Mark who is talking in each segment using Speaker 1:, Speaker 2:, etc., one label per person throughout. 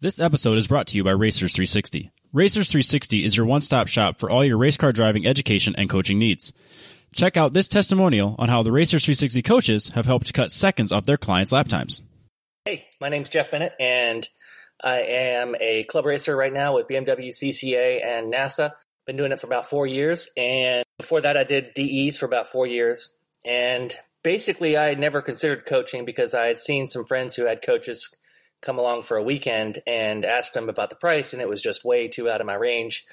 Speaker 1: This episode is brought to you by Racers 360. Racers 360 is your one stop shop for all your race car driving education and coaching needs. Check out this testimonial on how the Racers 360 coaches have helped cut seconds off their clients' lap times.
Speaker 2: Hey, my name's Jeff Bennett, and I am a club racer right now with BMW CCA and NASA. Been doing it for about four years, and before that, I did DEs for about four years. And basically, I had never considered coaching because I had seen some friends who had coaches come along for a weekend and asked them about the price, and it was just way too out of my range.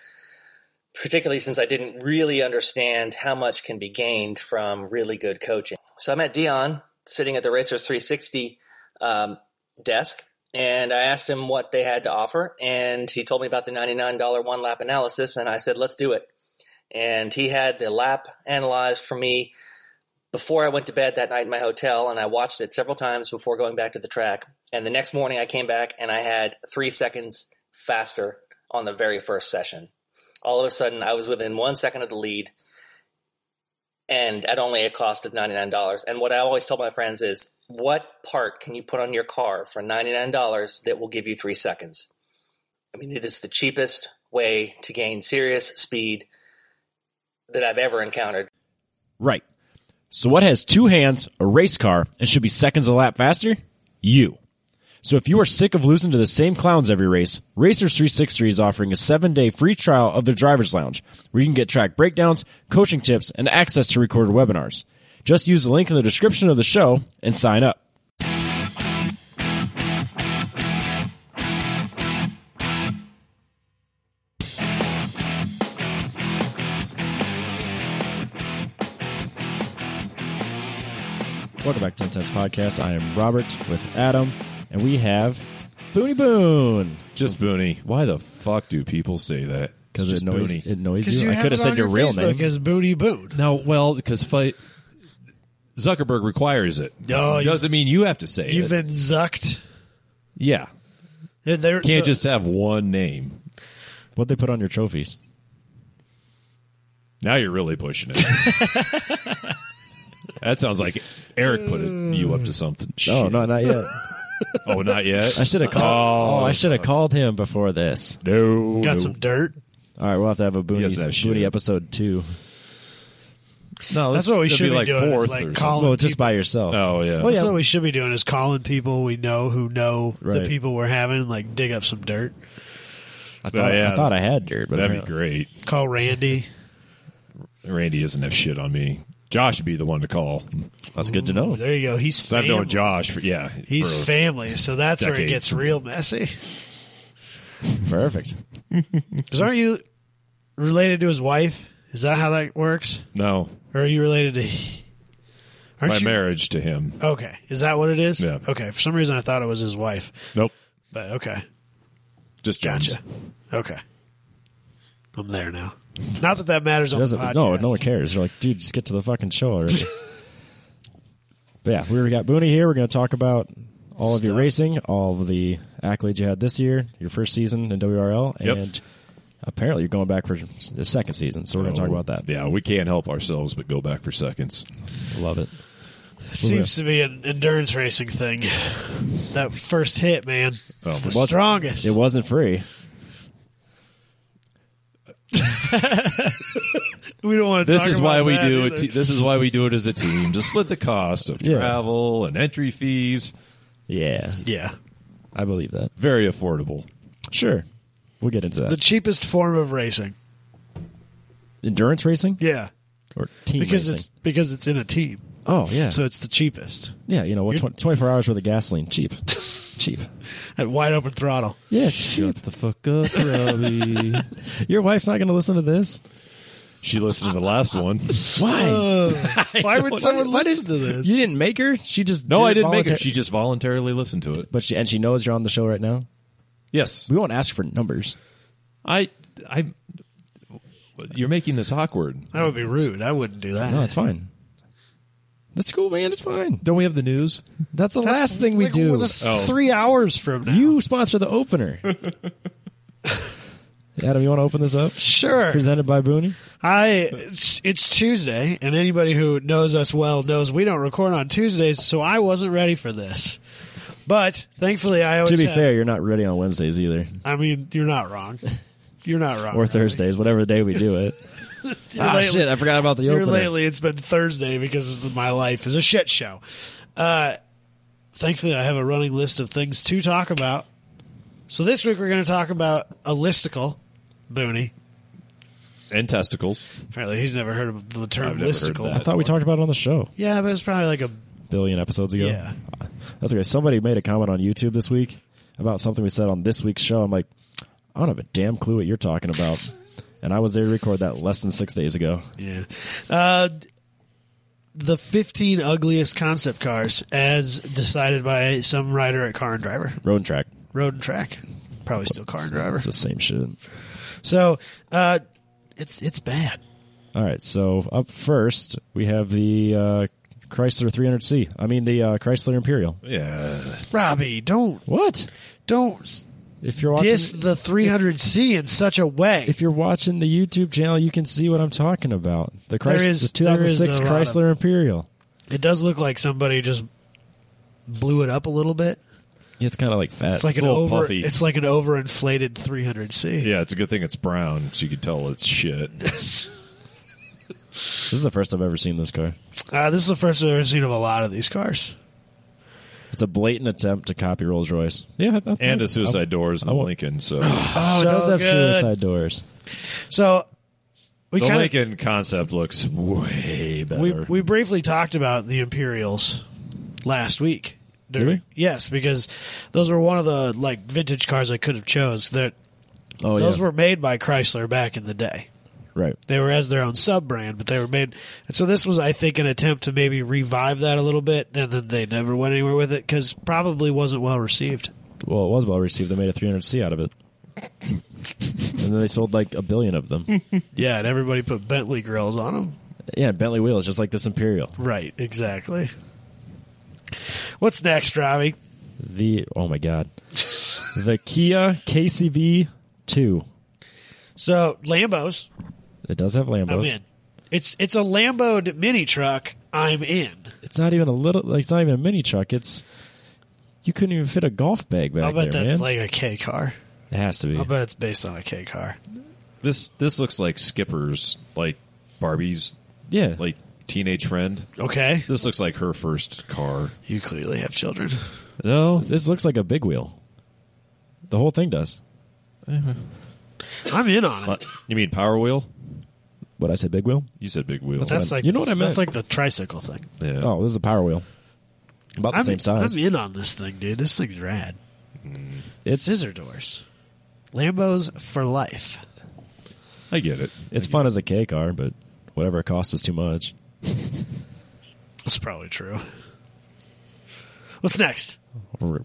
Speaker 2: Particularly since I didn't really understand how much can be gained from really good coaching. So I met Dion sitting at the Racers 360 um, desk and I asked him what they had to offer. And he told me about the $99 one lap analysis. And I said, let's do it. And he had the lap analyzed for me before I went to bed that night in my hotel. And I watched it several times before going back to the track. And the next morning I came back and I had three seconds faster on the very first session. All of a sudden, I was within one second of the lead and at only a cost of $99. And what I always tell my friends is what part can you put on your car for $99 that will give you three seconds? I mean, it is the cheapest way to gain serious speed that I've ever encountered.
Speaker 1: Right. So, what has two hands, a race car, and should be seconds a lap faster? You. So, if you are sick of losing to the same clowns every race, Racers 360 is offering a seven day free trial of their driver's lounge where you can get track breakdowns, coaching tips, and access to recorded webinars. Just use the link in the description of the show and sign up. Welcome back to 10 Cents Podcast. I am Robert with Adam, and we have Boony Boone.
Speaker 3: Just Booney. Why the fuck do people say that? It's
Speaker 1: it
Speaker 3: just
Speaker 1: annoys,
Speaker 3: Booney.
Speaker 1: it annoys
Speaker 4: Because
Speaker 1: you.
Speaker 4: you
Speaker 1: I
Speaker 4: have
Speaker 1: could have
Speaker 4: it
Speaker 1: said
Speaker 4: on
Speaker 1: your real
Speaker 4: Facebook
Speaker 1: name.
Speaker 4: as Booty Boot.
Speaker 3: no, well, because fight Zuckerberg requires it.
Speaker 4: No,
Speaker 3: It
Speaker 4: you-
Speaker 3: doesn't mean you have to say
Speaker 4: You've
Speaker 3: it.
Speaker 4: been zucked.
Speaker 3: yeah,
Speaker 4: They're- they're-
Speaker 3: can't
Speaker 4: so-
Speaker 3: just have one name.
Speaker 1: What they put on your trophies?
Speaker 3: Now you're really pushing it. that sounds like Eric put it, you up to something.
Speaker 1: Oh
Speaker 3: Shit.
Speaker 1: no, not yet.
Speaker 3: oh, not yet.
Speaker 1: I should have called. Oh, I should have called him before this.
Speaker 3: no,
Speaker 4: got
Speaker 3: no.
Speaker 4: some dirt.
Speaker 1: All right, we'll have to have a Boony,
Speaker 3: Yes, I should.
Speaker 1: Boony episode two.
Speaker 3: No,
Speaker 4: That's
Speaker 3: this-
Speaker 4: what we
Speaker 3: that'd
Speaker 4: should be
Speaker 3: like
Speaker 4: doing, is
Speaker 3: Fourth
Speaker 4: like
Speaker 3: or
Speaker 4: call-
Speaker 3: something.
Speaker 1: Well, just by yourself.
Speaker 3: Oh yeah.
Speaker 1: Well,
Speaker 4: That's
Speaker 1: yeah.
Speaker 4: what we should be doing is calling people we know who know
Speaker 1: Right.
Speaker 4: the people we're having, like dig up some dirt.
Speaker 1: I thought,
Speaker 3: oh, yeah.
Speaker 1: I thought I had dirt, but
Speaker 3: That'd be
Speaker 1: apparently-
Speaker 3: great.
Speaker 4: Call Randy.
Speaker 3: Randy doesn't have shit on me. Josh would be the one to call.
Speaker 1: That's good to know.
Speaker 4: There you go. He's
Speaker 3: I've
Speaker 4: family.
Speaker 3: known Josh for yeah.
Speaker 4: He's
Speaker 3: for-
Speaker 4: family, so that's where it
Speaker 3: Decades.
Speaker 4: gets real messy.
Speaker 1: Perfect.
Speaker 4: Because aren't you related to his wife? Is that how that works?
Speaker 3: no
Speaker 4: Or are you related to? Aren't
Speaker 3: by
Speaker 4: you?
Speaker 3: marriage to him.
Speaker 4: Okay, is that what it is?
Speaker 3: Yeah.
Speaker 4: Okay. For some reason, I thought it was his wife,
Speaker 3: Nope,
Speaker 4: but okay.
Speaker 3: just Jones.
Speaker 4: Gotcha. Okay. I'm there now. Not that that matters on the
Speaker 1: Doesn't
Speaker 4: podcast.
Speaker 1: no, no one cares. They're like, dude, just get to the fucking show already. but yeah, we already got Booney here. We're going to talk about all of your
Speaker 4: Stuff.
Speaker 1: racing, all of the accolades you had this year, your first season in WRL,
Speaker 3: Yep.
Speaker 1: and apparently you're going back for the second season. So we're going to
Speaker 3: Oh.
Speaker 1: talk about that.
Speaker 3: Yeah, we can't help ourselves but go back for seconds.
Speaker 1: Love it.
Speaker 4: It seems to be an endurance racing thing. That first hit, man. It's the
Speaker 3: it wasn't-
Speaker 4: strongest.
Speaker 1: Oh, It wasn't free.
Speaker 4: we don't want to
Speaker 3: This
Speaker 4: talk
Speaker 3: is
Speaker 4: about
Speaker 3: why we
Speaker 4: that
Speaker 3: do
Speaker 4: either.
Speaker 3: it. This is why we do it as a team to split the cost of
Speaker 1: Yeah.
Speaker 3: travel and entry fees.
Speaker 1: Yeah,
Speaker 4: yeah.
Speaker 1: I believe that.
Speaker 3: Very affordable.
Speaker 1: Sure. We'll get into that.
Speaker 4: The cheapest form of racing.
Speaker 1: Endurance racing
Speaker 4: Yeah.
Speaker 1: or team
Speaker 4: Because
Speaker 1: racing?
Speaker 4: it's because it's in a team.
Speaker 1: oh, yeah.
Speaker 4: So it's the cheapest.
Speaker 1: yeah, you know, what,
Speaker 4: you're-
Speaker 1: tw- 24 hours worth of gasoline. Cheap. cheap.
Speaker 4: At wide open throttle.
Speaker 1: Yeah, it's cheap.
Speaker 3: the fuck up, Robbie.
Speaker 1: Your wife's not going to listen to this.
Speaker 3: she listened to the last one.
Speaker 1: Why?
Speaker 4: Uh, Why would someone
Speaker 1: why
Speaker 4: listen to this?
Speaker 1: you didn't make her. She just
Speaker 3: No,
Speaker 1: did
Speaker 3: I didn't make
Speaker 1: voluntar-
Speaker 3: it. She just voluntarily listened to it.
Speaker 1: but she and she knows you're on the show right now.
Speaker 3: Yes,
Speaker 1: We won't ask for numbers.
Speaker 3: I. I. You're making this awkward.
Speaker 4: That would be rude. I wouldn't do that.
Speaker 1: No, it's fine. That's cool, man. It's fine.
Speaker 3: Don't we have the news?
Speaker 1: That's the
Speaker 4: That's
Speaker 1: last thing we
Speaker 4: like,
Speaker 1: do.
Speaker 4: well, that's
Speaker 3: Oh.
Speaker 4: three hours from now.
Speaker 1: you sponsor the opener. Adam, you want to open this up?
Speaker 4: sure.
Speaker 1: Presented by Booney.
Speaker 4: I it's, it's Tuesday, and anybody who knows us well knows we don't record on Tuesdays, so I wasn't ready for this. But thankfully, I always
Speaker 1: To be
Speaker 4: have-
Speaker 1: fair, you're not ready on Wednesdays either,
Speaker 4: I mean, you're not wrong. You're not wrong.
Speaker 1: or Thursdays, whatever day we do it.
Speaker 4: You're
Speaker 1: ah,
Speaker 4: lately-
Speaker 1: shit! I forgot about the
Speaker 4: Here
Speaker 1: opener.
Speaker 4: lately, it's been Thursday because it's- my life is a shit show. Uh, thankfully, I have a running list of things to talk about. So this week, we're going to talk about a listicle, Booney.
Speaker 3: and testicles.
Speaker 4: Apparently, he's never heard of the term
Speaker 3: I've never heard
Speaker 4: listicle.
Speaker 1: I thought we talked about it on the show
Speaker 4: Yeah, but it's probably like a
Speaker 1: a billion episodes ago.
Speaker 4: yeah.
Speaker 1: That's okay. Somebody made a comment on YouTube this week about something we said on this week's show. I'm like, I don't have a damn clue what you're talking about. And I was there to record that less than six days ago.
Speaker 4: Yeah. Uh, the 15 ugliest concept cars, as decided by some rider at Car and Driver,
Speaker 1: Road and track.
Speaker 4: Road and Track, probably still Car and Driver.
Speaker 1: It's the same shit.
Speaker 4: So, uh, it's it's bad.
Speaker 1: All right. So up first, we have the uh, Chrysler 300C. I mean, the uh, Chrysler Imperial.
Speaker 3: Yeah,
Speaker 4: Robbie, don't
Speaker 1: What?
Speaker 4: don't
Speaker 1: If you're watching,
Speaker 4: diss the 300C in such a way.
Speaker 1: if you're watching the YouTube channel, you can see what I'm talking about. The Chrysler,
Speaker 4: There is-
Speaker 1: the
Speaker 4: there is
Speaker 1: 2006
Speaker 4: a lot of-
Speaker 1: Chrysler Imperial.
Speaker 4: it does look like somebody just blew it up a little bit.
Speaker 1: Yeah, It's kind of like fat.
Speaker 4: It's like
Speaker 3: it's
Speaker 4: an
Speaker 3: a little
Speaker 4: over
Speaker 3: puffy.
Speaker 4: it's like an overinflated 300C.
Speaker 3: yeah. It's a good thing it's brown, so you can tell it's shit.
Speaker 1: this is the first I've ever seen this car.
Speaker 4: Uh, this is the first I've ever seen of a lot of these cars.
Speaker 1: It's a blatant attempt to copy Rolls Royce. Yeah,
Speaker 3: and a suicide doors in the Lincoln. So the
Speaker 1: Oh, it does
Speaker 4: So
Speaker 1: have
Speaker 4: good.
Speaker 1: suicide doors.
Speaker 4: So we kind of
Speaker 3: Lincoln concept looks way better.
Speaker 4: we, we briefly talked about the Imperials last week.
Speaker 1: Did we?
Speaker 4: Yes, because those were one of the like vintage cars I could have chose. That
Speaker 1: Oh
Speaker 4: those
Speaker 1: yeah,
Speaker 4: were made by Chrysler back in the day.
Speaker 1: right.
Speaker 4: They were as their own sub brand, but they were made. And so this was, I think, an attempt to maybe revive that a little bit, and then they never went anywhere with it because probably wasn't well received.
Speaker 1: Well, it was well received. They made a 300C out of it, and then they sold like a billion of them.
Speaker 4: Yeah, and everybody put Bentley grills on them.
Speaker 1: Yeah, Bentley wheels, just like this Imperial.
Speaker 4: Right, exactly. What's next, Robbie?
Speaker 1: The oh my god, the Kia KCV two.
Speaker 4: So Lambos,
Speaker 1: It does have
Speaker 4: I'm
Speaker 1: Lambos.
Speaker 4: in. It's it's a Lambo mini truck. I'm in.
Speaker 1: It's not even a little. Like, it's not even a mini truck. It's you couldn't even fit a golf bag back
Speaker 4: I'll bet
Speaker 1: there,
Speaker 4: that's
Speaker 1: man.
Speaker 4: like a K car.
Speaker 1: it has to be.
Speaker 4: I'll bet it's based on a K car.
Speaker 3: this this looks like Skipper's, like Barbie's,
Speaker 1: yeah,
Speaker 3: like teenage friend.
Speaker 4: Okay,
Speaker 3: This looks like her first car.
Speaker 4: you clearly have children.
Speaker 1: no, this looks like a big wheel. The whole thing does.
Speaker 4: I'm in on
Speaker 3: Uh,
Speaker 4: it.
Speaker 3: You mean Power Wheel?
Speaker 1: What I said, big wheel.
Speaker 3: You said Big Wheel.
Speaker 4: That's
Speaker 1: I-
Speaker 4: like
Speaker 1: you know what I meant.
Speaker 4: That's like the tricycle thing.
Speaker 3: yeah.
Speaker 1: Oh, this is a power wheel. About the
Speaker 4: I'm,
Speaker 1: same size.
Speaker 4: I'm in on this thing, dude. This thing's rad.
Speaker 1: It's
Speaker 4: Scissor doors, Lambos for life.
Speaker 3: I get it.
Speaker 1: it's fun as a K car, but whatever it costs is too much.
Speaker 4: That's probably true. What's next? We're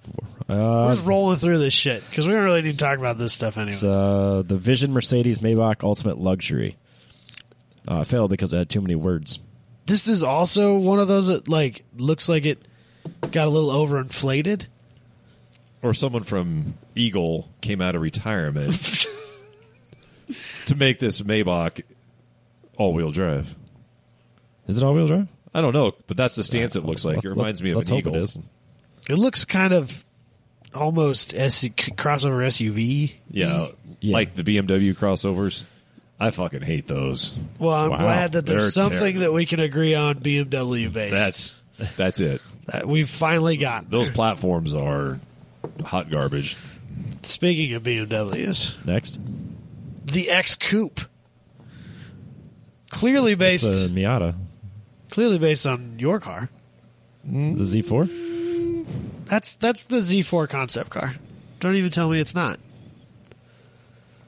Speaker 1: Uh,
Speaker 4: just rolling through this shit because we don't really need to talk about this stuff anyway.
Speaker 1: it's uh, the Vision Mercedes Maybach Ultimate Luxury. Uh, it failed because it had too many words.
Speaker 4: this is also one of those that like looks like it got a little overinflated.
Speaker 3: Or someone from Eagle came out of retirement to make this Maybach all-wheel drive.
Speaker 1: Is it all wheel drive?
Speaker 3: I don't know, but that's the stance it looks like. It reminds me of
Speaker 1: Let's
Speaker 3: an
Speaker 1: hope it
Speaker 3: Eagle.
Speaker 1: is.
Speaker 4: It looks kind of almost S- crossover SUV.
Speaker 3: Yeah,
Speaker 1: Yeah.
Speaker 3: E. like the BMW crossovers. I fucking hate those.
Speaker 4: Well, I'm
Speaker 3: Wow,
Speaker 4: glad that there's
Speaker 3: they're
Speaker 4: something
Speaker 3: terrible.
Speaker 4: that we can agree on BMW based.
Speaker 3: That's that's it.
Speaker 4: that we've finally got.
Speaker 3: Those platforms are hot garbage.
Speaker 4: Speaking of BMWs,
Speaker 1: Next.
Speaker 4: the X Coupe, clearly
Speaker 1: It's
Speaker 4: based,
Speaker 1: a Miata.
Speaker 4: clearly based on your car.
Speaker 1: The Z4?
Speaker 4: That's that's the Z4 concept car. Don't even tell me it's not.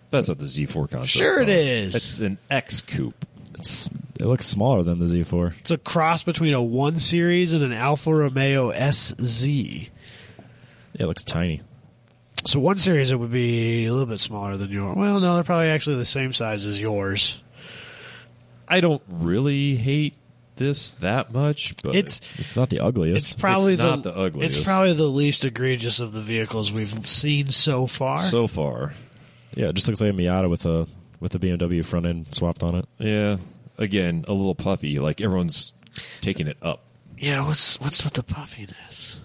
Speaker 3: That's not the Z4 concept.
Speaker 4: Sure it
Speaker 3: though.
Speaker 4: is.
Speaker 3: It's an X coupe.
Speaker 1: It's, it looks smaller than the Z4.
Speaker 4: It's a cross between a one series and an Alfa Romeo SZ.
Speaker 1: Yeah, it looks tiny.
Speaker 4: So one series it would be a little bit smaller than yours. Well, no, they're probably actually the same size as yours.
Speaker 3: I don't really hate this that much, but
Speaker 4: It's
Speaker 1: It's not the ugliest.
Speaker 4: it's probably
Speaker 3: It's
Speaker 4: the,
Speaker 3: not the ugliest.
Speaker 4: It's probably the least egregious of the vehicles we've seen so far.
Speaker 3: so far,
Speaker 1: yeah, it just looks like a Miata with a with a BMW front end swapped on it.
Speaker 3: yeah. Again, a little puffy. Like everyone's taking it up.
Speaker 4: yeah, what's what's with the puffiness?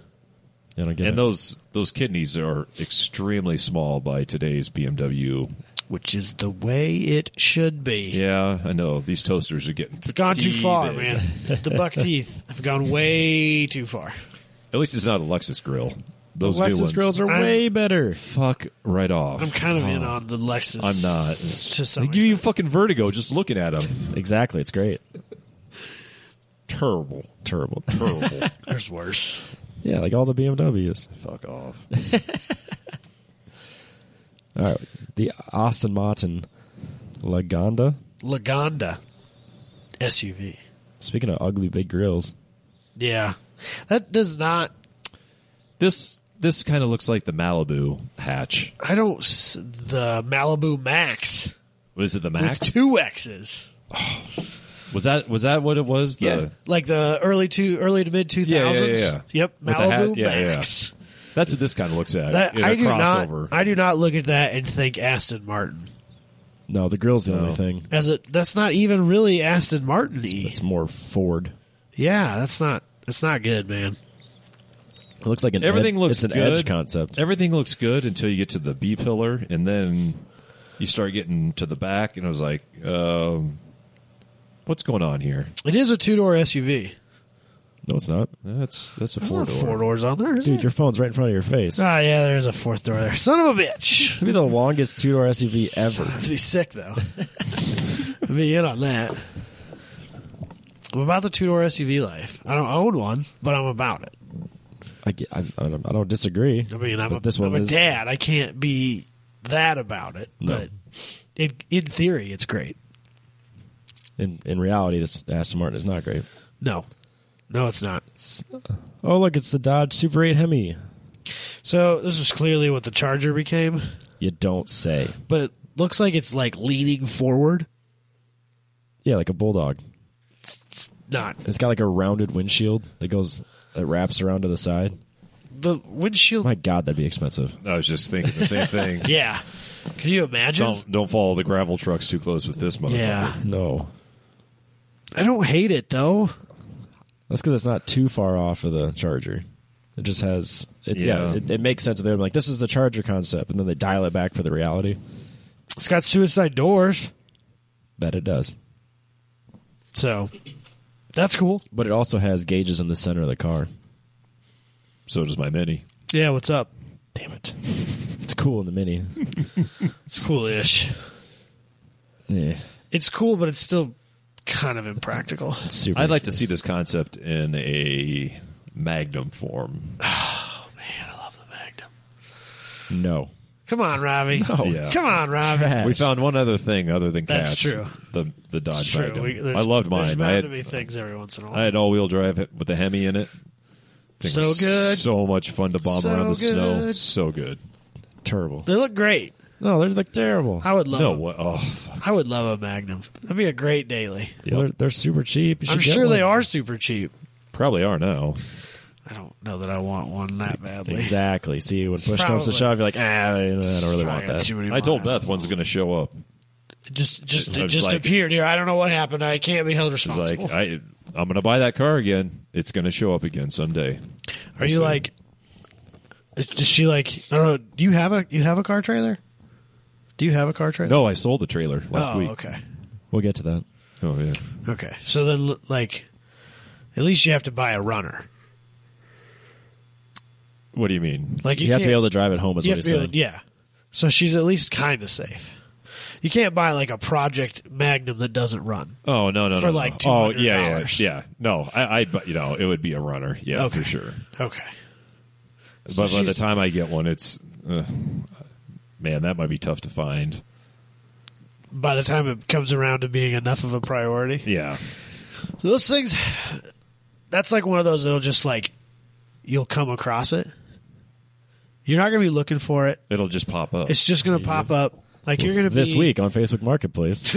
Speaker 1: They don't get
Speaker 3: And
Speaker 1: it.
Speaker 3: those those kidneys are extremely small by today's BMW.
Speaker 4: which is the way it should be.
Speaker 3: Yeah, I know these toasters are getting.
Speaker 4: It's gone too far,
Speaker 3: big.
Speaker 4: man. The buck teeth have gone way too far.
Speaker 3: At least it's not a Lexus grill. Those new ones.
Speaker 1: Lexus girls are
Speaker 4: I'm-
Speaker 1: way better.
Speaker 3: fuck right off.
Speaker 4: I'm kind of in on the Lexus.
Speaker 3: Oh, I'm not.
Speaker 4: To some
Speaker 3: they give you
Speaker 4: extent.
Speaker 3: fucking vertigo just looking at them.
Speaker 1: Exactly. It's great.
Speaker 3: Terrible,
Speaker 1: Terrible.
Speaker 3: terrible.
Speaker 4: There's worse.
Speaker 1: yeah, like all the BMWs.
Speaker 3: fuck off.
Speaker 1: All right. The Austin Martin Lagonda.
Speaker 4: Lagonda SUV.
Speaker 1: Speaking of ugly big grills,
Speaker 4: Yeah, that does not.
Speaker 3: This this kind of looks like the Malibu hatch.
Speaker 4: I don't. s- The Malibu Max
Speaker 3: Was it the
Speaker 4: with
Speaker 3: Max?
Speaker 4: two X's.
Speaker 3: Was that was that what it was? The,
Speaker 4: like the early two, early to mid two thousands.
Speaker 3: Yeah, yeah, yeah.
Speaker 4: Yep,
Speaker 3: With the hat,
Speaker 4: Malibu
Speaker 3: yeah, yeah.
Speaker 4: Max.
Speaker 3: That's what this kind of looks at.
Speaker 4: That,
Speaker 3: in a
Speaker 4: I do
Speaker 3: crossover.
Speaker 4: not. I do not look at that and think Aston Martin.
Speaker 1: no, the grill's the only
Speaker 3: No.
Speaker 1: thing.
Speaker 4: As it, that's not even really Aston Martin.
Speaker 1: It's more Ford.
Speaker 4: Yeah, that's not. That's not good, man.
Speaker 1: It looks like an
Speaker 3: Everything
Speaker 1: ed-
Speaker 3: looks
Speaker 1: it's an
Speaker 3: good.
Speaker 1: edge concept.
Speaker 3: Everything looks good until you get to the B pillar, and then you start getting to the back, and I was like, um, "What's going on here?"
Speaker 4: It is a two door SUV.
Speaker 1: No, it's not.
Speaker 3: That's that's a
Speaker 4: There's
Speaker 3: four
Speaker 4: no four
Speaker 3: door.
Speaker 4: doors on there. Is
Speaker 1: Dude,
Speaker 4: there?
Speaker 1: your phone's right in front of your face.
Speaker 4: Ah, yeah, there is a fourth door there. Son of a bitch.
Speaker 1: It'd be the longest two door SUV ever.
Speaker 4: That'd be sick though. I'd be in on that. I'm about the two door SUV life. I don't own one, but I'm about it.
Speaker 1: I, get- I, I don't, I don't disagree.
Speaker 4: I mean, I'm,
Speaker 1: but
Speaker 4: a,
Speaker 1: this one
Speaker 4: I'm a
Speaker 1: is-
Speaker 4: dad. I can't be that about it.
Speaker 1: No.
Speaker 4: But in, in theory, it's great.
Speaker 1: In, in reality, this Aston Martin is not great.
Speaker 4: No, no, it's not.
Speaker 1: Oh, look, it's the Dodge Super 8 Hemi.
Speaker 4: So this is clearly what the Charger became,
Speaker 1: You don't say.
Speaker 4: but it looks like it's like leaning forward.
Speaker 1: Yeah, like a bulldog.
Speaker 4: It's not.
Speaker 1: It's got like a rounded windshield that goes that wraps around to the side.
Speaker 4: The windshield.
Speaker 1: My God, that'd be expensive.
Speaker 3: I was just thinking the same thing.
Speaker 4: yeah. Can you imagine?
Speaker 3: Don't don't follow the gravel trucks too close with this motherfucker.
Speaker 4: yeah.
Speaker 1: No,
Speaker 4: I don't hate it though.
Speaker 1: that's because it's not too far off of the Charger. It just has. It, yeah,
Speaker 3: Yeah.
Speaker 1: it, it makes sense. They're like, this is the Charger concept, and then they dial it back for the reality
Speaker 4: It's got suicide doors,
Speaker 1: that it does.
Speaker 4: so that's cool.
Speaker 1: But it also has gauges in the center of the car.
Speaker 3: So does my mini.
Speaker 4: Yeah. What's up?
Speaker 1: Damn it, it's cool in the Mini.
Speaker 4: It's cool-ish.
Speaker 1: yeah,
Speaker 4: It's cool, but it's still kind of impractical.
Speaker 1: it's super.
Speaker 3: I'd like to see this concept in a Magnum form.
Speaker 4: Man, I love the Magnum.
Speaker 1: no.
Speaker 4: Come on, Ravi.
Speaker 3: Yeah.
Speaker 4: Come on, Ravi.
Speaker 3: We found one other thing other than
Speaker 4: That's
Speaker 3: cats.
Speaker 4: true.
Speaker 3: The the Dodge
Speaker 4: It's true.
Speaker 3: Magnum.
Speaker 4: We- there's-
Speaker 3: I loved
Speaker 4: There's
Speaker 3: mine. I
Speaker 4: bound
Speaker 3: had,
Speaker 4: to be things every once in a while.
Speaker 3: I had all wheel drive with the Hemi in it. Thing
Speaker 4: So
Speaker 3: was
Speaker 4: good.
Speaker 3: So much fun to bomb
Speaker 4: So
Speaker 3: around the snow.
Speaker 4: good.
Speaker 3: So good.
Speaker 1: terrible.
Speaker 4: they look great.
Speaker 1: No, they look terrible.
Speaker 4: I would love.
Speaker 3: No,
Speaker 4: a-
Speaker 3: what? Oh, fuck.
Speaker 4: I would love a Magnum. That'd be a great daily.
Speaker 1: They're, they're super cheap. You
Speaker 4: I'm
Speaker 1: should get
Speaker 4: sure they
Speaker 1: one.
Speaker 4: are super cheap.
Speaker 3: probably are now.
Speaker 4: I don't know that I want one that badly.
Speaker 1: Exactly. See, when push comes to
Speaker 4: Probably.
Speaker 1: shove, you're like, ah, I don't really want that.
Speaker 3: I told Beth one's going to show up.
Speaker 4: Just, just,
Speaker 3: I
Speaker 4: it
Speaker 3: was
Speaker 4: just
Speaker 3: like-
Speaker 4: appeared here. I don't know what happened. I can't be held
Speaker 3: It's
Speaker 4: responsible.
Speaker 3: like I, I'm going to buy that car again. It's going to show up again someday.
Speaker 4: Are you
Speaker 3: so-
Speaker 4: like? Does she like? I don't know. Do you have a you have a car trailer? Do you have a car trailer?
Speaker 3: No, I sold the trailer last
Speaker 4: oh,
Speaker 3: week.
Speaker 4: okay,
Speaker 1: We'll get to that.
Speaker 3: Oh yeah.
Speaker 4: okay. So then, like, at least you have to buy a runner.
Speaker 3: What do you mean?
Speaker 4: Like you,
Speaker 1: You, have to be
Speaker 4: can't-
Speaker 1: able to drive it home, is
Speaker 4: you
Speaker 1: what
Speaker 4: have
Speaker 1: he's
Speaker 4: to be able
Speaker 1: saying.
Speaker 4: to- yeah. So she's at least kind of safe. You can't buy like a Project Magnum that doesn't run.
Speaker 3: Oh no no
Speaker 4: For
Speaker 3: no,
Speaker 4: like
Speaker 3: no. Oh yeah yeah
Speaker 4: $200.
Speaker 3: yeah. No, I, I'd but you know it would be a runner. Yeah,
Speaker 4: Okay.
Speaker 3: for sure.
Speaker 4: Okay. So
Speaker 3: But by the
Speaker 4: she's-
Speaker 3: time I get one, it's uh, man that might be tough to find.
Speaker 4: By the time it comes around to being enough of a priority,
Speaker 3: Yeah.
Speaker 4: those things. That's like one of those that'll just like you'll come across it. You're not going to be looking for it.
Speaker 3: It'll just pop up.
Speaker 4: It's just going to pop up. Like you're going to
Speaker 1: This
Speaker 4: be,
Speaker 1: week on Facebook Marketplace.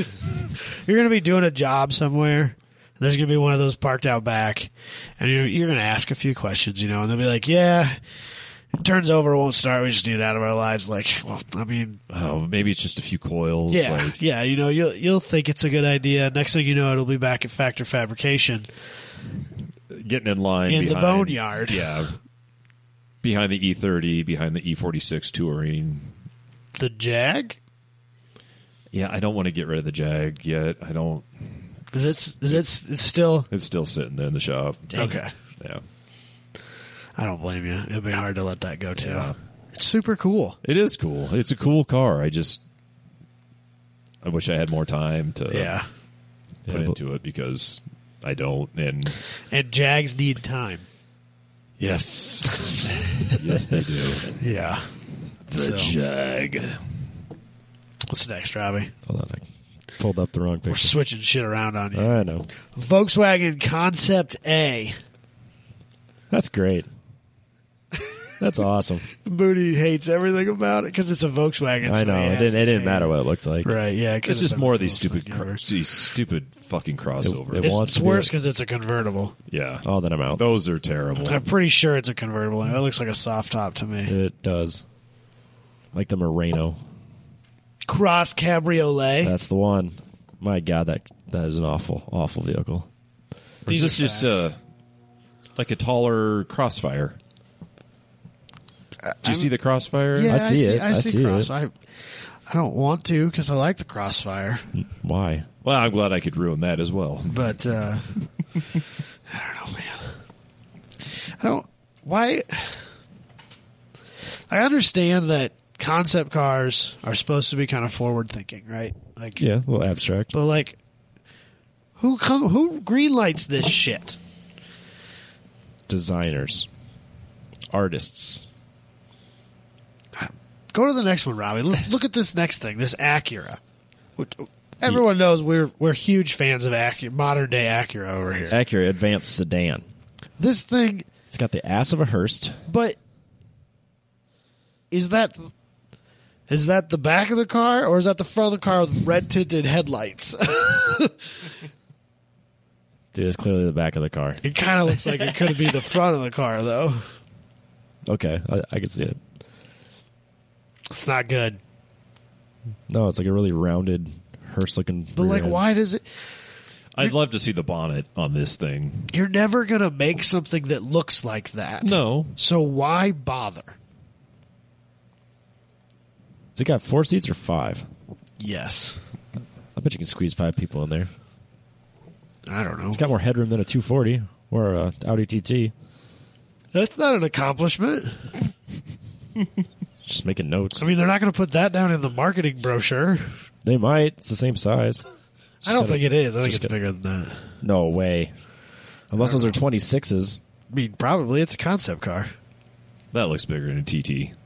Speaker 4: You're going to be doing a job somewhere. and There's going to be one of those parked out back, and you're you're going to ask a few questions, you know, and they'll be like, "Yeah, it turns over, it won't start. We just need it out of our lives." Like, well, I mean,
Speaker 3: oh, maybe it's just a few coils.
Speaker 4: yeah,
Speaker 3: like-
Speaker 4: yeah, you know, you'll you'll think it's a good idea. Next thing you know, it'll be back at Factor Fabrication.
Speaker 3: getting in line
Speaker 4: In the
Speaker 3: behind-
Speaker 4: boneyard.
Speaker 3: Yeah. behind the E30, behind the E46 touring.
Speaker 4: The Jag?
Speaker 3: Yeah, I don't want to get rid of the Jag yet. I don't.
Speaker 4: Is it's is it's it's still
Speaker 3: It's still sitting there in the shop.
Speaker 4: okay.
Speaker 3: Yeah,
Speaker 4: I don't blame you. It'd be hard to let that go too.
Speaker 3: Yeah.
Speaker 4: It's super cool.
Speaker 3: it is cool. It's a cool car. I just I wish I had more time to
Speaker 4: yeah.
Speaker 3: put into it because I don't. And
Speaker 4: And Jags need time.
Speaker 3: yes, yes, they do.
Speaker 4: Yeah. So,
Speaker 3: Jag.
Speaker 4: what's next, Robbie?
Speaker 1: Hold on, I pulled up the wrong
Speaker 4: We're
Speaker 1: picture.
Speaker 4: switching shit around on you.
Speaker 1: I know.
Speaker 4: Volkswagen Concept A.
Speaker 1: That's great. That's awesome.
Speaker 4: Booty hates everything about it because it's a
Speaker 1: I
Speaker 4: Volkswagen. so
Speaker 1: know.
Speaker 4: he
Speaker 1: It
Speaker 4: has
Speaker 1: didn't,
Speaker 4: to
Speaker 1: it didn't
Speaker 4: hate
Speaker 1: matter what it looked like.
Speaker 4: Right? Yeah. 'cause
Speaker 3: It's just
Speaker 4: a
Speaker 3: more of these
Speaker 4: Volkswagen
Speaker 3: stupid, cr-
Speaker 4: convertible.
Speaker 3: these stupid fucking crossovers.
Speaker 1: it
Speaker 4: It's,
Speaker 1: wants
Speaker 4: it's
Speaker 1: to be
Speaker 4: worse
Speaker 1: like-
Speaker 4: because it's a convertible.
Speaker 3: yeah,
Speaker 1: Oh, then I'm out.
Speaker 3: those are terrible.
Speaker 4: I'm pretty sure it's a convertible. It looks like a soft top to me.
Speaker 1: It does. Like the Moreno.
Speaker 4: Cross Cabriolet.
Speaker 1: That's the one. My God, that that is an awful, awful vehicle.
Speaker 3: These
Speaker 4: are
Speaker 3: is this just uh, like a taller crossfire. Do you see the crossfire?
Speaker 4: yeah,
Speaker 1: I see it.
Speaker 4: I
Speaker 1: I
Speaker 4: see,
Speaker 1: see it.
Speaker 4: Cross. I, I don't want to because I like the Crossfire,
Speaker 1: Why?
Speaker 3: Well, I'm glad I could ruin that as well.
Speaker 4: but uh, I don't know, man. I don't. Why? I understand that concept cars are supposed to be kind of forward thinking, right? Like,
Speaker 1: Yeah, a little abstract.
Speaker 4: But like, who come? Who greenlights this shit?
Speaker 1: Designers, artists.
Speaker 4: Go to the next one, Robbie. Look, look at this next thing. This Acura. Look, Everyone knows we're we're huge fans of Acura, modern day Acura over here.
Speaker 1: Accurate, advanced sedan.
Speaker 4: This thing,
Speaker 1: It's got the ass of a Hearst.
Speaker 4: but is that is that the back of the car or is that the front of the car with red tinted headlights?
Speaker 1: Dude, it's clearly the back of the car.
Speaker 4: it kind of looks like it could be the front of the car though.
Speaker 1: Okay, I, I can see it.
Speaker 4: It's not good.
Speaker 1: No, it's like a really rounded Hearst looking.
Speaker 4: But like, why does it?
Speaker 3: I'd love to see the bonnet on this thing.
Speaker 4: You're never gonna make something that looks like that.
Speaker 3: No,
Speaker 4: So why bother?
Speaker 1: Has it got four seats or five?
Speaker 4: Yes.
Speaker 1: I bet you can squeeze five people in there.
Speaker 4: I don't know.
Speaker 1: It's got more headroom than a 240 or a Audi TT.
Speaker 4: That's not an accomplishment.
Speaker 1: Just making notes.
Speaker 4: I mean, they're not going to put that down in the marketing brochure.
Speaker 1: they might. It's the same size.
Speaker 4: I don't think it is. I think
Speaker 1: just
Speaker 4: it's
Speaker 1: gotta-
Speaker 4: bigger than that.
Speaker 1: No way. Unless those are 26s.
Speaker 4: I mean, probably it's a concept car.
Speaker 3: that looks bigger than a TT.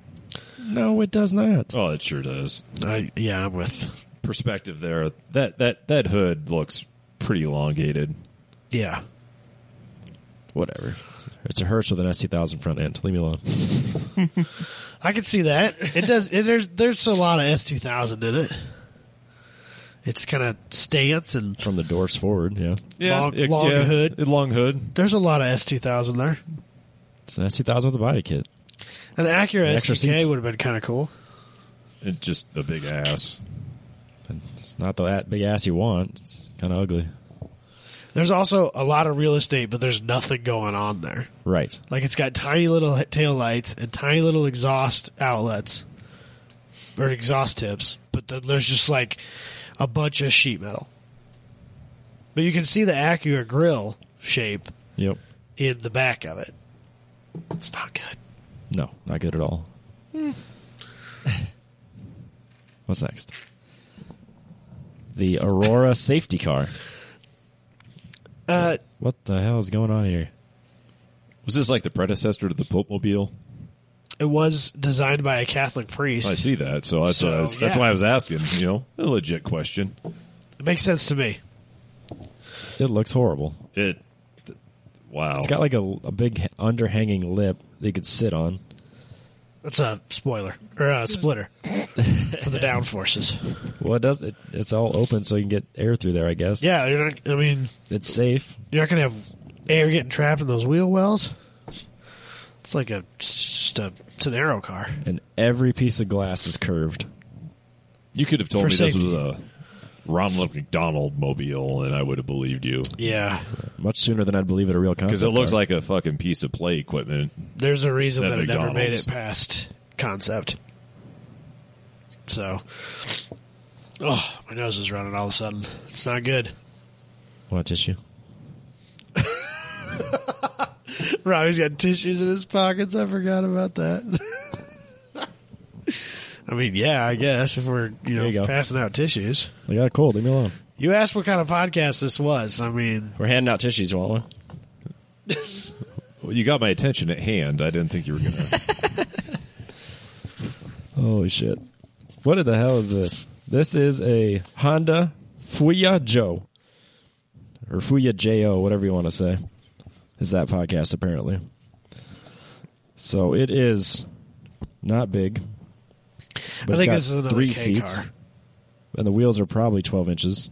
Speaker 1: No, it does not.
Speaker 3: Oh, it sure does.
Speaker 4: I, yeah, I'm with.
Speaker 3: Perspective there. That that that hood looks pretty elongated.
Speaker 4: Yeah.
Speaker 1: Whatever. It's a Hertz with an S2000 front end. Leave me alone.
Speaker 4: I can see that. It does. It, there's there's a lot of S2000 in it. It's kind of stance and
Speaker 1: From the doors forward, yeah.
Speaker 4: Long- long hood.
Speaker 3: It- long hood.
Speaker 4: there's a lot of S2000 there.
Speaker 1: It's an S2000 with a body kit.
Speaker 4: An Acura
Speaker 1: Extra
Speaker 4: STK
Speaker 1: seats.
Speaker 4: would have been kind of cool.
Speaker 3: It's just a big ass.
Speaker 1: It's not the that big ass you want. It's kind of ugly.
Speaker 4: There's also a lot of real estate, but there's nothing going on there.
Speaker 1: Right.
Speaker 4: Like it's got tiny little tail lights and tiny little exhaust outlets or exhaust tips, but then there's just like a bunch of sheet metal. But you can see the Acura grill shape
Speaker 1: Yep.
Speaker 4: in the back of it. It's not good.
Speaker 1: No, not good at all. What's next? The Aurora safety car.
Speaker 4: Uh,
Speaker 1: What the hell is going on here?
Speaker 3: Was this like the predecessor to the Pope Mobile?
Speaker 4: it was designed by a Catholic priest.
Speaker 3: Oh, I see that, so that's why I was,
Speaker 4: So,
Speaker 3: that's
Speaker 4: yeah.
Speaker 3: why I was asking. You know, a legit question.
Speaker 4: It makes sense to me.
Speaker 1: It looks horrible.
Speaker 3: It. th- Wow.
Speaker 1: It's got like a, a big h- underhanging lip that you could sit on.
Speaker 4: That's a spoiler or a splitter for the downforces.
Speaker 1: Well, it does. It, it's all open, so you can get air through there. I guess.
Speaker 4: Yeah, you're not. I mean,
Speaker 1: It's safe.
Speaker 4: You're not gonna have air getting trapped in those wheel wells. It's like a just a it's an aero car.
Speaker 1: and every piece of glass is curved.
Speaker 3: you could have told
Speaker 4: For
Speaker 3: me
Speaker 4: safety.
Speaker 3: this was a Ronald McDonald mobile, and I would have believed you
Speaker 4: Yeah.
Speaker 1: Much sooner than I'd believe it a real concept.
Speaker 3: because it looks
Speaker 1: car.
Speaker 3: like a fucking piece of play equipment.
Speaker 4: There's a reason
Speaker 3: At
Speaker 4: that it never made
Speaker 3: McDonald's.
Speaker 4: it past concept. So, oh, my nose is running all of a sudden. It's not good.
Speaker 1: want tissue.
Speaker 4: Robbie's got tissues in his pockets. I forgot about that. I mean, yeah, I guess if we're you know
Speaker 1: There you go.
Speaker 4: passing out tissues.
Speaker 1: I got a cold. Leave me alone.
Speaker 4: You asked what kind of podcast this was. I mean,
Speaker 1: We're handing out tissues, won't we?
Speaker 3: Well, you got my attention at hand. I didn't think you were gonna.
Speaker 1: Holy shit. What the hell is this? This is a Honda Fuya Joe. Or Fuya J-O, whatever you want to say. Is that podcast, apparently. So it is not big. but
Speaker 4: I
Speaker 1: it's
Speaker 4: think
Speaker 1: got
Speaker 4: this is another
Speaker 1: three
Speaker 4: K
Speaker 1: seats.
Speaker 4: car.
Speaker 1: And the wheels are probably 12 inches.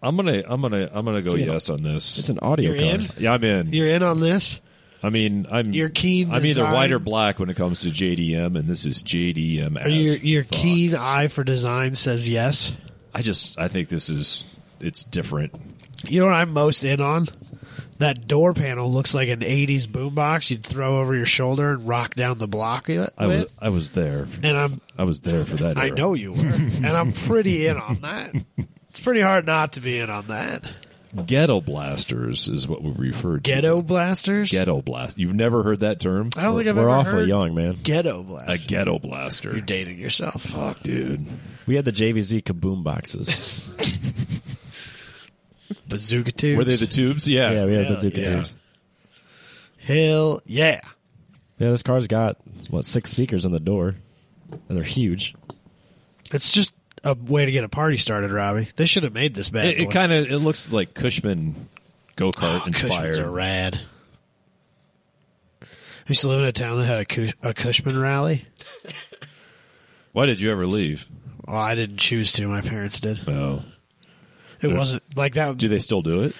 Speaker 3: I'm gonna. I'm gonna. I'm gonna go
Speaker 1: It's an-
Speaker 3: yes on this.
Speaker 1: It's an audio
Speaker 4: You're
Speaker 1: car.
Speaker 4: in?
Speaker 3: yeah, I'm in.
Speaker 4: You're in on this.
Speaker 3: I mean, I'm.
Speaker 4: You're keen
Speaker 3: I'm either
Speaker 4: design-
Speaker 3: white or black when it comes to JDM, and this is JDM.
Speaker 4: Or your
Speaker 3: as
Speaker 4: your
Speaker 3: fuck.
Speaker 4: keen eye for design says yes.
Speaker 3: I just. I think this is. It's different.
Speaker 4: You know what I'm most in on? That door panel looks like an '80s boombox you'd throw over your shoulder and rock down the block with.
Speaker 3: I was. I was there.
Speaker 4: and I'm
Speaker 3: I was there for that.
Speaker 4: I
Speaker 3: era.
Speaker 4: know you were, and I'm pretty in on that. It's pretty hard not to be in on that.
Speaker 3: Ghetto blasters is what we refer to.
Speaker 4: Ghetto blasters.
Speaker 3: Ghetto blast. You've never heard that term?
Speaker 4: I don't think I've
Speaker 1: We're
Speaker 4: ever
Speaker 1: awfully
Speaker 4: heard
Speaker 1: young, man.
Speaker 4: ghetto
Speaker 3: A
Speaker 4: blasters.
Speaker 3: ghetto blaster.
Speaker 4: You're dating yourself.
Speaker 3: Fuck, dude.
Speaker 1: We had the JVZ kaboom boxes.
Speaker 4: Bazooka tubes.
Speaker 3: Were they the tubes? Yeah.
Speaker 1: yeah, we had
Speaker 4: Hell
Speaker 1: bazooka
Speaker 4: yeah.
Speaker 1: tubes.
Speaker 4: Hell yeah.
Speaker 1: Yeah, this car's got, what, six speakers on the door. And they're huge.
Speaker 4: It's just a way to get a party started, Robbie. They should have made this bad
Speaker 3: It,
Speaker 4: boy.
Speaker 3: it kind of it looks like Cushman go kart
Speaker 4: Oh,
Speaker 3: inspired.
Speaker 4: Cushmans are rad. I used to live in a town that had a, Cush- a Cushman rally.
Speaker 3: Why did you ever leave?
Speaker 4: Well, I didn't choose to. My parents did.
Speaker 3: Oh,
Speaker 4: It wasn't like that.
Speaker 3: do they still do it?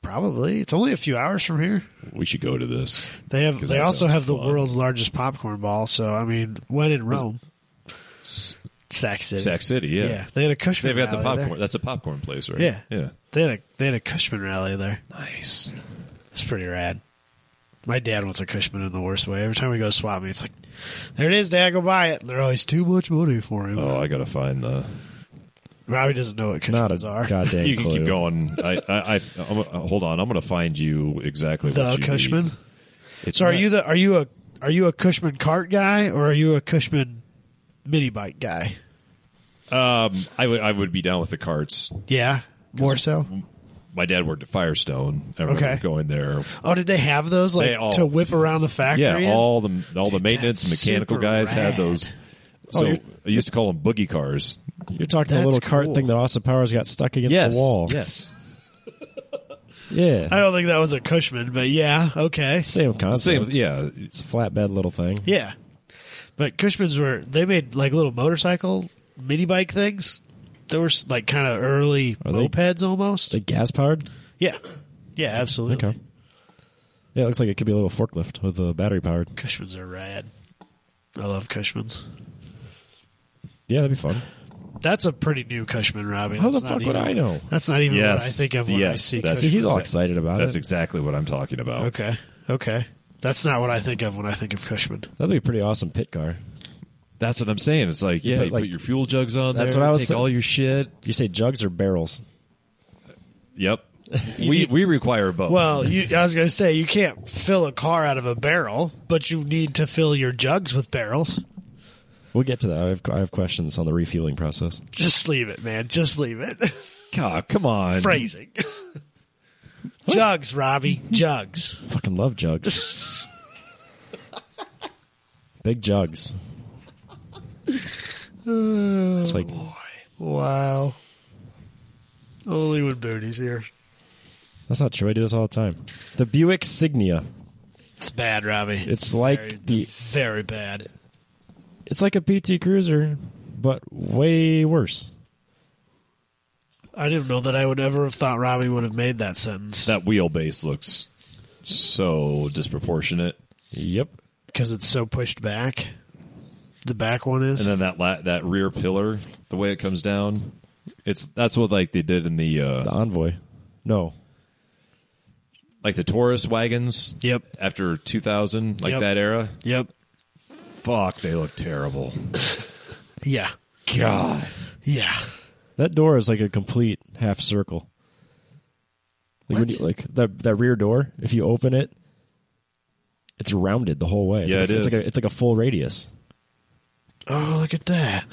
Speaker 4: Probably. It's only a few hours from here.
Speaker 3: We should go to this.
Speaker 4: They have.
Speaker 3: 'Cause
Speaker 4: They
Speaker 3: that
Speaker 4: also
Speaker 3: sounds
Speaker 4: have the
Speaker 3: fun.
Speaker 4: world's largest popcorn ball. So I mean, when in Rome,
Speaker 3: S-
Speaker 4: Sac City.
Speaker 3: Sac City. Yeah.
Speaker 4: They had a Cushman.
Speaker 3: They've got the
Speaker 4: rally there.
Speaker 3: popcorn. That's a popcorn place, right?
Speaker 4: Yeah.
Speaker 3: Yeah.
Speaker 4: They had a they had a Cushman rally there.
Speaker 3: Nice.
Speaker 4: It's pretty rad. My dad wants a Cushman in the worst way. Every time we go to swap me, it's like, there it is, Dad. Go buy it. And they're always too much money for him.
Speaker 3: Oh, I gotta find the.
Speaker 4: Robbie doesn't know what
Speaker 1: Not
Speaker 4: Cushmans
Speaker 1: a
Speaker 4: are.
Speaker 1: goddamn
Speaker 3: You can
Speaker 1: clue.
Speaker 3: keep going. I, I, I I'm, uh, hold on. I'm gonna find you exactly
Speaker 4: The
Speaker 3: what you
Speaker 4: Cushman.
Speaker 3: Need. It's
Speaker 4: So are
Speaker 3: not-
Speaker 4: you the are you a are you a Cushman cart guy or are you a Cushman mini bike guy?
Speaker 3: I would I would be down with the carts.
Speaker 4: Yeah, more so.
Speaker 3: My dad worked at Firestone. I remember
Speaker 4: Okay.
Speaker 3: going there.
Speaker 4: Oh, did they have those like
Speaker 3: They all-
Speaker 4: to whip around the factory?
Speaker 3: Yeah,
Speaker 4: in?
Speaker 3: all the all the maintenance and
Speaker 4: that's
Speaker 3: mechanical
Speaker 4: super
Speaker 3: guys
Speaker 4: rad.
Speaker 3: had those.
Speaker 1: Oh,
Speaker 3: So
Speaker 1: you're-
Speaker 3: I used to call them boogie cars.
Speaker 1: You're talking the
Speaker 4: That's
Speaker 1: little cart
Speaker 4: cool.
Speaker 1: thing that Austin Powers got stuck against the wall.
Speaker 3: Yes.
Speaker 1: Yeah.
Speaker 4: I don't think that was a Cushman, but yeah, okay,
Speaker 1: Same concept.
Speaker 3: Same. Yeah.
Speaker 1: It's a flatbed little thing.
Speaker 4: yeah. But Cushmans were they made like little motorcycle mini bike things. They were s- like kind of early
Speaker 1: they-
Speaker 4: mopeds almost.
Speaker 1: Like gas powered?
Speaker 4: yeah, yeah, absolutely.
Speaker 1: Okay. Yeah, it looks like it could be a little forklift with a battery powered.
Speaker 4: Cushmans are rad. I love Cushmans.
Speaker 1: Yeah, that'd be fun.
Speaker 4: That's a pretty new Cushman, Robbie.
Speaker 1: How
Speaker 4: That's
Speaker 1: the
Speaker 4: not
Speaker 1: fuck would
Speaker 4: even-
Speaker 1: I know?
Speaker 4: That's not even what I
Speaker 3: Yes.
Speaker 4: think of when
Speaker 3: Yes,
Speaker 4: I see
Speaker 3: that's-
Speaker 1: See, he's
Speaker 4: Cushman.
Speaker 1: all excited about
Speaker 3: That's
Speaker 1: it.
Speaker 3: exactly what I'm talking about.
Speaker 4: Okay, okay. That's not what I think of when I think of Cushman.
Speaker 1: That'd be a pretty awesome pit car.
Speaker 3: That's what I'm saying. It's like, yeah,
Speaker 1: put,
Speaker 3: you
Speaker 1: like-
Speaker 3: put your fuel jugs on
Speaker 1: That's
Speaker 3: there.
Speaker 1: what I was
Speaker 3: take
Speaker 1: saying.
Speaker 3: all your shit.
Speaker 1: You say jugs or barrels?
Speaker 3: Yep. we we require both.
Speaker 4: Well, you, I was going to say you can't fill a car out of a barrel, but you need to fill your jugs with barrels.
Speaker 1: We'll get to that. I have, I have questions on the refueling process.
Speaker 4: Just leave it, man. Just leave it.
Speaker 3: God, come on.
Speaker 4: Phrasing. jugs, Robbie. Jugs.
Speaker 1: Fucking love jugs. Big jugs. It's like
Speaker 4: Wow. Only when Booty's here.
Speaker 1: that's not true. I do this all the time. The Buick Signia.
Speaker 4: It's bad, Robbie.
Speaker 1: It's
Speaker 4: very,
Speaker 1: like the
Speaker 4: very bad.
Speaker 1: it's like a PT Cruiser, but way worse.
Speaker 4: I didn't know that I would ever have thought Robbie would have made that sentence
Speaker 3: That wheelbase looks so disproportionate.
Speaker 1: Yep.
Speaker 4: because it's so pushed back. the back one is.
Speaker 3: and then that la- that rear pillar, the way it comes down, it's that's what like they did in the uh,
Speaker 1: The Envoy. No.
Speaker 3: like the Taurus wagons.
Speaker 4: Yep.
Speaker 3: After 2000, like
Speaker 4: Yep.
Speaker 3: that era.
Speaker 4: Yep.
Speaker 3: Fuck, they look terrible.
Speaker 4: Yeah.
Speaker 3: God.
Speaker 4: Yeah.
Speaker 1: That door is like a complete half circle. Like, when you, like that that rear door, if you open it, it's rounded the whole way. It's
Speaker 3: Yeah,
Speaker 1: like a,
Speaker 3: it
Speaker 1: it's
Speaker 3: is.
Speaker 1: Like a, it's like a full radius.
Speaker 4: Oh, look at that.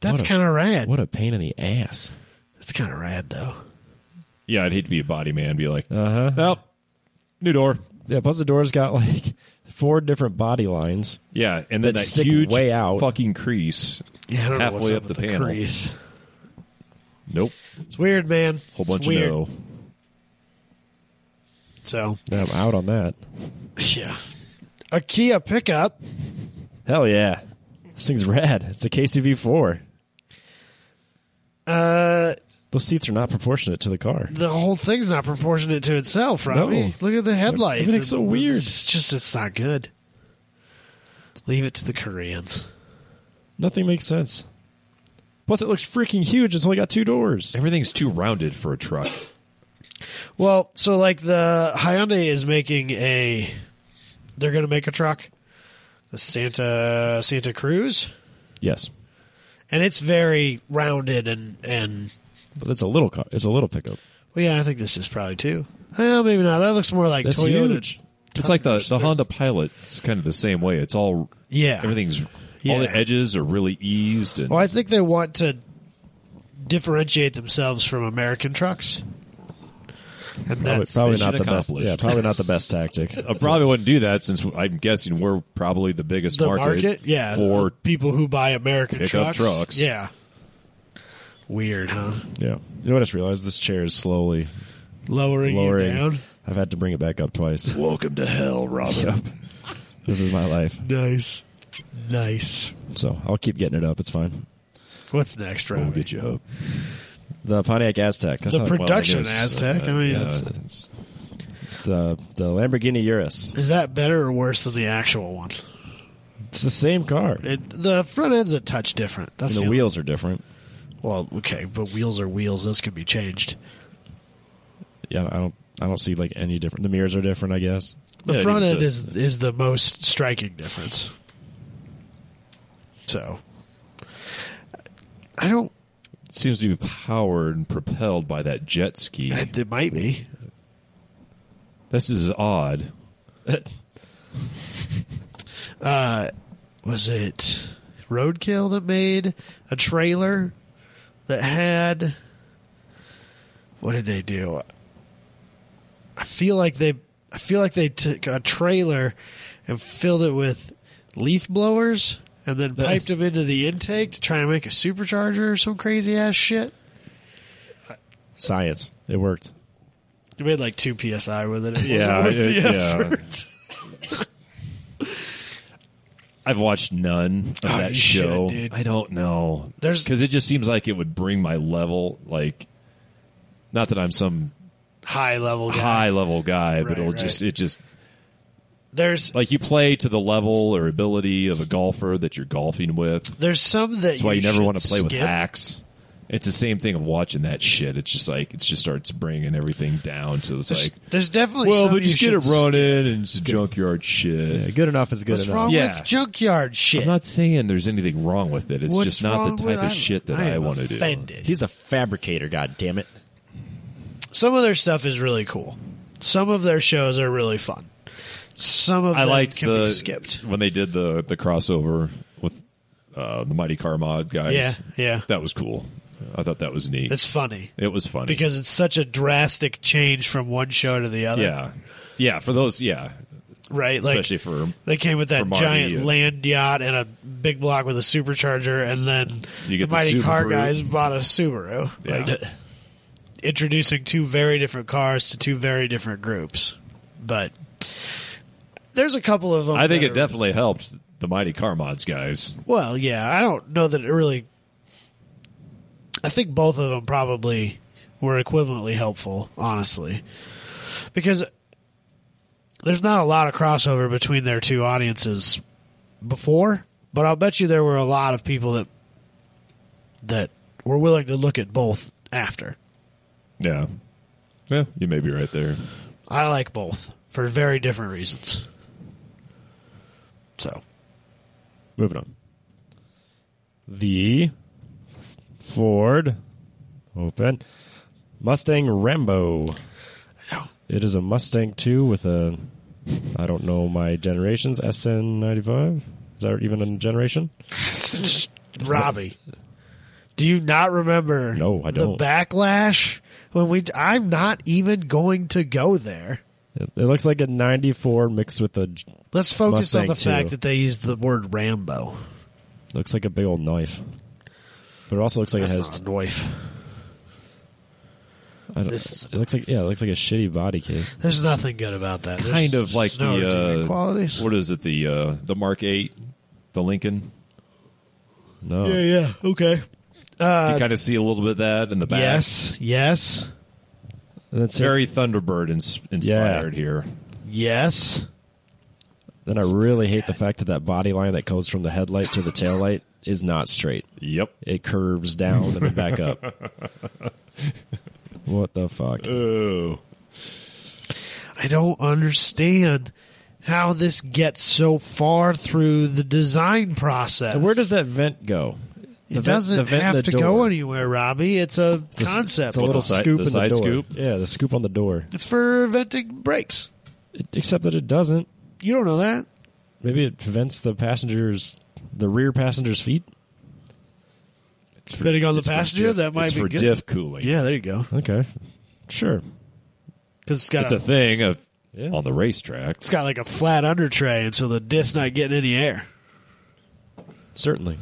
Speaker 4: That's
Speaker 1: What a-
Speaker 4: kind of rad.
Speaker 1: What a pain in the ass.
Speaker 4: That's kind of rad, though.
Speaker 3: Yeah, I'd hate to be a body man. and Be like, uh huh. Well, new door.
Speaker 1: Yeah, plus the door's got like four different body lines.
Speaker 3: Yeah, and then
Speaker 1: That
Speaker 3: that,
Speaker 1: stick
Speaker 3: huge
Speaker 1: way out.
Speaker 3: fucking crease.
Speaker 4: Yeah, I don't know what's
Speaker 3: halfway up, the
Speaker 4: with
Speaker 3: panel.
Speaker 4: crease.
Speaker 3: Nope,
Speaker 4: It's weird, man.
Speaker 3: whole
Speaker 4: It's
Speaker 3: bunch
Speaker 4: weird.
Speaker 3: of no.
Speaker 4: So,
Speaker 1: Yeah, I'm out on that.
Speaker 4: yeah. A Kia pickup.
Speaker 1: Hell yeah. This thing's rad. It's a KCV4.
Speaker 4: Uh,
Speaker 1: Those seats are not proportionate to the car.
Speaker 4: the whole thing's not proportionate to itself, Robbie.
Speaker 1: No.
Speaker 4: Look at the headlights.
Speaker 1: Everything's so weird.
Speaker 4: It's just it's not good. Leave it to the Koreans.
Speaker 1: Nothing makes sense. Plus, it looks freaking huge. It's only got two doors.
Speaker 3: Everything's too rounded for a truck.
Speaker 4: Well, so like the Hyundai is making a, they're going to make a truck, the Santa Santa Cruz,
Speaker 1: Yes,
Speaker 4: and it's very rounded and and
Speaker 1: but it's a little car. It's a little pickup.
Speaker 4: well, yeah, I think this is probably too. Well, maybe not. That looks more like
Speaker 1: That's
Speaker 4: Toyota.
Speaker 1: huge.
Speaker 3: It's like the the Honda Pilot. It's kind of the same way. It's all
Speaker 4: Yeah.
Speaker 3: Everything's all
Speaker 4: Yeah.
Speaker 3: the edges are really eased and
Speaker 4: Well, I think they want to differentiate themselves from American trucks, and
Speaker 1: Probably,
Speaker 4: that's
Speaker 1: probably
Speaker 3: mission
Speaker 1: not the best.
Speaker 3: accomplished.
Speaker 1: Yeah, probably not the best tactic.
Speaker 3: I probably wouldn't do that since I'm guessing we're probably the biggest
Speaker 4: the
Speaker 3: market,
Speaker 4: market. Yeah,
Speaker 3: for
Speaker 4: people who buy American
Speaker 3: Pickup
Speaker 4: trucks.
Speaker 3: trucks.
Speaker 4: Yeah. Weird, huh?
Speaker 1: Yeah, you know what I just realized? This chair is slowly
Speaker 4: Lowering, you
Speaker 1: lowering.
Speaker 4: down.
Speaker 1: I've had to bring it back up twice.
Speaker 3: Welcome to hell, Robin.
Speaker 1: Yep. This is my life.
Speaker 4: Nice, nice.
Speaker 1: So I'll keep getting it up. It's fine.
Speaker 4: What's next,
Speaker 3: We'll
Speaker 4: Robbie?
Speaker 3: get you up.
Speaker 1: The Pontiac Aztec. That's
Speaker 4: The
Speaker 1: not-
Speaker 4: pro-
Speaker 3: Well,
Speaker 4: Production
Speaker 3: I guess,
Speaker 4: Aztec, I mean,
Speaker 3: yeah,
Speaker 4: it's-
Speaker 3: it's-
Speaker 1: it's, uh, the Lamborghini Urus.
Speaker 4: Is that better or worse than the actual one?
Speaker 1: It's the same car. And
Speaker 4: It, the front end's a touch different. That's
Speaker 1: the
Speaker 4: the-
Speaker 1: wheels are different.
Speaker 4: Well, okay, but wheels are wheels. Those could be changed.
Speaker 1: Yeah, I don't. I don't see like any different. The mirrors are different, I guess.
Speaker 4: The
Speaker 3: Yeah, it
Speaker 4: front
Speaker 3: even
Speaker 4: end
Speaker 3: says
Speaker 4: is is the most striking difference. So, I don't.
Speaker 3: it seems to be powered and propelled by that jet ski.
Speaker 4: It might be.
Speaker 3: This is odd.
Speaker 4: Was it Roadkill that made a trailer that had? What did they do? I feel like they. I feel like they took a trailer and filled it with leaf blowers and then piped them into the intake to try and make a supercharger or some crazy ass shit.
Speaker 1: Science. It worked.
Speaker 4: You made like two psi with it. it
Speaker 3: Yeah,
Speaker 4: wasn't worth
Speaker 3: it-
Speaker 4: the
Speaker 3: yeah.
Speaker 4: effort.
Speaker 3: I've watched none of
Speaker 4: Oh, you
Speaker 3: that
Speaker 4: should,
Speaker 3: show.
Speaker 4: dude.
Speaker 3: I don't know.
Speaker 4: There's-
Speaker 3: because it just seems like it would bring my level like. Not that I'm some
Speaker 4: High level guy.
Speaker 3: high level guy, but
Speaker 4: Right,
Speaker 3: it'll
Speaker 4: right.
Speaker 3: just it just
Speaker 4: There's
Speaker 3: like you play to the level or ability of a golfer that you're golfing with.
Speaker 4: there's some that
Speaker 3: That's why you never
Speaker 4: should
Speaker 3: want to play with
Speaker 4: skip.
Speaker 3: hacks. It's the same thing of watching that shit. It's just like it just starts bringing everything down to it's
Speaker 4: There's,
Speaker 3: like
Speaker 4: there's definitely
Speaker 3: well,
Speaker 4: some
Speaker 3: but
Speaker 4: you
Speaker 3: just get it
Speaker 4: should skip.
Speaker 3: running and it's junkyard shit.
Speaker 1: Yeah, good enough is good
Speaker 4: What's
Speaker 1: enough.
Speaker 4: wrong
Speaker 3: Yeah.
Speaker 4: with junkyard shit?
Speaker 3: I'm not saying there's anything wrong with it. It's
Speaker 4: What's
Speaker 3: just not
Speaker 4: wrong
Speaker 3: the
Speaker 4: with-
Speaker 3: type
Speaker 4: I'm-
Speaker 3: of shit that
Speaker 4: I
Speaker 3: I,
Speaker 4: am
Speaker 3: want to do.
Speaker 4: Offended.
Speaker 1: He's a fabricator. God damn it.
Speaker 4: Some of their stuff is really cool. Some of their shows are really fun. Some of
Speaker 3: I
Speaker 4: them
Speaker 3: liked
Speaker 4: can
Speaker 3: the
Speaker 4: be skipped.
Speaker 3: when they did the the crossover with uh, the Mighty Car Mod guys.
Speaker 4: Yeah, yeah.
Speaker 3: that was cool. I thought that was neat.
Speaker 4: It's funny
Speaker 3: it was funny
Speaker 4: because it's such a drastic change from one show to the other.
Speaker 3: yeah, yeah. For those, yeah,
Speaker 4: right. Like
Speaker 3: especially for
Speaker 4: They came with that
Speaker 3: From Marty
Speaker 4: giant
Speaker 3: and-
Speaker 4: land yacht and a big block with a supercharger, and then
Speaker 3: You get the
Speaker 4: the mighty car
Speaker 3: Subaru.
Speaker 4: guys bought a Subaru.
Speaker 3: Yeah.
Speaker 4: Like introducing two very different cars to two very different groups. But there's a couple of them.
Speaker 3: I think
Speaker 4: that
Speaker 3: it
Speaker 4: are-
Speaker 3: definitely helped the Mighty Car Mods guys.
Speaker 4: Well, yeah, I don't know that it really. I think both of them probably were equivalently helpful, honestly, because there's not a lot of crossover between their two audiences before But I'll bet you there were a lot of people that that were willing to look at both after.
Speaker 3: Yeah. Yeah, you may be right there.
Speaker 4: I like both for very different reasons. So
Speaker 1: Moving on. The Ford open Mustang Rambo. It is a Mustang 2 with a I don't know my generations SN95. Is that even a generation?
Speaker 4: Robbie, do you not remember?
Speaker 1: No, I don't.
Speaker 4: The backlash when we. I'm not even going to go there.
Speaker 1: It, it looks like a 94 mixed with a j-
Speaker 4: Let's focus
Speaker 1: Mustang
Speaker 4: on the
Speaker 1: too.
Speaker 4: fact that they used the word Rambo.
Speaker 1: looks like a big old knife. But it also looks like
Speaker 4: That's
Speaker 1: it has
Speaker 4: not a knife.
Speaker 1: I don't-
Speaker 4: This is-
Speaker 1: it looks like yeah, it looks like a shitty body kit.
Speaker 4: There's nothing good about that. There's
Speaker 3: Kind of like
Speaker 4: no
Speaker 3: the
Speaker 4: redeeming
Speaker 3: uh,
Speaker 4: qualities.
Speaker 3: What is it? The uh, the Mark Eight, the Lincoln.
Speaker 1: No.
Speaker 4: Yeah, yeah, okay.
Speaker 3: you kind of see a little bit of that in the back.
Speaker 4: Uh, Yes, yes,
Speaker 1: And that's
Speaker 3: It's very Thunderbird ins- inspired here.
Speaker 4: yes.
Speaker 1: Then I really hate the fact that that body line that goes from the headlight to the taillight is not straight.
Speaker 3: Yep.
Speaker 1: It curves down and then back up. What the fuck?
Speaker 3: Oh.
Speaker 4: I don't understand how this gets so far through the design process.
Speaker 1: And where does that vent go? The
Speaker 4: it
Speaker 1: vent-
Speaker 4: doesn't
Speaker 1: the vent in
Speaker 4: have
Speaker 1: the
Speaker 4: to go
Speaker 1: door.
Speaker 4: anywhere, Robbie? It's a
Speaker 1: It's a s-
Speaker 4: concept.
Speaker 1: It's a little
Speaker 3: The side-
Speaker 1: scoop
Speaker 3: the
Speaker 1: in
Speaker 3: side
Speaker 1: the door.
Speaker 3: scoop?
Speaker 1: Yeah, the scoop on the door.
Speaker 4: It's for venting brakes.
Speaker 1: It- except that it doesn't.
Speaker 4: You don't know that.
Speaker 1: Maybe it vents the passengers, the rear passenger's feet.
Speaker 3: It's
Speaker 4: Depending on the
Speaker 3: it's for
Speaker 4: passenger,
Speaker 3: diff-
Speaker 4: that might
Speaker 3: it's
Speaker 4: be
Speaker 3: for
Speaker 4: good.
Speaker 3: diff cooling.
Speaker 4: Yeah, there you go.
Speaker 1: Okay, sure.
Speaker 4: Because it's got
Speaker 3: It's
Speaker 4: a,
Speaker 3: a thing of
Speaker 1: Yeah.
Speaker 3: on the racetrack.
Speaker 4: it's got like a flat under tray, and so the diff's not getting any air.
Speaker 1: Certainly.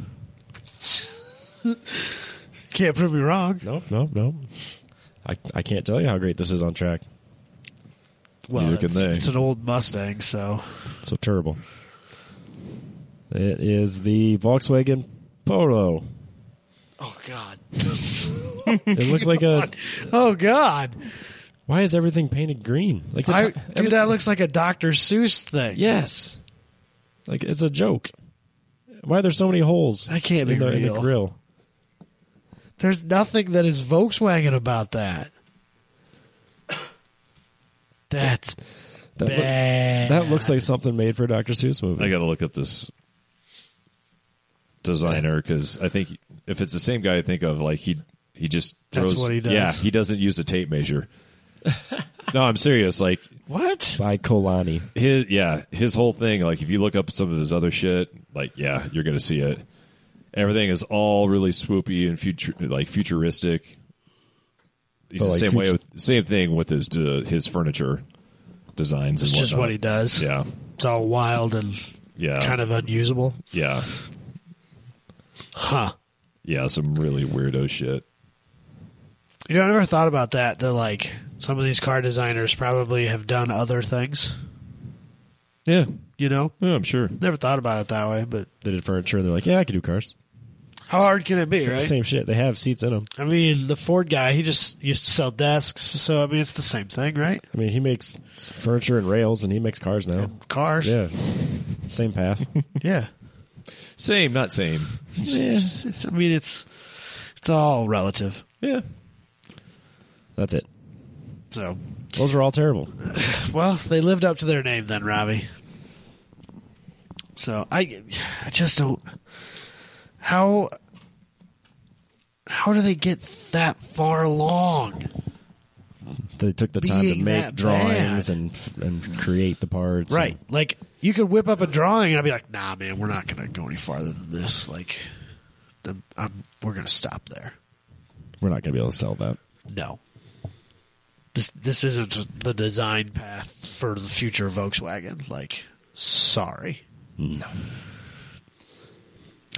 Speaker 4: Can't prove me wrong.
Speaker 1: Nope. Nope. Nope. I I can't tell you how great this is on track.
Speaker 4: Well,
Speaker 3: Neither can
Speaker 4: it's,
Speaker 3: they.
Speaker 4: it's an old Mustang, so
Speaker 1: So terrible. It is the Volkswagen Polo.
Speaker 4: oh god,
Speaker 1: It looks like a.
Speaker 4: oh god,
Speaker 1: Why is everything painted green? Like the
Speaker 4: I,
Speaker 1: ti-
Speaker 4: dude, that looks like a Dr. Seuss thing.
Speaker 1: Yes. Like it's a joke. Why are there so many holes?
Speaker 4: That can't
Speaker 1: in
Speaker 4: be
Speaker 1: the, in the
Speaker 4: real.
Speaker 1: grill.
Speaker 4: There's nothing that is Volkswagen about that. That's
Speaker 1: That, look-
Speaker 4: bad.
Speaker 1: that looks like something made for a Dr. Seuss movie.
Speaker 3: I got to look up this designer because I think if it's the same guy I think of, like he he just
Speaker 4: That's
Speaker 3: throws.
Speaker 4: what he does.
Speaker 3: Yeah, he doesn't use a tape measure. no, I'm serious. Like
Speaker 4: what?
Speaker 1: By Kolani.
Speaker 3: his yeah, his whole thing. Like if you look up some of his other shit, like yeah, you're gonna see it. Everything is all really swoopy and future like futuristic. He's
Speaker 1: But,
Speaker 3: the
Speaker 1: like,
Speaker 3: same way
Speaker 1: futu-
Speaker 3: with same thing with his uh, his furniture designs.
Speaker 4: It's
Speaker 3: and
Speaker 4: just
Speaker 3: whatnot.
Speaker 4: what he does.
Speaker 3: Yeah,
Speaker 4: It's all wild and
Speaker 3: yeah,
Speaker 4: kind of unusable.
Speaker 3: yeah,
Speaker 4: Huh.
Speaker 3: yeah. Some really weirdo shit.
Speaker 4: You know, I never thought about that. That like some of these car designers probably have done other things.
Speaker 3: Yeah,
Speaker 4: You know,
Speaker 3: yeah, I'm sure.
Speaker 4: never thought about it that way. But
Speaker 1: They did furniture and they're like, yeah, I can do cars.
Speaker 4: how hard can it be,
Speaker 1: It's the
Speaker 4: right?
Speaker 1: Same shit. They have seats in them.
Speaker 4: I mean, the Ford guy, he just used to sell desks, so I mean, it's the same thing, right?
Speaker 1: I mean, he makes furniture and rails and he makes cars now.
Speaker 4: Cars,
Speaker 1: Yeah. Same path.
Speaker 4: yeah.
Speaker 3: Same, not same.
Speaker 4: It's, it's- I mean, it's it's all relative.
Speaker 3: Yeah.
Speaker 1: That's it.
Speaker 4: So,
Speaker 1: Those were all terrible.
Speaker 4: well, they lived up to their name then, Robbie. So I, I just don't. How how do they get that far along?
Speaker 1: They took the time to
Speaker 4: Being
Speaker 1: make
Speaker 4: that
Speaker 1: drawings
Speaker 4: bad.
Speaker 1: and f- and create the parts.
Speaker 4: Right,
Speaker 1: and-
Speaker 4: like you could whip up a drawing, and I'd be like, "Nah, man, we're not gonna go any farther than this. Like, the, I'm, we're gonna stop there."
Speaker 1: we're not going to be able to sell that.
Speaker 4: no. This this isn't the design path for the future Volkswagen. Like, sorry.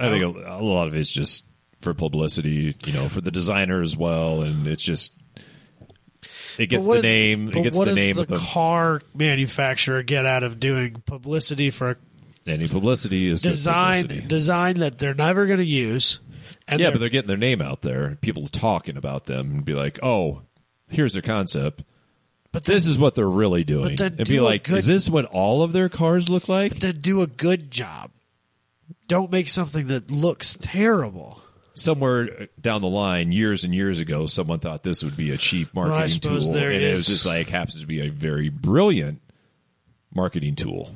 Speaker 3: I think a, a lot of it's just for publicity, you know, for the designer as well, and it's just it gets
Speaker 4: But
Speaker 3: the
Speaker 4: what is-
Speaker 3: name,
Speaker 4: but
Speaker 3: it gets
Speaker 4: what
Speaker 3: the
Speaker 4: does
Speaker 3: name
Speaker 4: the
Speaker 3: of the
Speaker 4: car manufacturer get out of doing publicity for a
Speaker 3: any publicity is just
Speaker 4: design
Speaker 3: publicity.
Speaker 4: design that they're never going to use? And
Speaker 3: yeah,
Speaker 4: they're-
Speaker 3: but they're getting their name out there. People talking about them and be like, "Oh, here's their concept.
Speaker 4: but then,
Speaker 3: This is what they're really doing."
Speaker 4: then
Speaker 3: And
Speaker 4: do
Speaker 3: be
Speaker 4: a
Speaker 3: like,
Speaker 4: good-
Speaker 3: "Is this what all of their cars look like?"
Speaker 4: then do a good job. Don't make something that looks terrible.
Speaker 3: somewhere down the line, years and years ago, someone thought this would be a cheap marketing
Speaker 4: suppose
Speaker 3: tool,
Speaker 4: there
Speaker 3: and
Speaker 4: it
Speaker 3: it was
Speaker 4: is.
Speaker 3: just like happens to be a very brilliant marketing tool.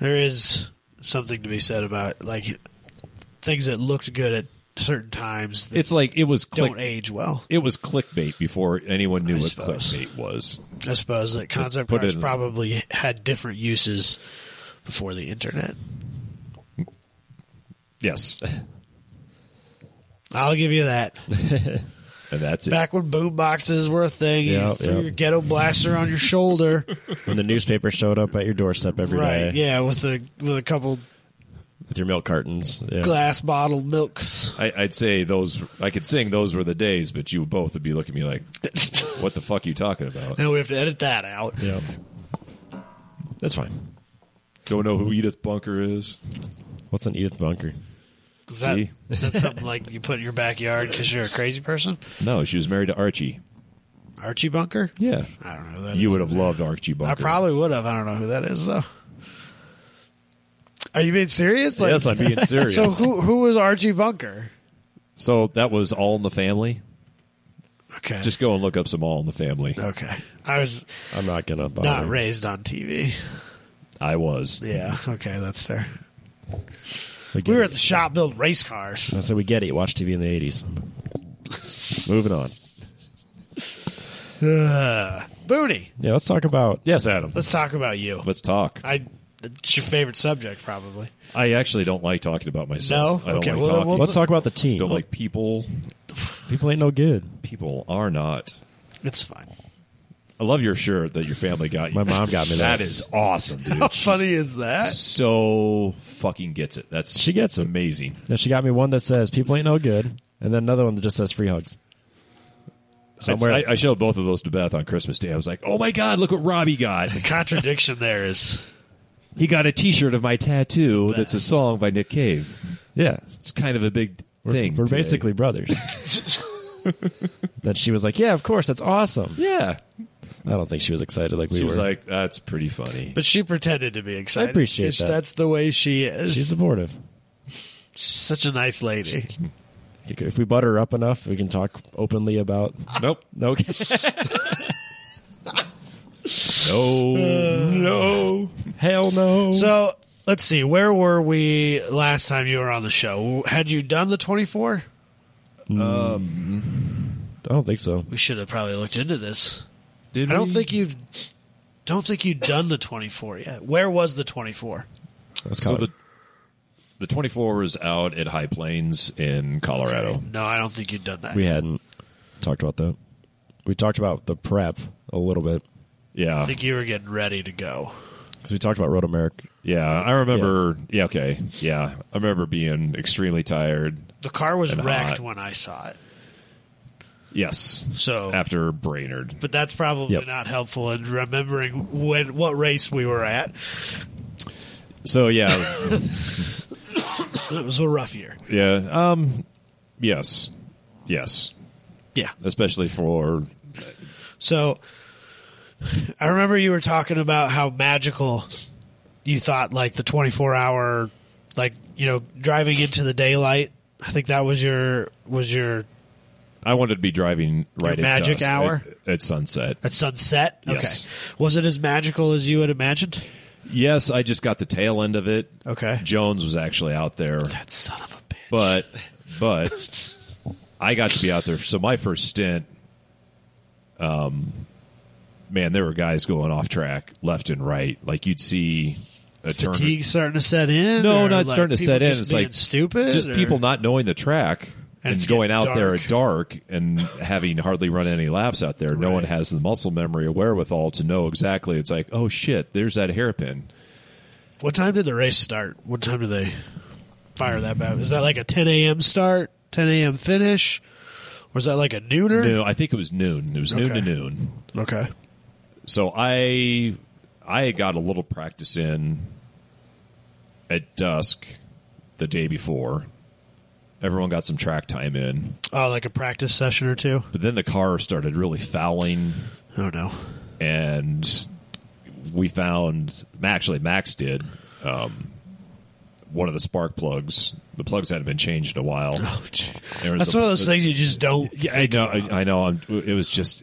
Speaker 4: There is something to be said about like things that looked good at certain times that
Speaker 3: It's like it was
Speaker 4: don't
Speaker 3: click,
Speaker 4: age well.
Speaker 3: it was clickbait before anyone knew
Speaker 4: I
Speaker 3: what
Speaker 4: suppose.
Speaker 3: clickbait was.
Speaker 4: I suppose that concept
Speaker 3: put
Speaker 4: arts
Speaker 3: it in-
Speaker 4: probably had different uses before the internet.
Speaker 3: Yes,
Speaker 4: I'll give you that.
Speaker 3: and that's
Speaker 4: Back when boom boxes were a thing,
Speaker 1: Yeah,
Speaker 4: you threw
Speaker 1: yeah.
Speaker 4: your ghetto blaster on your shoulder.
Speaker 1: When the newspaper showed up at your doorstep every day
Speaker 4: right, yeah, with a with a couple
Speaker 1: with your milk cartons. Yeah.
Speaker 4: glass bottled milks.
Speaker 3: it. I, I'd say those. I could sing those were the days, but you both would be looking at me like, "What the fuck are you talking about?"
Speaker 4: And we have to edit that out.
Speaker 1: Yeah. That's fine.
Speaker 3: Don't know who Edith Bunker is.
Speaker 1: What's an Edith Bunker?
Speaker 4: Is that,
Speaker 3: See?
Speaker 4: is that something like you put in your backyard because you're a crazy person?
Speaker 3: No, she was married to Archie.
Speaker 4: Archie Bunker?
Speaker 3: Yeah,
Speaker 4: I don't know. Who that
Speaker 3: you
Speaker 4: is.
Speaker 3: would have loved Archie Bunker.
Speaker 4: I probably would have. I don't know who that is though. Are you being serious? Like,
Speaker 3: yes, I'm being serious.
Speaker 4: so who who was Archie Bunker?
Speaker 3: So that was All in the Family.
Speaker 4: Okay.
Speaker 3: Just go and look up some All in the Family.
Speaker 4: okay. I was
Speaker 1: I'm not gonna bother.
Speaker 4: not raised on TV.
Speaker 3: I was.
Speaker 4: Yeah. Okay, that's fair.
Speaker 1: We, get
Speaker 4: We were
Speaker 1: it.
Speaker 4: at the shop build race cars.
Speaker 1: I said we get it. You Watch TV in the eighties. Moving on.
Speaker 4: Ugh. Booty.
Speaker 1: Yeah, let's talk about
Speaker 3: Yes, Adam. Let's,
Speaker 4: Let's talk about you.
Speaker 3: talk.
Speaker 4: I. It's your favorite subject, probably.
Speaker 3: I actually don't like talking about myself.
Speaker 4: No?
Speaker 3: I don't
Speaker 4: Okay,
Speaker 3: like
Speaker 4: well, then
Speaker 3: talking.
Speaker 4: we'll-
Speaker 1: let's talk about the team.
Speaker 3: don't like people.
Speaker 1: People ain't no good.
Speaker 3: People are not.
Speaker 4: It's fine.
Speaker 3: I love your shirt that your family got you.
Speaker 1: My mom got me that.
Speaker 3: That is awesome, dude.
Speaker 4: How funny is that?
Speaker 3: so fucking gets it. That's
Speaker 1: She gets it.
Speaker 3: amazing.
Speaker 1: Now she got me one that says people ain't no good, and then another one that just says free hugs. Somewhere
Speaker 3: I, I showed both of those to Beth on Christmas Day. I was like, "Oh my god, look what Robbie got!
Speaker 4: Contradiction there is.
Speaker 3: He got a T-shirt of my tattoo
Speaker 4: Best.
Speaker 3: that's a song by Nick Cave.
Speaker 1: yeah.
Speaker 3: It's kind of a big thing.
Speaker 1: We're
Speaker 3: today.
Speaker 1: basically brothers. then she was like, "Yeah, of course, that's awesome."
Speaker 3: yeah."
Speaker 1: I don't think she was excited like we
Speaker 3: She
Speaker 1: were.
Speaker 3: was like, "That's pretty funny."
Speaker 4: But she pretended to be excited.
Speaker 1: I appreciate
Speaker 4: 'cause
Speaker 1: that.
Speaker 4: That's the way she is.
Speaker 1: She's supportive.
Speaker 4: such a nice lady.
Speaker 1: If we butter her up enough, we can talk openly about
Speaker 3: nope.
Speaker 1: no.
Speaker 3: No.
Speaker 1: no, hell no.
Speaker 4: Uh, So let's see, where were we last time you were on the show? Had you done the 24?
Speaker 1: I don't think so.
Speaker 4: We should have probably looked into this.
Speaker 3: Did
Speaker 4: I don't
Speaker 3: we?
Speaker 4: think you've don't think you've done the 24 yet. Where was the 24?
Speaker 1: That's
Speaker 3: so.
Speaker 1: kind of-
Speaker 3: The the twenty four was out at High Plains in Colorado.
Speaker 4: No, I don't think you've done that.
Speaker 1: we hadn't talked about that. We talked about the prep a little bit
Speaker 4: I
Speaker 3: Yeah,
Speaker 4: think you were getting ready to go.
Speaker 1: because we talked about Road America.
Speaker 3: yeah. I remember. Yeah. okay. Yeah, I remember being extremely tired.
Speaker 4: The car was
Speaker 3: And
Speaker 4: wrecked
Speaker 3: hot.
Speaker 4: when I saw it.
Speaker 3: Yes.
Speaker 4: So-
Speaker 3: after Brainerd,
Speaker 4: But that's probably
Speaker 1: Yep.
Speaker 4: not helpful in remembering when what race we were at.
Speaker 3: so yeah,
Speaker 4: It was a rough year.
Speaker 3: yeah. Um, yes, yes.
Speaker 4: Yeah.
Speaker 3: Especially for
Speaker 4: So I remember you were talking about how magical you thought like the 24 hour like you know driving into the daylight. I think that was your was your
Speaker 3: I wanted to be driving right
Speaker 4: Your
Speaker 3: at
Speaker 4: magic
Speaker 3: dusk,
Speaker 4: hour?
Speaker 3: at, at sunset.
Speaker 4: at sunset.
Speaker 3: Yes.
Speaker 4: Okay. Was it as magical as you had imagined?
Speaker 3: Yes, I just got the tail end of it.
Speaker 4: Okay.
Speaker 3: Jones was actually out there.
Speaker 4: That son of a bitch.
Speaker 3: but but I got to be out there. So my first stint, um, man, there were guys going off track left and right. Like you'd see a turn.
Speaker 4: Fatigue starting to set in.
Speaker 3: No,
Speaker 4: Or,
Speaker 3: not
Speaker 4: like,
Speaker 3: starting to
Speaker 4: people
Speaker 3: set in.
Speaker 4: just
Speaker 3: It's
Speaker 4: being
Speaker 3: like
Speaker 4: stupid.
Speaker 3: just
Speaker 4: or-
Speaker 3: people not knowing the track and,
Speaker 4: it's
Speaker 3: going out
Speaker 4: getting
Speaker 3: there
Speaker 4: dark.
Speaker 3: at dark and having hardly run any laps out there. No
Speaker 4: Right.
Speaker 3: one has the muscle memory or wherewithal to know exactly. It's like, oh shit, there's that hairpin.
Speaker 4: What time did the race start? What time did they fire that back? Is that like a 10 a.m. start, 10 a.m. finish, or is that like a nooner?
Speaker 3: No, I think it was noon. It was noon to
Speaker 4: Okay.
Speaker 3: noon.
Speaker 4: Okay.
Speaker 3: so I I got a little practice in at dusk the day before. Everyone got some track time in,
Speaker 4: Oh, like a practice session or two?
Speaker 3: but then the car started really fouling,
Speaker 4: Oh, no.
Speaker 3: and we found actually Max did. Um, one of the spark plugs. The plugs hadn't been changed in a while. There was
Speaker 4: Oh, That's
Speaker 3: a-
Speaker 4: one of those things you just don't.
Speaker 3: Yeah, I know. I, I know. I'm, it was just.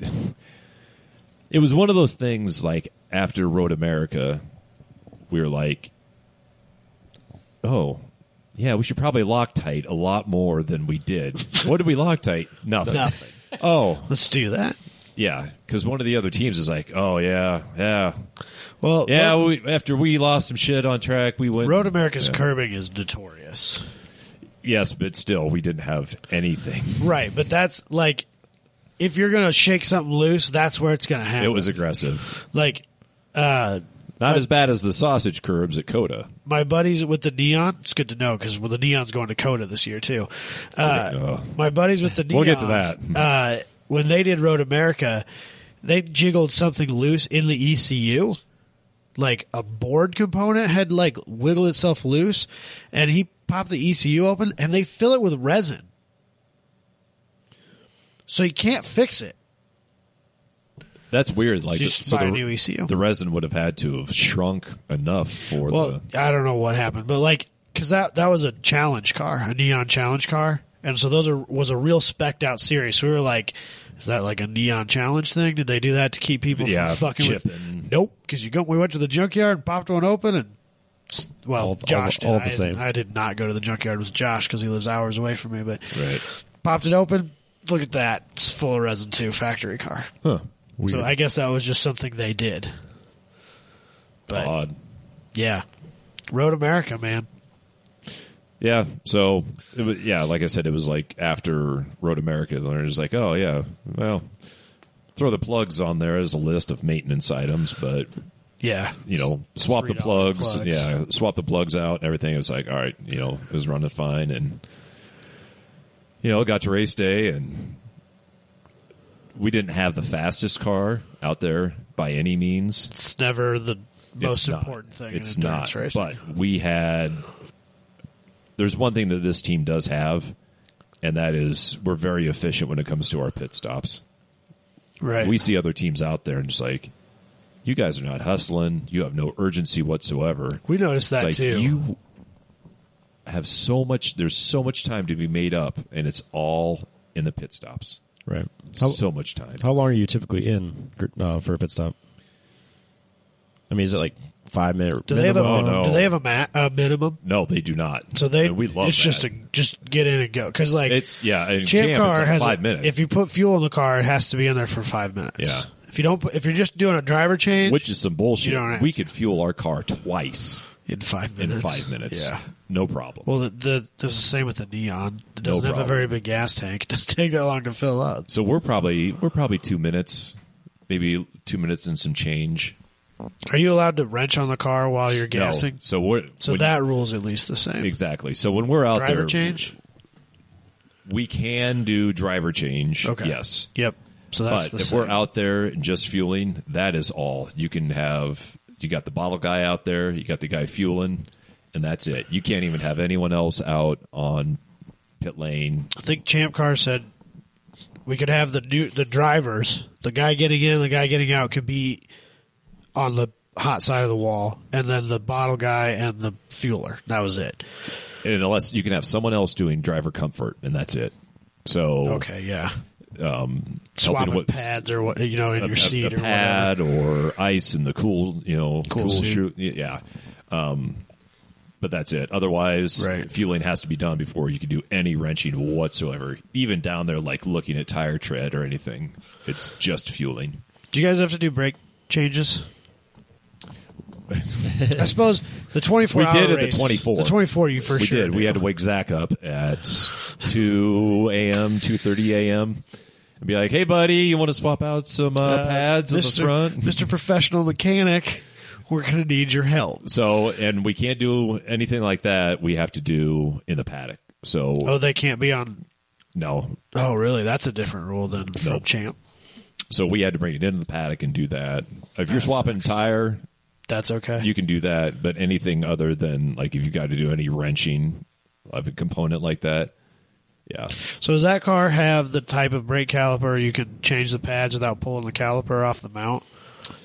Speaker 3: It was one of those things. Like after Road America, we were like, "Oh, yeah, we should probably Loctite a lot more than we did." what did we Loctite? Nothing.
Speaker 4: Nothing.
Speaker 3: Oh,
Speaker 4: Let's do that.
Speaker 3: yeah, because one of the other teams is like, "Oh yeah, yeah,
Speaker 4: Well,
Speaker 3: yeah."
Speaker 4: Road,
Speaker 3: We, after we lost some shit on track, we went
Speaker 4: Road America's
Speaker 3: Yeah.
Speaker 4: curbing is notorious.
Speaker 3: Yes, but still, we didn't have anything.
Speaker 4: Right, but that's like if you're gonna shake something loose, that's where it's gonna happen.
Speaker 3: It was aggressive,
Speaker 4: like uh,
Speaker 3: not as bad as the sausage curbs at Coda.
Speaker 4: my buddies with the neon. It's good to know because well, the neon's going to Coda this year too. Uh,
Speaker 3: Oh.
Speaker 4: My buddies with the neon.
Speaker 3: We'll get to
Speaker 4: Uh, when they did Road America, they jiggled something loose in the ECU. Like a board component had like wiggled itself loose, and he popped the ECU open, and they fill it with resin. So you can't fix it.
Speaker 3: That's weird. Like,
Speaker 4: So you just buy a new E ECU.
Speaker 3: the resin would have had to have shrunk enough for
Speaker 4: Well, I don't know what happened, but like, because that that was a challenge car, a neon challenge car, and so those are was a real specked out series. So we were like, is that like a neon challenge thing? Did they do that to keep people
Speaker 3: Yeah,
Speaker 4: from fucking
Speaker 3: chipping.
Speaker 4: with? Nope, because you go. We went to the junkyard, popped one open, and s- well,
Speaker 1: All-
Speaker 4: Josh
Speaker 1: all- all
Speaker 4: did.
Speaker 1: the
Speaker 4: I,
Speaker 1: same.
Speaker 4: I did not go to the junkyard with Josh because he lives hours away from me. But
Speaker 3: the right.
Speaker 4: popped it open. Look at that! It's full of resin too. Factory car.
Speaker 3: Huh.
Speaker 4: So I guess that was just something they did. But
Speaker 3: Odd.
Speaker 4: yeah, Road America, man.
Speaker 3: Yeah. So it was, yeah, like I said, it was like after Road America, and it was like, oh yeah, well, throw the plugs on there as a list of maintenance items, but
Speaker 4: Yeah.
Speaker 3: you know, swap the
Speaker 4: $3
Speaker 3: plugs,
Speaker 4: plugs.
Speaker 3: yeah, swap the plugs out and everything. It was like, all right, you know, it was running fine, and you know, got to race day, and we didn't have the fastest car out there by any means.
Speaker 4: It's never the most
Speaker 3: It's not.
Speaker 4: important thing
Speaker 3: It's
Speaker 4: in
Speaker 3: not,
Speaker 4: endurance race.
Speaker 3: but we had. There's one thing that this team does have, and that is we're very efficient when it comes to our pit stops.
Speaker 4: right.
Speaker 3: We see other teams out there and just like, you guys are not hustling. You have no urgency whatsoever.
Speaker 4: we noticed that
Speaker 3: it's like
Speaker 4: too.
Speaker 3: you have so much. There's so much time to be made up, and it's all in the pit stops.
Speaker 1: Right. How,
Speaker 3: so much time.
Speaker 1: how long are you typically in uh, for a pit stop? I mean, is it like five minute?
Speaker 4: do they have a
Speaker 1: minimum?
Speaker 3: Oh,
Speaker 4: minimum?
Speaker 3: no.
Speaker 4: Do they have a, ma- a minimum?
Speaker 3: no, they do not.
Speaker 4: So they
Speaker 3: And we love
Speaker 4: it's just
Speaker 3: that.
Speaker 4: a just get in and go because like
Speaker 3: it's yeah. And
Speaker 4: champ,
Speaker 3: champ,
Speaker 4: car
Speaker 3: it's like
Speaker 4: has a-
Speaker 3: five minutes.
Speaker 4: If you put fuel in the car, it has to be in there for five minutes.
Speaker 3: Yeah.
Speaker 4: If you don't, put, if you're just doing a driver change,
Speaker 3: which is some bullshit.
Speaker 4: You don't have
Speaker 3: We
Speaker 4: to.
Speaker 3: could fuel our car twice
Speaker 4: in five
Speaker 3: in
Speaker 4: minutes,
Speaker 3: five minutes.
Speaker 4: Yeah.
Speaker 3: no problem.
Speaker 4: Well, the, the there's the same with the neon. It
Speaker 3: No
Speaker 4: doesn't have a
Speaker 3: problem.
Speaker 4: very big gas tank. It doesn't take that long to fill up.
Speaker 3: so we're probably we're probably two minutes, maybe two minutes and some change.
Speaker 4: Are you allowed to wrench on the car while you're
Speaker 3: No.
Speaker 4: gassing?
Speaker 3: So we're
Speaker 4: So
Speaker 3: when-
Speaker 4: that rule's at least the same.
Speaker 3: exactly. So when we're out
Speaker 4: driver
Speaker 3: there,
Speaker 4: change.
Speaker 3: we can do driver change.
Speaker 4: Okay.
Speaker 3: Yes.
Speaker 4: Yep. So that's
Speaker 3: but
Speaker 4: the
Speaker 3: if
Speaker 4: same.
Speaker 3: we're out there and just fueling, that is all. You can have you got the bottle guy out there, you got the guy fueling, and that's it. You can't even have anyone else out on pit lane.
Speaker 4: I think Champ Car said we could have the new the drivers, the guy getting in, the guy getting out, could be on the hot side of the wall, and then the bottle guy and the fueler. That was it.
Speaker 3: And unless you can have someone else doing driver comfort and that's it. So
Speaker 4: Okay, yeah.
Speaker 3: um
Speaker 4: Swapping
Speaker 3: helping with-
Speaker 4: pads or what you know in
Speaker 3: a-
Speaker 4: your
Speaker 3: a-
Speaker 4: seat
Speaker 3: a,
Speaker 4: or whatever.
Speaker 3: pad or ice in the cool, you know,
Speaker 4: Cool
Speaker 3: cool,
Speaker 4: suit.
Speaker 3: shoe. Yeah. Um, but that's it. Otherwise,
Speaker 4: Right.
Speaker 3: fueling has to be done before you can do any wrenching whatsoever, even down there, like looking at tire tread or anything. It's just fueling.
Speaker 4: Do you guys have to do brake changes? I suppose the twenty four.
Speaker 3: We did at the 24.
Speaker 4: The twenty four, you for
Speaker 3: we
Speaker 4: sure.
Speaker 3: did. We
Speaker 4: do.
Speaker 3: had to wake Zach up at 2 a.m., 2.30 a.m. and be like, hey, buddy, you want to swap out some uh,
Speaker 4: Uh,
Speaker 3: pads in the
Speaker 4: Mr.
Speaker 3: front?
Speaker 4: Mr. Professional Mechanic, we're going to need your help.
Speaker 3: So, and we can't do anything like that. We have to do in the paddock. So,
Speaker 4: Oh, they can't be on.
Speaker 3: no.
Speaker 4: Oh, really? That's a different rule than from
Speaker 3: Nope.
Speaker 4: Champ.
Speaker 3: So we had to bring it into the paddock and do that. If you're swapping tire,
Speaker 4: That's okay.
Speaker 3: you can do that. But anything other than like if you got to do any wrenching of a component like that, yeah,
Speaker 4: so does that car have the type of brake caliper you can change the pads without pulling the caliper off the mount?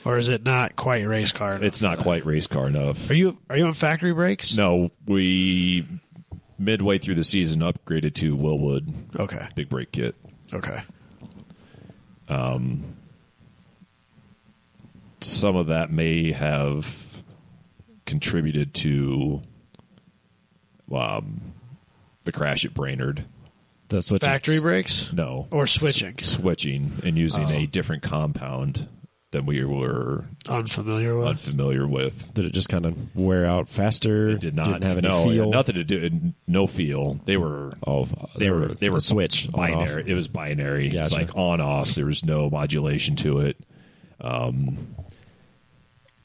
Speaker 4: or is it not quite race car? enough?
Speaker 3: It's not quite race car enough.
Speaker 4: Are you are you on factory brakes?
Speaker 3: No, we midway through the season upgraded to Willwood
Speaker 4: Okay.
Speaker 3: big brake kit.
Speaker 4: Okay.
Speaker 3: Some of that may have contributed to um, the crash at Brainerd.
Speaker 1: The switch
Speaker 4: Factory brakes
Speaker 3: No,
Speaker 1: Oh.
Speaker 4: or switching?
Speaker 3: switching and using a different compound than we were
Speaker 4: Unfamiliar with.
Speaker 3: unfamiliar with.
Speaker 1: Did it just kind of wear out faster?
Speaker 3: It did not
Speaker 1: Didn't have any
Speaker 3: no, it had
Speaker 1: feel.
Speaker 3: nothing to do. it had No feel. They were.
Speaker 1: Oh,
Speaker 3: they were they were
Speaker 1: switch on, off.
Speaker 3: binary. It was binary. It's
Speaker 1: Gotcha.
Speaker 3: like on off. There was no modulation to it. Um,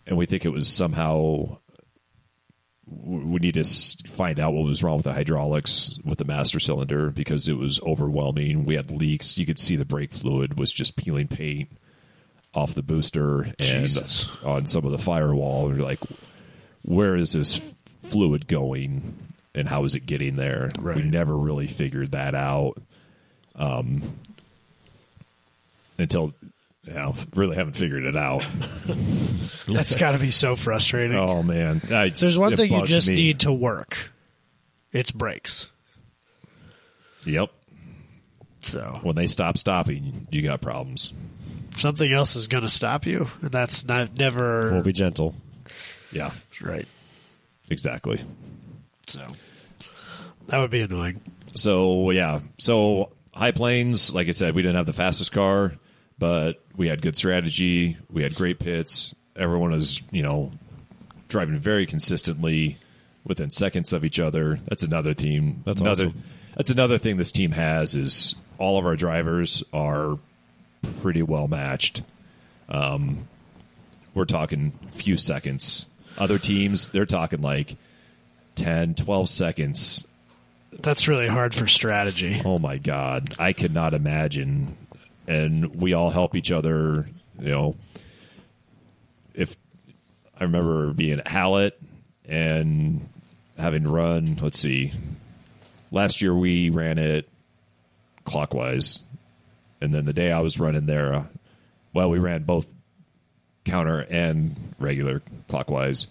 Speaker 3: and we think it was somehow. w- We need to s- find out what was wrong with the hydraulics with the master cylinder because it was overwhelming. We had leaks. You could see the brake fluid was just peeling paint off the booster
Speaker 4: Jesus.
Speaker 3: and on some of the firewall. And you're like, where is this fluid going and how is it getting there? We
Speaker 4: Right.
Speaker 3: never really figured that out um, until you know, really haven't figured it out.
Speaker 4: That's got to be so frustrating.
Speaker 3: oh man, I just-
Speaker 4: There's one
Speaker 3: it
Speaker 4: thing you
Speaker 3: bugs
Speaker 4: just
Speaker 3: me.
Speaker 4: need to work. It's brakes.
Speaker 3: Yep,
Speaker 4: So
Speaker 3: when they stop stopping, you got problems.
Speaker 4: something else is going to stop you, and that's not never
Speaker 1: We'll be gentle.
Speaker 3: Yeah,
Speaker 4: right.
Speaker 3: exactly.
Speaker 4: So that would be annoying.
Speaker 3: So yeah, so high planes. Like I said, we didn't have the fastest car, but we had good strategy. We had great pits. Everyone was you know driving very consistently within seconds of each other. That's another team.
Speaker 1: That's
Speaker 3: another.
Speaker 1: awesome.
Speaker 3: That's another thing this team has is all of our drivers are pretty well matched. Um, we're talking few seconds. Other teams, they're talking like 10, 12 seconds
Speaker 4: That's really hard for strategy.
Speaker 3: Oh my God, I could not imagine. And we all help each other. You know, if I remember being at Hallett and having run, let's see, last year we ran it clockwise, and then the day I was running there, uh, well, we ran both counter and regular clockwise.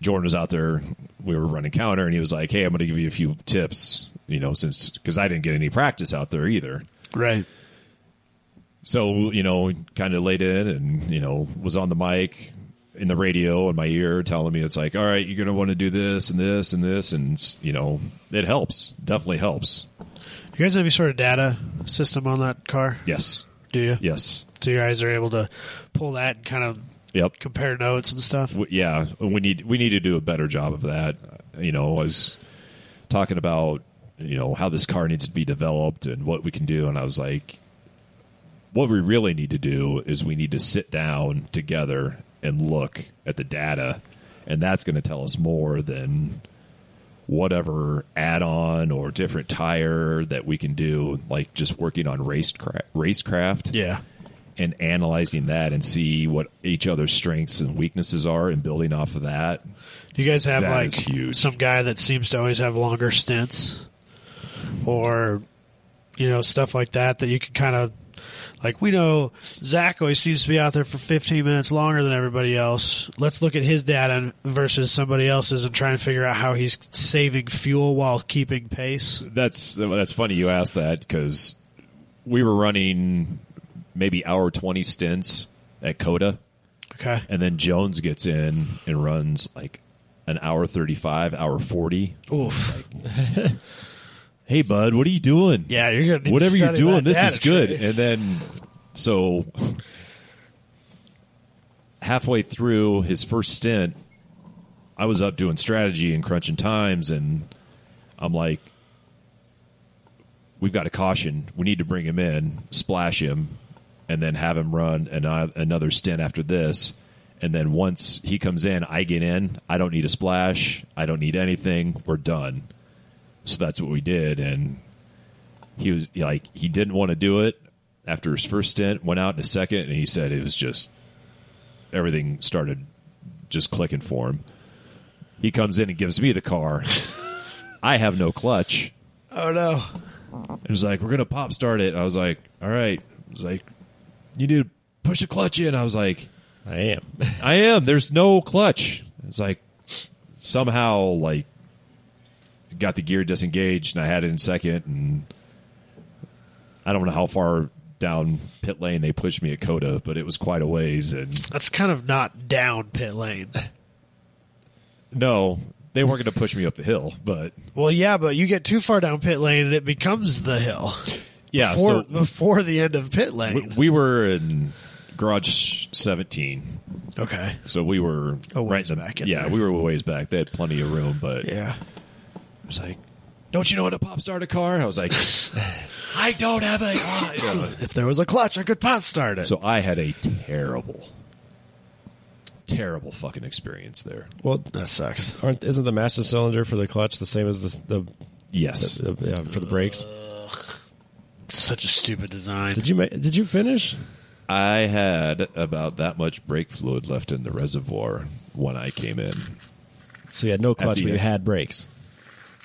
Speaker 3: Jordan was out there. We were running counter, and he was like, "Hey, I'm going to give you a few tips, you know, since because I didn't get any practice out there either."
Speaker 4: Right.
Speaker 3: So you know, kind of laid in, and you know, was on the mic in the radio in my ear, telling me it's like, "All right, you're going to want to do this and this and this," and s- you know, it helps, definitely helps.
Speaker 4: You guys have any sort of data system on that car?
Speaker 3: Yes,
Speaker 4: Do you?
Speaker 3: yes,
Speaker 4: So you guys are able to pull that and kind of
Speaker 3: yep.
Speaker 4: compare notes and stuff.
Speaker 3: w- yeah, we need we need to do a better job of that. You know, I was talking about you know how this car needs to be developed and what we can do, and I was like, what we really need to do is we need to sit down together and look at the data, and that's going to tell us more than whatever add-on or different tire that we can do like just working on racecraft racecraft
Speaker 4: Yeah.
Speaker 3: and analyzing that and see what each other's strengths and weaknesses are and building off of that.
Speaker 4: Do you guys have
Speaker 3: That
Speaker 4: like
Speaker 3: is huge.
Speaker 4: some guy that seems to always have longer stints or you know stuff like that that you can kind of like we know Zach always seems to be out there for 15 minutes longer than everybody else. Let's look at his data versus somebody else's and try and figure out how he's saving fuel while keeping pace.
Speaker 3: That's that's funny you asked that because we were running maybe hour twenty stints at Coda,
Speaker 4: Okay.
Speaker 3: and then Jones gets in and runs like an hour thirty five, hour forty.
Speaker 4: Oof.
Speaker 3: Hey, bud, what are you doing?
Speaker 4: Yeah, you're gonna need to
Speaker 3: whatever you're
Speaker 4: study
Speaker 3: doing,
Speaker 4: that
Speaker 3: this is
Speaker 4: data
Speaker 3: good.
Speaker 4: trace.
Speaker 3: And then, so halfway through his first stint, I was up doing strategy and crunching times, and I'm like, "We've got a caution. We need to bring him in, splash him, and then have him run an- another stint after this." And then once he comes in, I get in. I don't need a splash. I don't need anything. We're done. So that's what we did, and he was he, like he didn't want to do it after his first stint went out in a second and he said it was just everything started just clicking for him he comes in and gives me the car i have no clutch
Speaker 4: oh no.
Speaker 3: it was like we're gonna pop start it i was like all right I was like you need to push the clutch in. I was like,
Speaker 1: I am.
Speaker 3: I am. There's no clutch. It's like somehow like got the gear disengaged and I had it in second and I don't know how far down pit lane they pushed me at Coda, but it was quite a ways and
Speaker 4: That's kind of not down pit lane.
Speaker 3: no, they weren't going to push me up the hill, but
Speaker 4: Well, yeah, but you get too far down pit lane and it becomes the hill.
Speaker 3: yeah,
Speaker 4: before,
Speaker 3: so
Speaker 4: before the end of pit lane.
Speaker 3: we, we were in garage 17.
Speaker 4: okay.
Speaker 3: So we were
Speaker 4: A
Speaker 3: right
Speaker 4: ways
Speaker 3: in the-
Speaker 4: back in
Speaker 3: yeah,
Speaker 4: there.
Speaker 3: we were a ways back. They had plenty of room, but
Speaker 4: Yeah.
Speaker 3: It's like, don't you know how to pop start a car? I was like, I don't have a car. You know.
Speaker 4: If there was a clutch, I could pop start it.
Speaker 3: So I had a terrible, terrible fucking experience there.
Speaker 1: Well,
Speaker 4: that sucks.
Speaker 1: aren't isn't the master cylinder for the clutch the same as the
Speaker 3: Yes.
Speaker 1: the, the yeah, for the brakes?
Speaker 4: Such a stupid design.
Speaker 1: Did you ma- did you finish?
Speaker 3: I had about that much brake fluid left in the reservoir when I came in.
Speaker 1: So you had no clutch,
Speaker 3: the
Speaker 1: but you
Speaker 3: end.
Speaker 1: had brakes.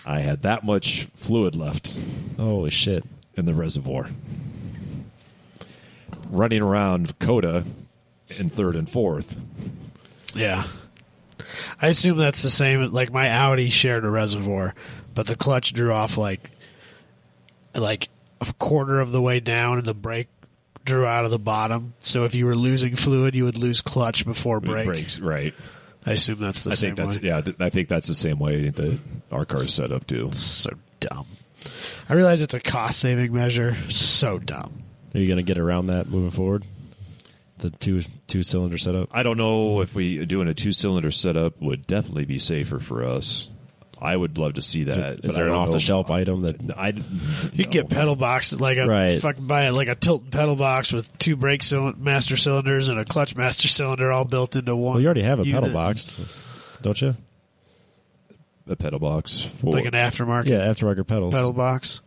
Speaker 3: I had that much fluid left
Speaker 1: Holy shit!
Speaker 3: in the reservoir. Running around Coda in third and fourth.
Speaker 4: Yeah. I assume that's the same. Like my Audi shared a reservoir, but the clutch drew off like like a quarter of the way down, and the brake drew out of the bottom. So if you were losing fluid, you would lose clutch before brake.
Speaker 3: Brakes, right.
Speaker 4: I assume that's the
Speaker 3: I
Speaker 4: same
Speaker 3: think that's
Speaker 4: way.
Speaker 3: yeah. Th- I think that's the same way that our car is set up too.
Speaker 4: So dumb. I realize it's a cost saving measure. So dumb.
Speaker 1: Are you gonna get around that moving forward? The two two cylinder setup.
Speaker 3: I don't know if we doing a two cylinder setup would definitely be safer for us. I would love to see
Speaker 1: Is,
Speaker 3: that.
Speaker 1: it- is
Speaker 3: Uh, but I
Speaker 1: there an
Speaker 3: don't know
Speaker 1: off the
Speaker 3: if-
Speaker 1: shelf item that?
Speaker 3: I
Speaker 4: You can get pedal boxes like a
Speaker 1: Right.
Speaker 4: fucking buy like a tilt pedal box with two brake cyl- master cylinders and a clutch master cylinder all built into one.
Speaker 1: Well, oh, you already have a pedal
Speaker 4: unit.
Speaker 1: box, don't you?
Speaker 3: a pedal box for
Speaker 4: like an aftermarket
Speaker 1: Yeah, aftermarket pedals.
Speaker 4: pedal box,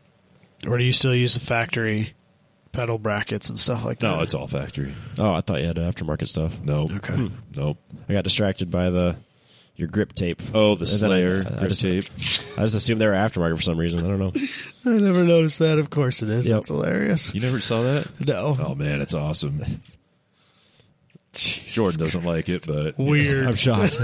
Speaker 4: or do you still use the factory pedal brackets and stuff like that?
Speaker 3: no. It's all factory.
Speaker 1: Oh, I thought you had aftermarket stuff.
Speaker 3: No. Hmm.
Speaker 4: Okay.
Speaker 3: Nope.
Speaker 1: I got distracted by the your grip tape.
Speaker 3: Oh,
Speaker 1: And
Speaker 3: the
Speaker 1: then I-
Speaker 3: Slayer
Speaker 1: I
Speaker 3: grip
Speaker 1: just-
Speaker 3: tape.
Speaker 1: I just assumed they were aftermarket for some reason. I don't know.
Speaker 4: I never noticed that. Of course, it is.
Speaker 1: Yep.
Speaker 4: That's hilarious.
Speaker 3: You never saw that?
Speaker 4: No,
Speaker 3: Oh man, it's awesome. Jordan doesn't like it, but you know.
Speaker 4: weird.
Speaker 1: I'm shocked.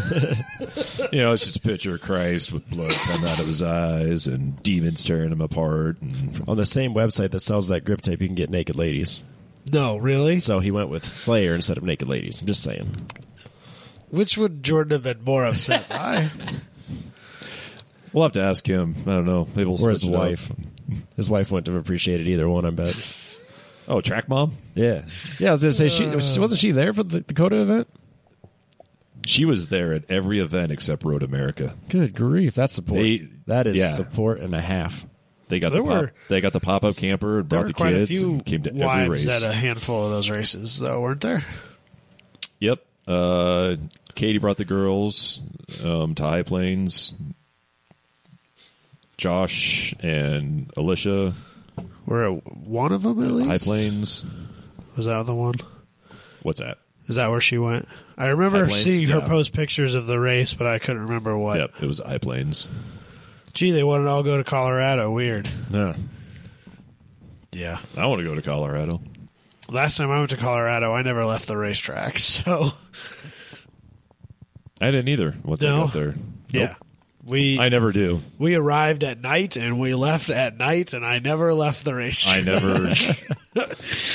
Speaker 3: You know, it's just a picture of Christ with blood coming out of his eyes and demons tearing him apart. And
Speaker 1: On the same website that sells that grip tape, you can get naked ladies.
Speaker 4: No, really.
Speaker 1: So he went with Slayer instead of naked ladies. I'm just saying.
Speaker 4: Which would Jordan have been more upset by?
Speaker 3: we'll have to ask him. I don't know. Maybe we'll
Speaker 1: Or his
Speaker 3: switch it up.
Speaker 1: wife. His wife wouldn't have appreciated either one. I bet. Uh,
Speaker 3: Oh, track mom.
Speaker 1: Yeah, yeah. I was gonna say she wasn't she there for the Dakota event.
Speaker 3: She was there at every event except Road America.
Speaker 1: Good grief, that's support.
Speaker 3: They-
Speaker 1: that is
Speaker 3: yeah.
Speaker 1: support and a half.
Speaker 3: They got
Speaker 4: There
Speaker 3: the
Speaker 4: were-
Speaker 3: pop, they got the pop up camper and
Speaker 4: There
Speaker 3: brought
Speaker 4: were
Speaker 3: the
Speaker 4: quite a
Speaker 3: kids.
Speaker 4: few
Speaker 3: and came to every
Speaker 4: wives
Speaker 3: race.
Speaker 4: at a handful of those races, though, weren't there?
Speaker 3: yep. Uh, Katie brought the girls um, to High Plains. Josh and Alicia,
Speaker 4: Were it one of them at least?
Speaker 3: High Plains.
Speaker 4: Was that the one?
Speaker 3: What's that?
Speaker 4: Is that where she went? I remember
Speaker 3: High Plains,
Speaker 4: seeing her
Speaker 3: yeah.
Speaker 4: post pictures of the race, but I couldn't remember what.
Speaker 3: Yep, it was High Plains.
Speaker 4: Gee, they wanted to all go to Colorado. Weird.
Speaker 1: Yeah.
Speaker 4: Yeah.
Speaker 3: I want to go to Colorado.
Speaker 4: Last time I went to Colorado, I never left the racetrack. So
Speaker 3: I didn't either once I
Speaker 4: No.
Speaker 3: got there.
Speaker 4: yeah, we
Speaker 3: I never do.
Speaker 4: we arrived at night and we left at night, and I never left the racetrack.
Speaker 3: I never.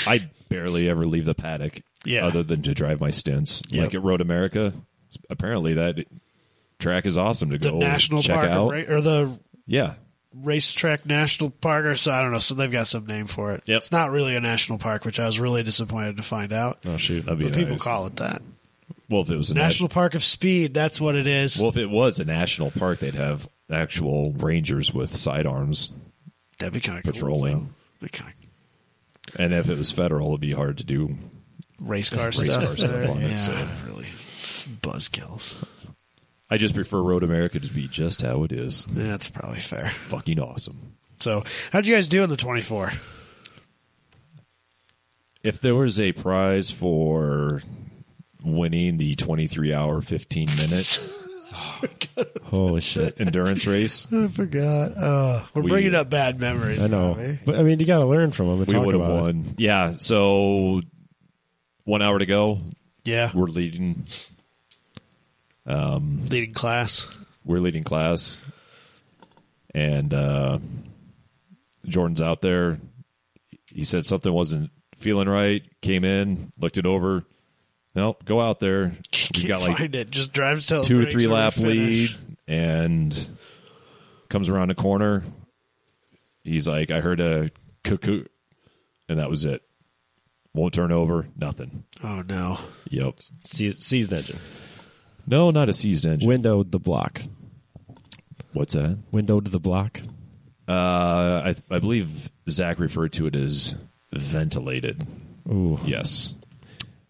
Speaker 3: I barely ever leave the paddock.
Speaker 4: Yeah.
Speaker 3: Other than to drive my stints,
Speaker 4: Yep.
Speaker 3: like at Road America. Apparently that track is awesome to
Speaker 4: the
Speaker 3: go
Speaker 4: national
Speaker 3: check
Speaker 4: park of
Speaker 3: out.
Speaker 4: Ra- or the
Speaker 3: yeah.
Speaker 4: racetrack national park or so I don't know. So they've got some name for it.
Speaker 3: Yep.
Speaker 4: It's not really a national park, which I was really disappointed to find out.
Speaker 1: Oh shoot.
Speaker 3: That'd be
Speaker 4: but people
Speaker 3: nice.
Speaker 4: call it that.
Speaker 3: Well, if it was a
Speaker 4: National Park of Speed. That's what it is.
Speaker 3: nat- well, if it was a national park, they'd have actual rangers with sidearms.
Speaker 4: That'd be kind of
Speaker 3: Patrolling.
Speaker 4: Cool, though. That'd be kind
Speaker 3: And if it was federal, it'd be hard to do.
Speaker 4: of race car race
Speaker 3: car
Speaker 4: stuff.
Speaker 3: stuff
Speaker 4: there.
Speaker 3: on it,
Speaker 4: yeah,
Speaker 3: so.
Speaker 4: really buzzkills.
Speaker 3: I just prefer Road America to be just how it is.
Speaker 4: Yeah, that's probably fair.
Speaker 3: Fucking awesome.
Speaker 4: So, how'd you guys do in the 24?
Speaker 3: If there was a prize for winning the 23 hour 15 minute
Speaker 1: Holy shit.
Speaker 3: endurance race,
Speaker 4: I forgot. Oh, we're
Speaker 3: Uh, We-
Speaker 4: bringing up bad memories.
Speaker 1: I know.
Speaker 4: Robbie.
Speaker 1: But I mean, you got to learn from them.
Speaker 3: we would have won. Yeah. So One hour to go.
Speaker 4: Yeah.
Speaker 3: We're leading.
Speaker 4: Leading class.
Speaker 3: We're leading class, and uh, Jordan's out there. He said something wasn't feeling right. Came in, looked it over. Nope, go out there.
Speaker 4: Can't
Speaker 3: You got like
Speaker 4: find it. Just drives till it
Speaker 3: two or
Speaker 4: breaks
Speaker 3: three
Speaker 4: we
Speaker 3: lap lead
Speaker 4: finish.
Speaker 3: and comes around the corner. He's like, I heard a cuckoo, and that was it. Won't turn over, nothing.
Speaker 4: Oh no.
Speaker 3: Yep.
Speaker 1: Se- seized engine.
Speaker 3: No, not a seized engine.
Speaker 1: Windowed the block.
Speaker 3: What's that?
Speaker 1: Windowed the block.
Speaker 3: Uh, I, I believe Zach referred to it as ventilated.
Speaker 1: Ooh,
Speaker 3: Yes.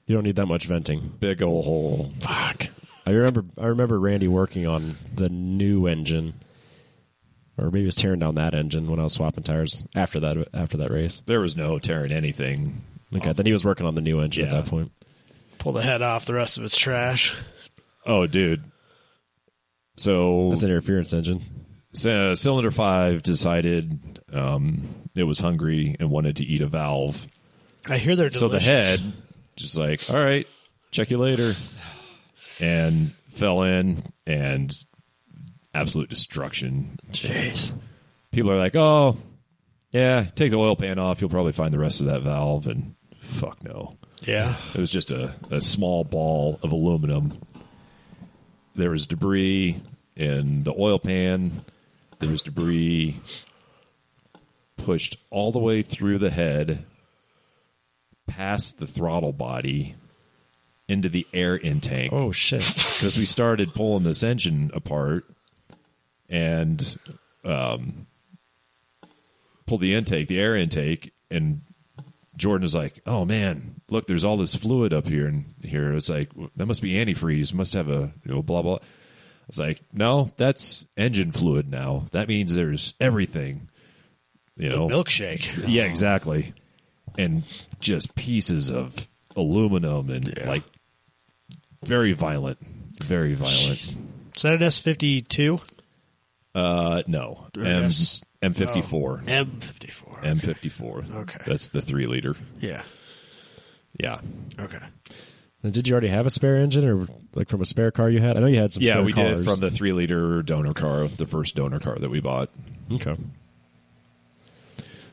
Speaker 1: you don't need that much venting.
Speaker 3: Big ol' hole.
Speaker 1: Fuck. I remember. I remember Randy working on the new engine, or maybe he was tearing down that engine when I was swapping tires after that. After that race,
Speaker 3: There was no tearing anything.
Speaker 1: okay. Then he was working on the new engine at
Speaker 3: Yeah.
Speaker 1: that point.
Speaker 4: Pull the head off. The rest of it's trash.
Speaker 3: Oh, dude. So
Speaker 1: That's an interference engine.
Speaker 3: So, cylinder five decided um, it was hungry and wanted to eat a valve.
Speaker 4: I hear they're
Speaker 3: So the
Speaker 4: delicious.
Speaker 3: head just like, all right, check you later, and fell in and absolute destruction.
Speaker 1: Jeez.
Speaker 3: People are like, oh, yeah, take the oil pan off. You'll probably find the rest of that valve. And fuck no.
Speaker 4: Yeah.
Speaker 3: It was just a, a small ball of aluminum. There was debris in the oil pan. There was debris pushed all the way through the head, past the throttle body, into the air intake.
Speaker 1: Oh shit.
Speaker 3: Because we started pulling this engine apart and um, pulled the intake, the air intake, and Jordan was like, "Oh man, look, there's all this fluid up here and here." It's like that must be antifreeze. Must have a you know blah blah. I was like, "No, that's engine fluid now. That means there's everything." You know,
Speaker 4: Milkshake.
Speaker 3: yeah, exactly. And just pieces of aluminum and like very violent, very violent.
Speaker 4: Is that an S fifty two?
Speaker 3: Uh, no, M
Speaker 4: Yes.
Speaker 3: M fifty four,
Speaker 4: M fifty four.
Speaker 3: M fifty four.
Speaker 4: Okay.
Speaker 3: that's the three liter.
Speaker 4: Yeah.
Speaker 3: Yeah,
Speaker 4: Okay.
Speaker 1: And did you already have a spare engine, or like from a spare car you had? I know you had some.
Speaker 3: yeah,
Speaker 1: spare
Speaker 3: we did
Speaker 1: cars.
Speaker 3: it from the three liter donor car, the first donor car that we bought.
Speaker 1: Okay.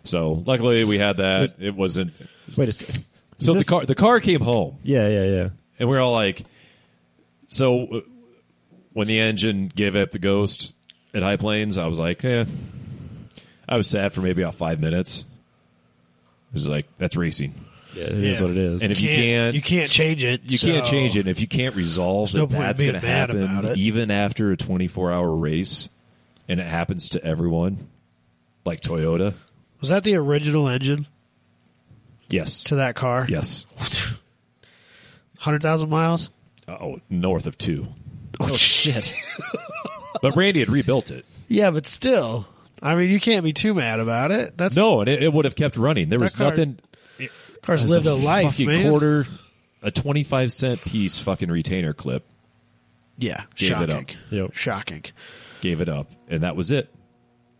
Speaker 3: So luckily we had that. It wasn't.
Speaker 1: Wait a second.
Speaker 3: So
Speaker 1: this-
Speaker 3: the car the car came home.
Speaker 1: Yeah, yeah, yeah.
Speaker 3: and we are all like, so uh, when the engine gave up the ghost at High Plains, I was like, eh. I was sad for maybe about five minutes. It was like that's racing,
Speaker 1: Yeah, it is
Speaker 4: Yeah.
Speaker 1: what it is.
Speaker 3: and if you can't,
Speaker 4: you can't change it.
Speaker 3: you can't
Speaker 4: so-
Speaker 3: change it. And if you can't resolve that,
Speaker 4: no point in
Speaker 3: that's
Speaker 4: being
Speaker 3: going to
Speaker 4: mad about
Speaker 3: happen,
Speaker 4: it.
Speaker 3: even after a 24 hour race, and it happens to everyone, like Toyota.
Speaker 4: Was that the original engine
Speaker 3: Yes,
Speaker 4: to that car?
Speaker 3: yes.
Speaker 4: Hundred thousand miles.
Speaker 3: Oh, north of two.
Speaker 4: Oh, shit.
Speaker 3: But Randy had rebuilt it.
Speaker 4: yeah, but still, I mean, you can't be too mad about it. That's
Speaker 3: No, and it, it would have kept running. There was
Speaker 4: car-
Speaker 3: nothing.
Speaker 4: car's
Speaker 3: It's
Speaker 4: lived a life,
Speaker 3: fucking
Speaker 4: man.
Speaker 3: quarter, a twenty-five cent piece, fucking retainer clip.
Speaker 4: Yeah,
Speaker 3: Gave it
Speaker 4: shocking.
Speaker 3: up.
Speaker 1: Yep.
Speaker 4: Shocking.
Speaker 3: Gave it up, and that was it.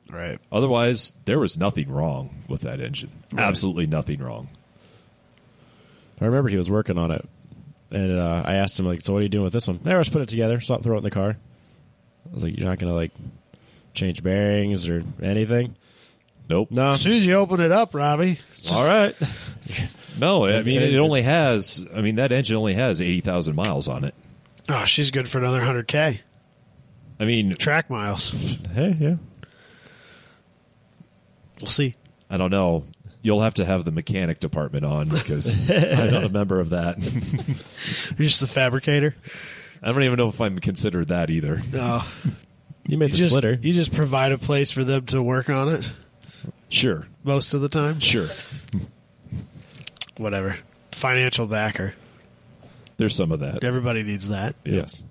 Speaker 4: Right.
Speaker 3: Otherwise, there was nothing wrong with that engine. Absolutely nothing wrong.
Speaker 1: I remember he was working on it, and uh, I asked him like, "So what are you doing with this one?" Never just put it together. Stop throw it in the car. I was like, "You're not gonna like change bearings or anything?"
Speaker 3: Nope.
Speaker 1: No.
Speaker 4: As soon as you open it up, Robbie,
Speaker 3: All right. no, I mean
Speaker 1: it-
Speaker 3: it only has. I mean that engine only has eighty thousand miles on it.
Speaker 4: oh, she's good for another hundred k
Speaker 3: I mean,
Speaker 4: track miles.
Speaker 1: Hey, yeah.
Speaker 4: We'll see.
Speaker 3: I don't know. You'll have to have the mechanic department on because I'm not a member of that.
Speaker 4: You're just the fabricator.
Speaker 3: I don't even know if I'm considered that either.
Speaker 4: No,
Speaker 1: You made the
Speaker 4: you just
Speaker 1: splitter.
Speaker 4: you just provide a place for them to work on it
Speaker 3: Sure,
Speaker 4: most of the time.
Speaker 3: sure.
Speaker 4: Whatever. Financial backer.
Speaker 3: There's some of that.
Speaker 4: Everybody needs that.
Speaker 1: yes.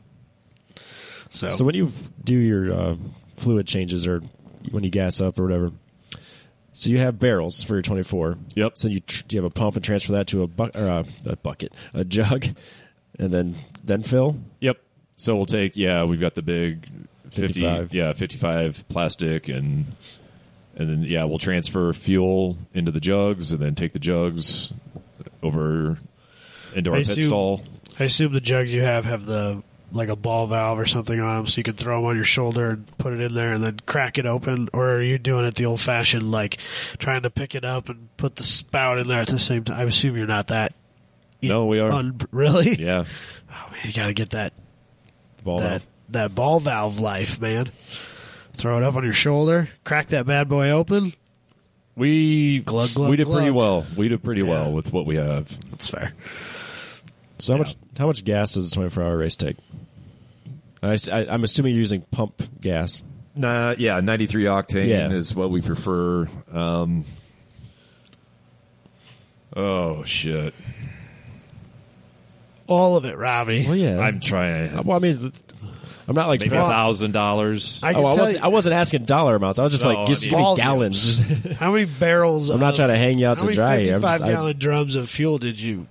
Speaker 4: So,
Speaker 3: Oh.
Speaker 1: So when you do your uh, fluid changes or when you gas up or whatever, so you have barrels for your 24.
Speaker 3: Yep.
Speaker 1: So you tr- you have a pump and transfer that to a, bu- or a, a bucket, a jug, and then then fill.
Speaker 3: Yep. So we'll take yeah, we've got the big 50,
Speaker 1: 55.
Speaker 3: yeah, 55 plastic and and then yeah, we'll transfer fuel into the jugs and then take the jugs over into
Speaker 4: I
Speaker 3: our pit
Speaker 4: assume-
Speaker 3: stall.
Speaker 4: I assume the jugs you have have the like a ball valve or something on them, so you can throw them on your shoulder and put it in there and then crack it open. Or are you doing it the old-fashioned, like trying to pick it up and put the spout in there at the same time? I assume you're not that. e-,
Speaker 3: No, we are.
Speaker 4: un- really?
Speaker 3: Yeah,
Speaker 4: Oh man, you got to get that
Speaker 3: the ball.
Speaker 4: that
Speaker 3: valve.
Speaker 4: that ball valve life, man. Throw it up on your shoulder, crack that bad boy open.
Speaker 3: We
Speaker 4: Glug, glug,
Speaker 3: we did pretty
Speaker 4: glug.
Speaker 3: well. We did pretty well
Speaker 4: Yeah.
Speaker 3: with what we have.
Speaker 4: That's fair.
Speaker 1: So how much how much gas does a twenty four hour race take? I, am assuming you're using pump gas.
Speaker 3: Nah, yeah, ninety three octane
Speaker 1: Yeah.
Speaker 3: is what we prefer. Um, oh shit!
Speaker 4: All of it, Robbie.
Speaker 1: yeah.
Speaker 3: I'm trying.
Speaker 1: well, I mean, I'm not like.
Speaker 3: maybe a
Speaker 4: Well,
Speaker 3: thousand dollars.
Speaker 4: I
Speaker 1: oh,
Speaker 4: can
Speaker 1: I
Speaker 4: tell
Speaker 1: wasn't,
Speaker 4: you-
Speaker 1: I wasn't asking dollar amounts. I was just
Speaker 3: No,
Speaker 1: like, give,
Speaker 3: I
Speaker 1: give me
Speaker 4: Volumes.
Speaker 1: gallons.
Speaker 4: How many barrels?
Speaker 1: I'm not
Speaker 4: of-
Speaker 1: trying to hang you out
Speaker 4: how
Speaker 1: to
Speaker 4: many
Speaker 1: dry here. I'm
Speaker 4: Fifty-five
Speaker 1: just- I-
Speaker 4: gallon drums of fuel. Did you?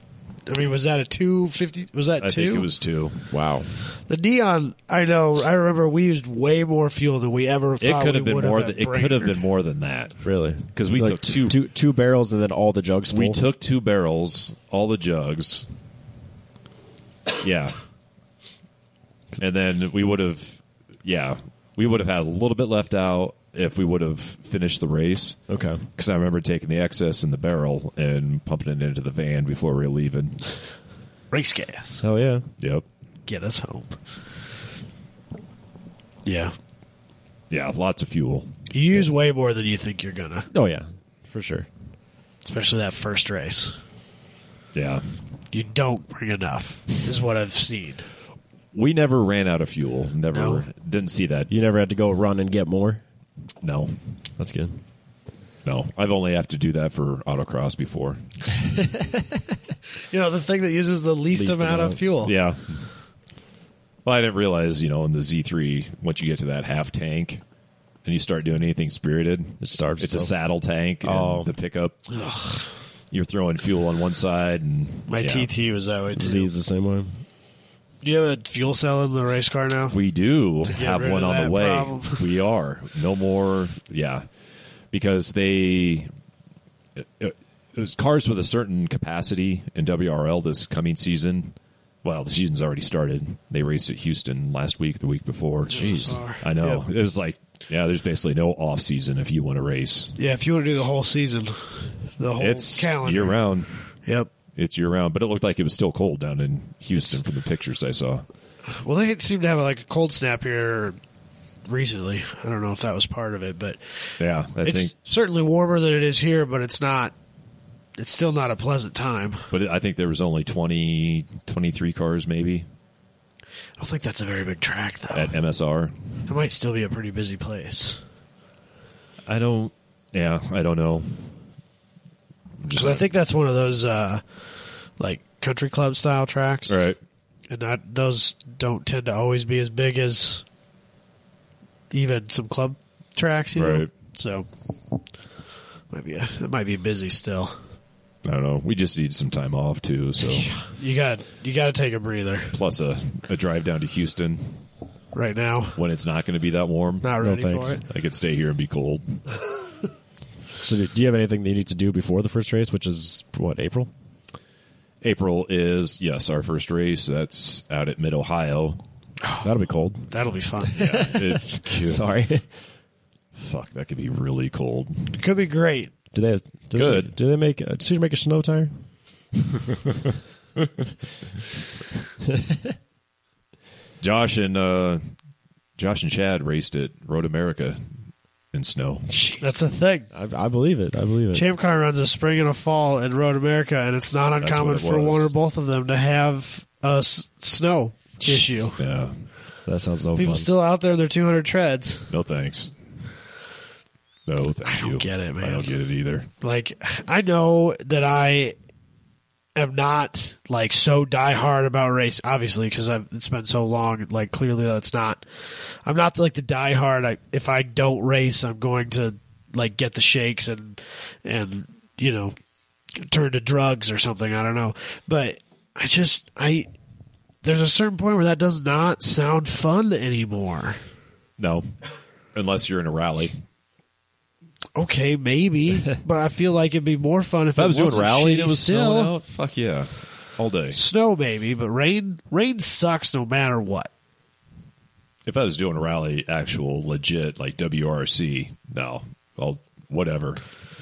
Speaker 4: I mean, was that a two fifty? Was that
Speaker 3: I
Speaker 4: two?
Speaker 3: think it was two.
Speaker 1: wow.
Speaker 4: the neon. I know. I remember we used way more fuel than we ever.
Speaker 3: It
Speaker 4: thought
Speaker 3: could
Speaker 4: we
Speaker 3: have been
Speaker 4: would
Speaker 3: more.
Speaker 4: at
Speaker 3: Than, it
Speaker 4: Brainerd.
Speaker 3: could have been more than that.
Speaker 1: Really?
Speaker 3: 'Cause we
Speaker 1: Like
Speaker 3: took two-
Speaker 1: two two barrels and then all the jugs full.
Speaker 3: We took two barrels, all the jugs. Yeah. And then we would have, yeah, we would have had a little bit left out if we would have finished the race.
Speaker 1: Okay.
Speaker 3: Because I remember taking the excess in the barrel and pumping it into the van before we were leaving.
Speaker 4: race gas.
Speaker 1: Hell yeah.
Speaker 3: Yep.
Speaker 4: Get us home. Yeah,
Speaker 3: Yeah, lots of fuel.
Speaker 4: you use way more than you think you're gonna,
Speaker 1: Oh yeah, for sure.
Speaker 4: especially that first race.
Speaker 3: Yeah.
Speaker 4: You don't bring enough, is what I've seen.
Speaker 3: We never ran out of fuel. Never.
Speaker 4: No.
Speaker 3: Didn't see that.
Speaker 1: You never had to go run and get more.
Speaker 3: No.
Speaker 1: That's good.
Speaker 3: No. I've only have to do that for autocross before.
Speaker 4: You know, the thing that uses the least,
Speaker 1: Least
Speaker 4: amount,
Speaker 1: amount.
Speaker 4: of fuel.
Speaker 3: Yeah. Well, I didn't realize, you know, in the Z3, once you get to that half tank and you start doing anything spirited,
Speaker 1: It starves
Speaker 3: it's a
Speaker 1: itself.
Speaker 3: saddle tank and
Speaker 1: Oh.
Speaker 3: the pickup. You're throwing fuel on one side and
Speaker 4: My
Speaker 3: yeah.
Speaker 4: TT was that way too.
Speaker 1: Disease the same way.
Speaker 4: Do you have a fuel cell in the race car now?
Speaker 3: We do have
Speaker 4: rid
Speaker 3: one
Speaker 4: of
Speaker 3: on the
Speaker 4: that
Speaker 3: way.
Speaker 4: problem.
Speaker 3: we are no more. Yeah, because they it, it, it was cars with a certain capacity in WRL this coming season. Well, the season's already started. They raced at Houston last week, the week before. Jeez,
Speaker 4: sorry.
Speaker 3: I know
Speaker 4: Yep.
Speaker 3: it was like yeah. There's basically no off season if you want to race.
Speaker 4: Yeah, if you want to do the whole season, the whole
Speaker 3: it's
Speaker 4: calendar.
Speaker 3: year round.
Speaker 4: Yep.
Speaker 3: It's year round, but it looked like it was still cold down in Houston from the pictures I saw.
Speaker 4: Well, they seem to have like a cold snap here recently. I don't know if that was part of it, but
Speaker 3: Yeah, I
Speaker 4: it's
Speaker 3: think
Speaker 4: certainly warmer than it is here. But it's not. It's still not a pleasant time.
Speaker 3: But I think there was only 20, 23 cars maybe
Speaker 4: I don't think that's a very big track, though.
Speaker 3: at MSR.
Speaker 4: It might still be a pretty busy place.
Speaker 3: I don't. Yeah, I don't know. I'm just
Speaker 4: Because I think that's one of those uh, like country club style tracks,
Speaker 3: all right.
Speaker 4: and not, those don't tend to always be as big as even some club tracks, you know.
Speaker 3: Right.
Speaker 4: So might be a, it might be busy still.
Speaker 3: I don't know. We just need some time off too. So
Speaker 4: You got you got to take a breather
Speaker 3: plus a, a drive down to Houston
Speaker 4: right now.
Speaker 3: when it's not going to be that warm.
Speaker 4: Not ready
Speaker 1: thanks.
Speaker 4: for it.
Speaker 3: I could stay here and be cold.
Speaker 1: So do do you have anything that you need to do before the first race, which is what April?
Speaker 3: April is yes our first race. That's out at Mid Ohio.
Speaker 1: That'll be cold.
Speaker 4: That'll be fun.
Speaker 3: It's cute.
Speaker 1: Sorry.
Speaker 3: Fuck, that could be really cold.
Speaker 4: It could be great.
Speaker 1: Do they? Do
Speaker 3: Good.
Speaker 1: They, do they make? Uh, should make a snow tire?
Speaker 3: Josh and uh, Josh and Chad raced at Road America in snow.
Speaker 4: That's a thing.
Speaker 1: I, I believe it. I believe it.
Speaker 4: Champ car runs a spring and a fall in Road America, and it's not uncommon
Speaker 3: what it
Speaker 4: for
Speaker 3: was.
Speaker 4: one or both of them to have a s- snow issue.
Speaker 3: Yeah,
Speaker 1: that sounds no
Speaker 4: People
Speaker 1: fun.
Speaker 4: still out there in their 200 treads.
Speaker 3: no thanks. No, thank
Speaker 4: I don't
Speaker 3: you.
Speaker 4: get it, man.
Speaker 3: I don't get it either.
Speaker 4: Like, I know that I am not like so diehard about race, obviously, because it's been so long. Like, clearly, that's not. I'm not like the diehard. I, if I don't race, I'm going to like get the shakes and and you know turn to drugs or something. I don't know, but I just I. There's a certain point where that does not sound fun anymore.
Speaker 3: No, unless you're in a rally.
Speaker 4: Okay, maybe, but I feel like it'd be more fun if,
Speaker 3: If I was
Speaker 4: it
Speaker 3: doing
Speaker 4: wasn't
Speaker 3: rally
Speaker 4: shitty
Speaker 3: and it was
Speaker 4: still.
Speaker 3: snowing out, fuck yeah. all day.
Speaker 4: Snow maybe, but rain rain sucks no matter what.
Speaker 3: If I was doing a rally, actual legit like WRC, no, I'll whatever,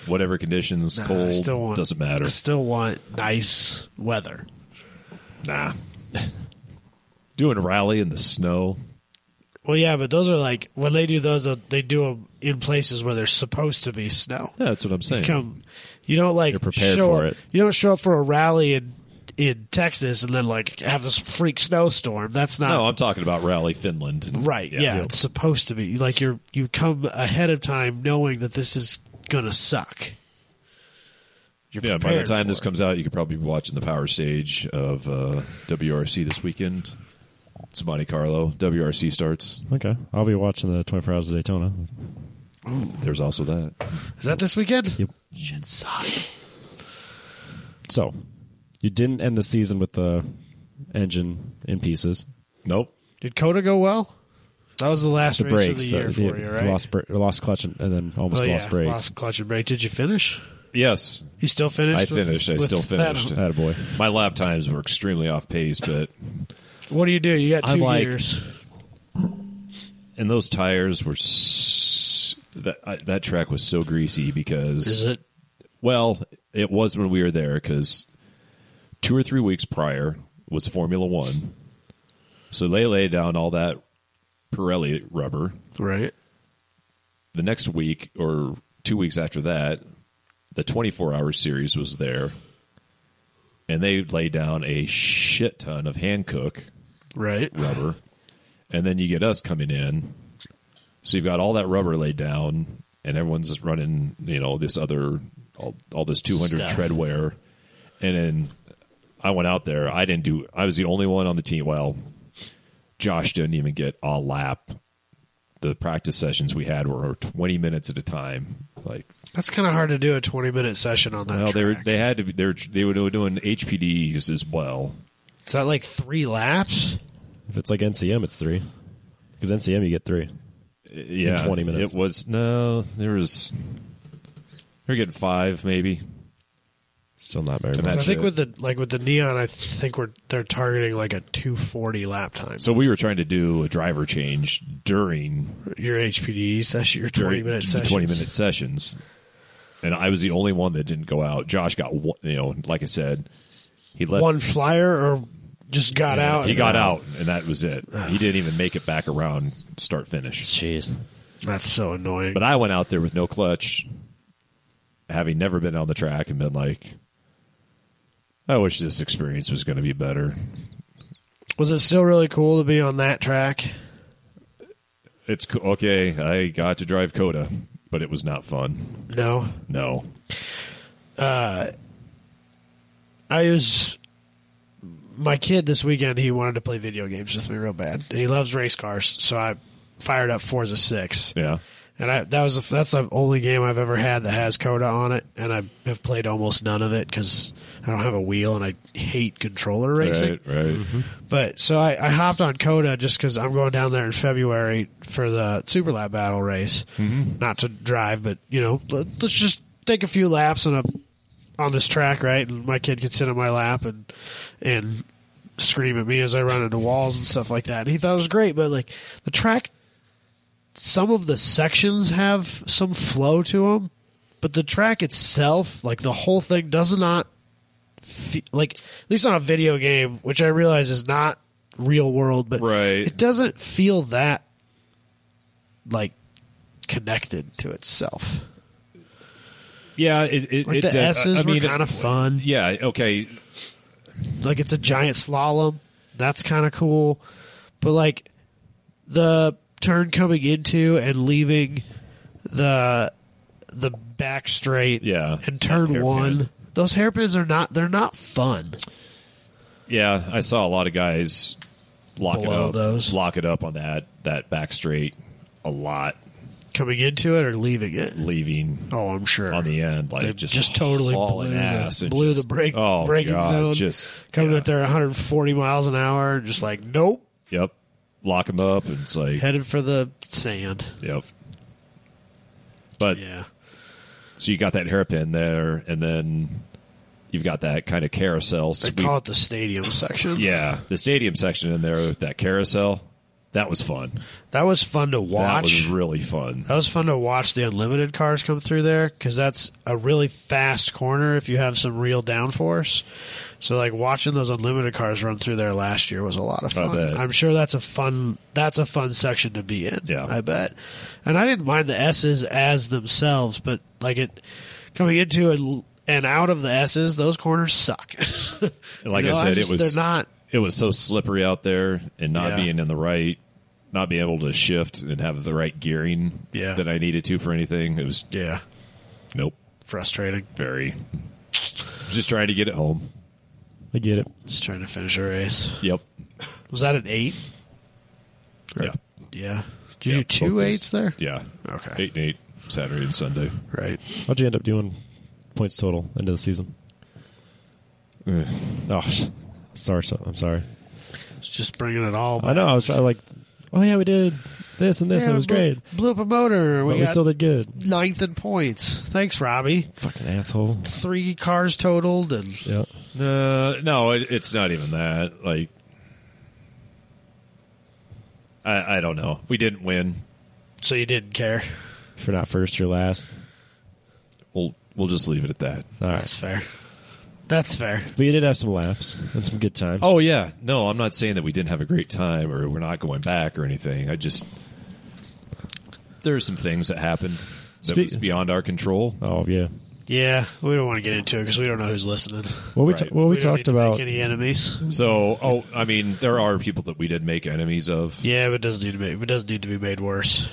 Speaker 3: whatever conditions,
Speaker 4: Nah,
Speaker 3: cold
Speaker 4: I still want
Speaker 3: doesn't matter.
Speaker 4: I still want nice weather.
Speaker 3: Nah, doing a rally in the snow.
Speaker 4: Well, yeah, but those are like when they do those, uh, they do them in places where there's supposed to be snow.
Speaker 3: Yeah, that's what I'm saying.
Speaker 4: Come, you don't like
Speaker 1: You're prepared
Speaker 4: show
Speaker 1: for
Speaker 4: up,
Speaker 1: it.
Speaker 4: You don't show up for a rally in in Texas and then like have this freak snowstorm. That's not
Speaker 3: No, I'm talking about Rally Finland.
Speaker 4: right. Yeah, it's supposed to be like you're you come ahead of time knowing that this is gonna suck. You're
Speaker 3: Yeah, by the
Speaker 4: prepared
Speaker 3: time
Speaker 4: for
Speaker 3: this
Speaker 4: it.
Speaker 3: comes out, you could probably be watching the power stage of uh, WRC this weekend. It's Monte Carlo. WRC starts.
Speaker 1: Okay, I'll be watching the 24 Hours of Daytona.
Speaker 3: There's also that.
Speaker 4: is that this weekend?
Speaker 1: Yep.
Speaker 4: Shit sucks.
Speaker 1: So, you didn't end the season with the engine in pieces.
Speaker 3: Nope.
Speaker 4: Did Coda go well? That was the last
Speaker 1: The
Speaker 4: race of
Speaker 1: brakes,
Speaker 4: the year
Speaker 1: the,
Speaker 4: for
Speaker 1: the-
Speaker 4: you,
Speaker 1: the
Speaker 4: right?
Speaker 1: lost, br- lost clutch, and, and then almost
Speaker 4: oh
Speaker 1: lost
Speaker 4: yeah,
Speaker 1: brakes.
Speaker 4: lost clutch and brake. Did you finish?
Speaker 3: Yes,
Speaker 4: You still finished?
Speaker 3: I
Speaker 4: with-
Speaker 3: finished. I
Speaker 4: with
Speaker 3: still
Speaker 4: that?
Speaker 3: finished.
Speaker 1: Attaboy.
Speaker 3: My lap times were extremely off pace, but
Speaker 4: What do you do? You got
Speaker 3: I'm
Speaker 4: two
Speaker 3: like-
Speaker 4: years.
Speaker 3: and those tires were s- that I, that track was so greasy because
Speaker 4: Is it?
Speaker 3: Well, it was when we were there because two or three weeks prior was Formula One. So they laid down all that Pirelli rubber.
Speaker 4: Right.
Speaker 3: The next week or two weeks after that, the 24 hour series was there. And they laid down a shit ton of hand cook
Speaker 4: Right.
Speaker 3: rubber. And then you get us coming in. So you've got all that rubber laid down, and everyone's running, you know, this other, all, all this 200
Speaker 4: Stuff.
Speaker 3: tread wear. And then I went out there. I didn't do, I was the only one on the team. Well, Josh didn't even get a lap. The practice sessions we had were 20 minutes at a time. Like,
Speaker 4: That's kind of hard to do a 20 minute session on that.
Speaker 3: well, they were,
Speaker 4: track.
Speaker 3: they had to be, they were, they were doing HPDs as well.
Speaker 4: Is that like three laps?
Speaker 1: If it's like NCM, it's three. Because NCM, you get three.
Speaker 3: yeah,
Speaker 1: 20 minutes.
Speaker 3: It was no, there was they're getting five maybe.
Speaker 1: Still not very
Speaker 3: And
Speaker 1: much.
Speaker 4: So I
Speaker 3: That's
Speaker 4: think
Speaker 3: it.
Speaker 4: with the like with the neon, I think we're they're targeting like a 240 lap time.
Speaker 3: So we were trying to do a driver change during
Speaker 4: your HPD E session, your 20
Speaker 3: during
Speaker 4: minute
Speaker 3: the
Speaker 4: session,
Speaker 3: twenty minute sessions, and I was the only one that didn't go out. Josh got one, you know, like I said, he left.
Speaker 4: one flyer or just got out.
Speaker 3: he
Speaker 4: and-
Speaker 3: got out, and that was it. He didn't even make it back around start finish.
Speaker 1: Jeez.
Speaker 4: That's so annoying.
Speaker 3: But I went out there with no clutch, having never been on the track, and been like, I wish this experience was going to be better.
Speaker 4: was it still really cool to be on that track?
Speaker 3: It's co- okay. I got to drive Coda, but it was not fun.
Speaker 4: No,
Speaker 3: No,
Speaker 4: I was my kid this weekend. He wanted to play video games with me real bad, and he loves race cars. So I fired up Forza Six,
Speaker 3: yeah,
Speaker 4: and I that was the, that's the only game I've ever had that has Coda on it, and I have played almost none of it because I don't have a wheel and I hate controller racing.
Speaker 3: right, right.
Speaker 4: But so I, I hopped on Coda just because I'm going down there in February for the Super Lap Battle race. Not to drive, but you know, let, let's just take a few laps on a on this track, right? And my kid can sit on my lap and and scream at me as I run into walls and stuff like that. And he thought it was great, but like the track, some of the sections have some flow to them, but the track itself, like the whole thing, does not fe- like at least on a video game, which I realize is not real world, but
Speaker 3: Right.
Speaker 4: it doesn't feel that like connected to itself.
Speaker 3: Yeah, it, it,
Speaker 4: Like
Speaker 3: it
Speaker 4: the
Speaker 3: did- I-
Speaker 4: S's
Speaker 3: I
Speaker 4: were
Speaker 3: mean,
Speaker 4: kind of fun.
Speaker 3: yeah, okay.
Speaker 4: Like it's a giant slalom. That's kind of cool. But like the turn coming into and leaving the the back straight
Speaker 3: Yeah.
Speaker 4: and turn
Speaker 3: Hairpin.
Speaker 4: 1 those hairpins are not they're not fun.
Speaker 3: Yeah, I saw a lot of guys lock it
Speaker 4: Below
Speaker 3: up,
Speaker 4: those.
Speaker 3: lock it up on that that back straight a lot,
Speaker 4: Coming into it or leaving it?
Speaker 3: leaving
Speaker 4: Oh, I'm sure.
Speaker 3: on the end, like
Speaker 4: They
Speaker 3: just
Speaker 4: just totally
Speaker 3: hauling
Speaker 4: blew the-
Speaker 3: ass and
Speaker 4: blew
Speaker 3: just-
Speaker 4: the brake-
Speaker 3: oh,
Speaker 4: braking
Speaker 3: God,
Speaker 4: zone.
Speaker 3: Just
Speaker 4: coming
Speaker 3: yeah,
Speaker 4: up there 140 miles an hour, just like nope,
Speaker 3: Yep, lock them up, and it's like
Speaker 4: headed for the sand.
Speaker 3: yep. But
Speaker 4: Yeah,
Speaker 3: So you got that hairpin there, and then you've got that kind of carousel
Speaker 4: They
Speaker 3: sweep.
Speaker 4: call it the stadium section.
Speaker 3: yeah, the stadium section in there, with that carousel. That was fun.
Speaker 4: That was fun to
Speaker 3: That was
Speaker 4: watch.
Speaker 3: really fun.
Speaker 4: That was fun to watch the unlimited cars come through there because that's a really fast corner if you have some real downforce. So, like watching those unlimited cars run through there last year was a lot of
Speaker 3: I
Speaker 4: fun.
Speaker 3: bet.
Speaker 4: I'm sure that's a fun that's a fun section to be in.
Speaker 3: Yeah.
Speaker 4: I bet. And I didn't mind the S's as themselves, but like it coming into it and out of the S's, those corners suck.
Speaker 3: And like
Speaker 4: You know,
Speaker 3: I said,
Speaker 4: just-
Speaker 3: it was
Speaker 4: they're not.
Speaker 3: it was so slippery out there, and not
Speaker 4: Yeah.
Speaker 3: being in the right, not being able to shift and have the right gearing
Speaker 4: Yeah.
Speaker 3: that I needed to for anything. It was
Speaker 4: Yeah,
Speaker 3: nope,
Speaker 4: frustrating.
Speaker 3: very just trying to get it home.
Speaker 1: I get it.
Speaker 4: Just trying to finish a race.
Speaker 3: Yep.
Speaker 4: Was that an eight?
Speaker 3: Yeah.
Speaker 4: Yeah. Did you do
Speaker 3: both
Speaker 4: two
Speaker 3: these.
Speaker 4: eights there?
Speaker 3: Yeah.
Speaker 4: Okay.
Speaker 3: Eight and eight Saturday and Sunday.
Speaker 4: Right.
Speaker 1: How'd you end up doing points total end of the season?
Speaker 3: Oh,
Speaker 1: Sorry, so, I'm sorry.
Speaker 4: It's just bringing it all back.
Speaker 1: I know. I was trying, like, oh yeah, we did this and this.
Speaker 4: Yeah,
Speaker 1: and it was
Speaker 4: blew,
Speaker 1: great.
Speaker 4: Blew up a motor. We,
Speaker 1: But we
Speaker 4: got
Speaker 1: still did good.
Speaker 4: ninth in points. Thanks, Robbie.
Speaker 1: Fucking asshole.
Speaker 4: Three cars totaled, and
Speaker 1: Yeah.
Speaker 3: No, no, it, it's not even that. Like, I, I don't know. We didn't win.
Speaker 4: so you didn't care.
Speaker 1: If you're not first, you're last.
Speaker 3: We'll we'll just leave it at that.
Speaker 1: All right.
Speaker 4: That's fair. That's fair.
Speaker 1: But you did have some laughs and some good times.
Speaker 3: Oh yeah, no, I'm not saying that we didn't have a great time or we're not going back or anything. I just there are some things that happened that
Speaker 1: Speak-
Speaker 3: was beyond our control.
Speaker 1: Oh, yeah.
Speaker 4: Yeah, we don't want to get into it because we don't know who's listening.
Speaker 1: Well, we
Speaker 3: Right.
Speaker 1: ta- well we,
Speaker 4: don't need
Speaker 1: talked
Speaker 4: to make
Speaker 1: about
Speaker 4: any enemies.
Speaker 3: So, oh, I mean, there are people that we did make enemies of.
Speaker 4: Yeah, but it doesn't need to be. It doesn't need to be made worse.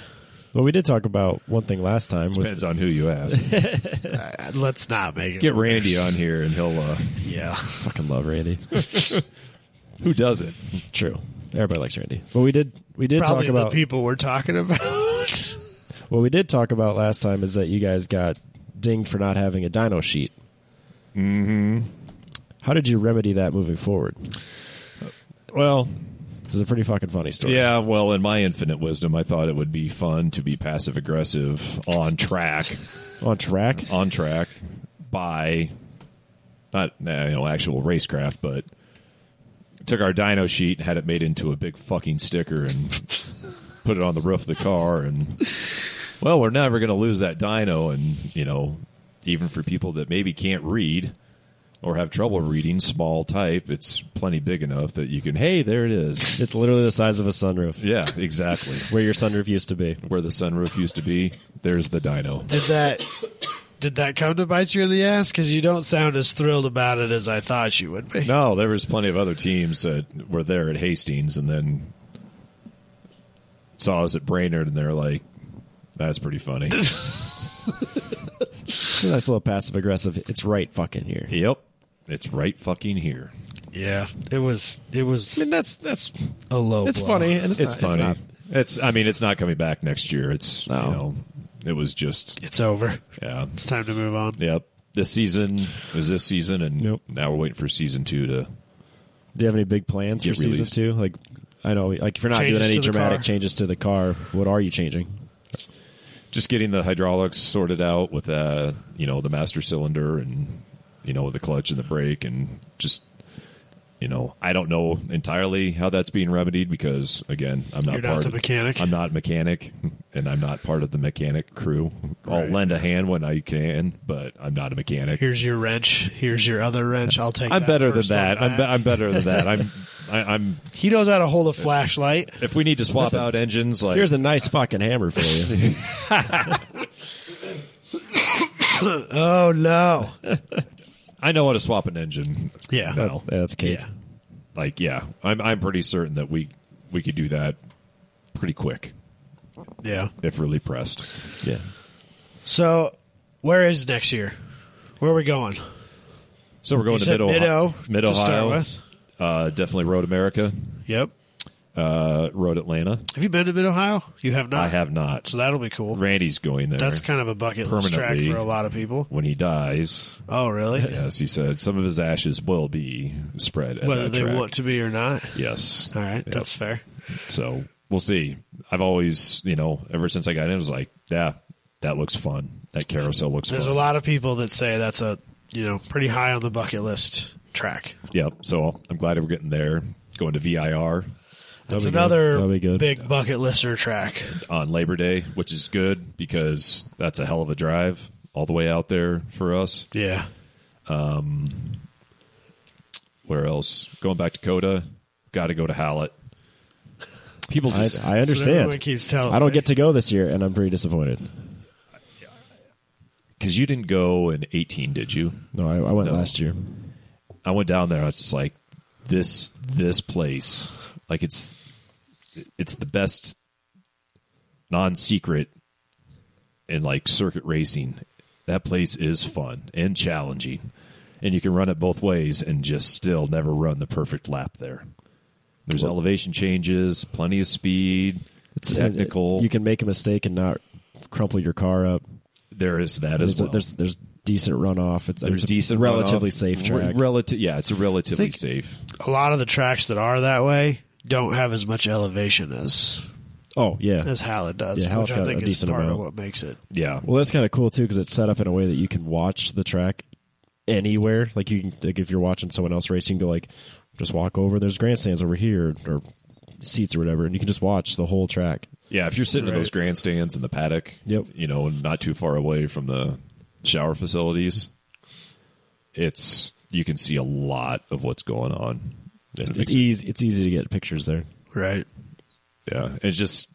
Speaker 1: well we did talk about one thing last time. With,
Speaker 3: Depends on who you ask.
Speaker 4: Uh, Let's not make it.
Speaker 3: Get
Speaker 4: worse.
Speaker 3: Randy on here and he'll. Uh,
Speaker 4: Yeah,
Speaker 1: fucking love Randy.
Speaker 3: who doesn't?
Speaker 1: True. Everybody likes Randy. But we did we did
Speaker 4: probably
Speaker 1: talk about
Speaker 4: the people we're talking about.
Speaker 1: what we did talk about last time is that you guys got dinged for not having a dino sheet. Mm-hmm.
Speaker 4: Mm-hmm.
Speaker 1: How did you remedy that moving forward?
Speaker 3: Well,
Speaker 1: This is a pretty fucking funny story.
Speaker 3: Yeah, well, in my infinite wisdom, I thought it would be fun to be passive aggressive on track,
Speaker 1: On track.
Speaker 3: on track by not you know actual racecraft, but took our dyno sheet and had it made into a big fucking sticker and put it on the roof of the car and well, we're never going to lose that dyno and, you know, even for people that maybe can't read or have trouble reading small type, it's plenty big enough that you can, hey, there it is.
Speaker 1: It's literally the size of a sunroof.
Speaker 3: Yeah, exactly.
Speaker 1: Where your sunroof used to be.
Speaker 3: where the sunroof used to be, there's the dyno.
Speaker 4: Did that did that come to bite you in the ass? Because you don't sound as thrilled about it as I thought you would be.
Speaker 3: No, there was plenty of other teams that were there at Hastings and then saw us at Brainerd and they're like, that's pretty funny.
Speaker 1: It's a nice little passive aggressive. It's right fucking here.
Speaker 3: yep. It's right fucking here.
Speaker 4: Yeah, it was it
Speaker 1: I
Speaker 4: was
Speaker 1: mean that's that's
Speaker 4: a low.
Speaker 1: it's
Speaker 4: blow.
Speaker 1: funny and it's,
Speaker 3: It's
Speaker 1: not-
Speaker 3: funny.
Speaker 1: not-
Speaker 3: It's, I mean, it's not coming back next year. It's
Speaker 1: No.
Speaker 3: you know it was just
Speaker 4: It's over.
Speaker 3: yeah.
Speaker 4: It's time to move on.
Speaker 3: Yep. This season is this season and
Speaker 1: Nope.
Speaker 3: now we're waiting for season two to
Speaker 1: Do you have any big plans
Speaker 3: Get
Speaker 1: for season
Speaker 3: released.
Speaker 1: two? Like, I know, like if you're not
Speaker 4: Changes
Speaker 1: doing any
Speaker 4: to the
Speaker 1: dramatic
Speaker 4: car.
Speaker 1: changes to the car, what are you changing?
Speaker 3: just getting the hydraulics sorted out with uh you know the master cylinder and you know the clutch and the brake and just you know I don't know entirely how that's being remedied because again I'm not
Speaker 4: You're not
Speaker 3: part
Speaker 4: the
Speaker 3: of
Speaker 4: mechanic.
Speaker 3: I'm not a mechanic and I'm not part of the mechanic crew. I'll
Speaker 4: Right.
Speaker 3: lend a hand when I can, but I'm not a mechanic.
Speaker 4: Here's your wrench. Here's your other wrench. I'll take.
Speaker 3: I'm
Speaker 4: that
Speaker 3: better than
Speaker 4: first
Speaker 3: that.
Speaker 4: one
Speaker 3: I'm, be-
Speaker 4: back.
Speaker 3: I'm better than that. I'm I, I'm
Speaker 4: He knows how to hold a flashlight.
Speaker 3: if we need to swap
Speaker 1: Listen,
Speaker 3: out engines like
Speaker 1: Here's a nice fucking hammer for you.
Speaker 4: Oh no!
Speaker 3: I know how to swap an engine.
Speaker 4: Yeah.
Speaker 3: now.
Speaker 1: that's, that's cake.
Speaker 4: Yeah.
Speaker 3: like yeah i'm i'm pretty certain that we we could do that pretty quick
Speaker 4: Yeah.
Speaker 3: if really pressed
Speaker 1: Yeah.
Speaker 4: So, where is next year? Where are we going?
Speaker 3: so we're going
Speaker 4: You
Speaker 3: to
Speaker 4: said
Speaker 3: mid ohio
Speaker 4: Mid-O
Speaker 3: mid
Speaker 4: to start
Speaker 3: ohio
Speaker 4: with.
Speaker 3: uh definitely road america
Speaker 4: Yep.
Speaker 3: uh road atlanta
Speaker 4: Have you been to Mid Ohio? You have not.
Speaker 3: i have not
Speaker 4: Ah. So that'll be cool.
Speaker 3: randy's going there
Speaker 4: That's kind of a bucket list track
Speaker 3: Permanently.
Speaker 4: for a lot of people.
Speaker 3: when he dies
Speaker 4: Oh, really?
Speaker 3: yes he said some of his ashes will be spread at
Speaker 4: Whether
Speaker 3: that
Speaker 4: they
Speaker 3: track.
Speaker 4: want to be or not.
Speaker 3: yes
Speaker 4: All right,
Speaker 3: Yep.
Speaker 4: that's fair.
Speaker 3: so we'll see i've always you know ever since i got in it was like yeah that looks fun that carousel looks
Speaker 4: There's
Speaker 3: fun
Speaker 4: a lot of people that say that's a you know, pretty high on the bucket list track.
Speaker 3: Yep. So I'm glad we're getting there. Going to VIR
Speaker 4: That's
Speaker 1: be good.
Speaker 4: another
Speaker 1: That'll be good.
Speaker 4: big bucket lister track.
Speaker 3: on Labor Day, which is good because that's a hell of a drive all the way out there for us.
Speaker 4: Yeah.
Speaker 3: Where else? Going back to Coda, got to go to Hallett. People
Speaker 1: I,
Speaker 3: just
Speaker 1: I
Speaker 4: That's what everyone
Speaker 1: understand.
Speaker 4: keeps telling
Speaker 1: I don't
Speaker 4: me.
Speaker 1: get to go this year, and I'm pretty disappointed.
Speaker 3: because you didn't go in 18, did you?
Speaker 1: No, I, I went
Speaker 3: No.
Speaker 1: last year.
Speaker 3: I went down there. I was just like, this this place, like it's it's the best non secret and like circuit racing. That place is fun and challenging, and you can run it both ways and just still never run the perfect lap there. There's elevation changes, plenty of speed. It's technical.
Speaker 1: uh, You can make a mistake and not crumple your car up.
Speaker 3: there is that
Speaker 1: There's
Speaker 3: as well.
Speaker 1: there's, there's decent runoff. It's
Speaker 3: There's
Speaker 1: it's a
Speaker 3: decent,
Speaker 1: relatively
Speaker 3: runoff.
Speaker 1: safe track.
Speaker 3: Relative, yeah, it's a relatively
Speaker 4: Think-
Speaker 3: safe.
Speaker 4: a lot of the tracks that are that way don't have as much elevation as
Speaker 1: oh yeah.
Speaker 4: as Hallett does,
Speaker 1: Yeah, Hallett's
Speaker 4: which I
Speaker 1: got
Speaker 4: think
Speaker 1: a
Speaker 4: is
Speaker 1: decent
Speaker 4: part of
Speaker 1: amount.
Speaker 4: what makes it.
Speaker 3: Yeah,
Speaker 1: well, that's kind of cool too because it's set up in a way that you can watch the track anywhere. Like you can, like if you're watching someone else race, you can go like, just walk over. There's grandstands over here or seats or whatever, and you can just watch the whole track.
Speaker 3: Yeah, if you're sitting in those grandstands in the paddock,
Speaker 1: Yep.
Speaker 3: you know, not too far away from the shower facilities, it's you can see a lot of what's going on. And
Speaker 1: It's,
Speaker 3: it
Speaker 1: e-
Speaker 3: makes-
Speaker 1: easy. It's easy to get pictures there.
Speaker 4: Right.
Speaker 3: yeah, it's just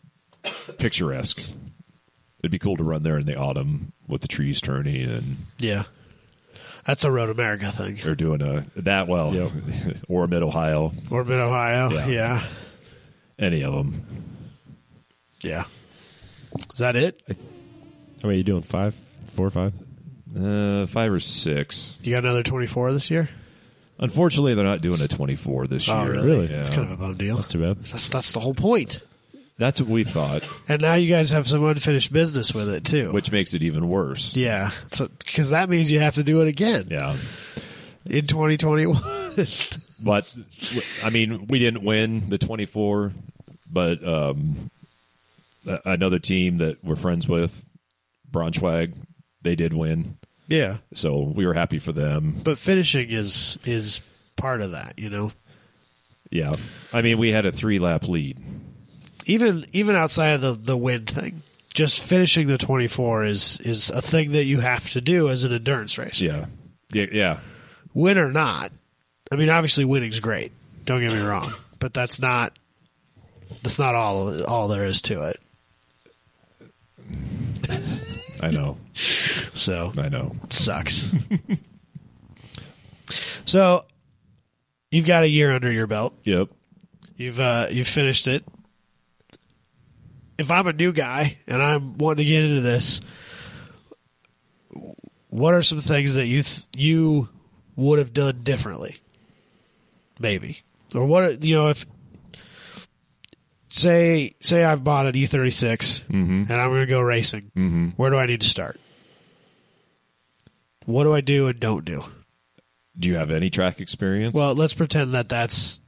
Speaker 3: picturesque. It'd be cool to run there in the autumn with the trees turning and
Speaker 4: Yeah. That's a Road America thing.
Speaker 3: they're doing a that well
Speaker 1: Yep.
Speaker 3: or mid Ohio,
Speaker 4: Or Mid Ohio.
Speaker 3: Yeah.
Speaker 4: Yeah. yeah.
Speaker 3: any of them.
Speaker 4: Is that it?
Speaker 1: How many are you doing? Five, four, or five?
Speaker 3: Uh, five or six.
Speaker 4: You got another 24 this year?
Speaker 3: Unfortunately, they're not doing a 24 this
Speaker 4: Oh,
Speaker 3: year.
Speaker 4: really?
Speaker 1: Really?
Speaker 4: That's
Speaker 3: Yeah.
Speaker 4: kind of a bum deal.
Speaker 1: That's too bad.
Speaker 4: That's, that's the whole point.
Speaker 3: That's what we thought,
Speaker 4: And now you guys have some unfinished business with it, too.
Speaker 3: which makes it even worse.
Speaker 4: yeah. Because that means you have to do it again
Speaker 3: yeah.
Speaker 4: in 2021.
Speaker 3: but I mean, we didn't win the 24, but um, a- another team that we're friends with, Braunschweig, they did win.
Speaker 4: yeah.
Speaker 3: So we were happy for them.
Speaker 4: But finishing is is part of that, you know?
Speaker 3: Yeah. I mean, we had a three lap lead.
Speaker 4: even even outside of the the wind thing, just finishing the twenty four is is a thing that you have to do as an endurance race,
Speaker 3: Yeah. Yeah. Yeah.
Speaker 4: win or not. I mean, obviously, winning's great. Don't get me wrong, but that's not that's not all all there is to it.
Speaker 3: I know.
Speaker 4: So
Speaker 3: I know.
Speaker 4: it sucks. so you've got a year under your belt.
Speaker 3: Yep.
Speaker 4: You've uh, you've finished it. If I'm a new guy and I'm wanting to get into this, what are some things that you th- you would have done differently? Maybe, or what are- you know if say say I've bought an E36 and I'm going to go racing. Mm-hmm. Where do I need to start? What do I do and don't do?
Speaker 3: Do you have any track experience?
Speaker 4: Well, let's pretend that that's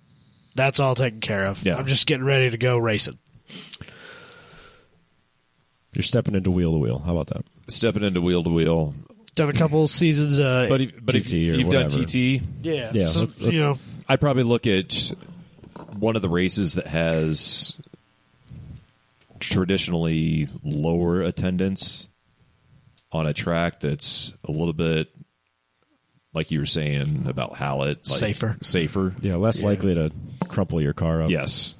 Speaker 4: that's all taken care of.
Speaker 3: Yeah.
Speaker 4: I'm just getting ready to go racing.
Speaker 1: You're stepping into wheel to wheel. How about that?
Speaker 3: stepping into wheel to wheel.
Speaker 4: Done a couple seasons. Uh,
Speaker 3: But, if- but if
Speaker 1: TT or
Speaker 3: you've
Speaker 1: whatever.
Speaker 3: done TT,
Speaker 4: yeah,
Speaker 1: Yeah,
Speaker 4: so,
Speaker 1: let's- let's-
Speaker 4: you know,
Speaker 3: I probably look at one of the races that has traditionally lower attendance on a track that's a little bit like you were saying about Hallett, like,
Speaker 4: Safer.
Speaker 3: safer.
Speaker 1: Yeah, less likely to crumple your car up.
Speaker 3: Yes,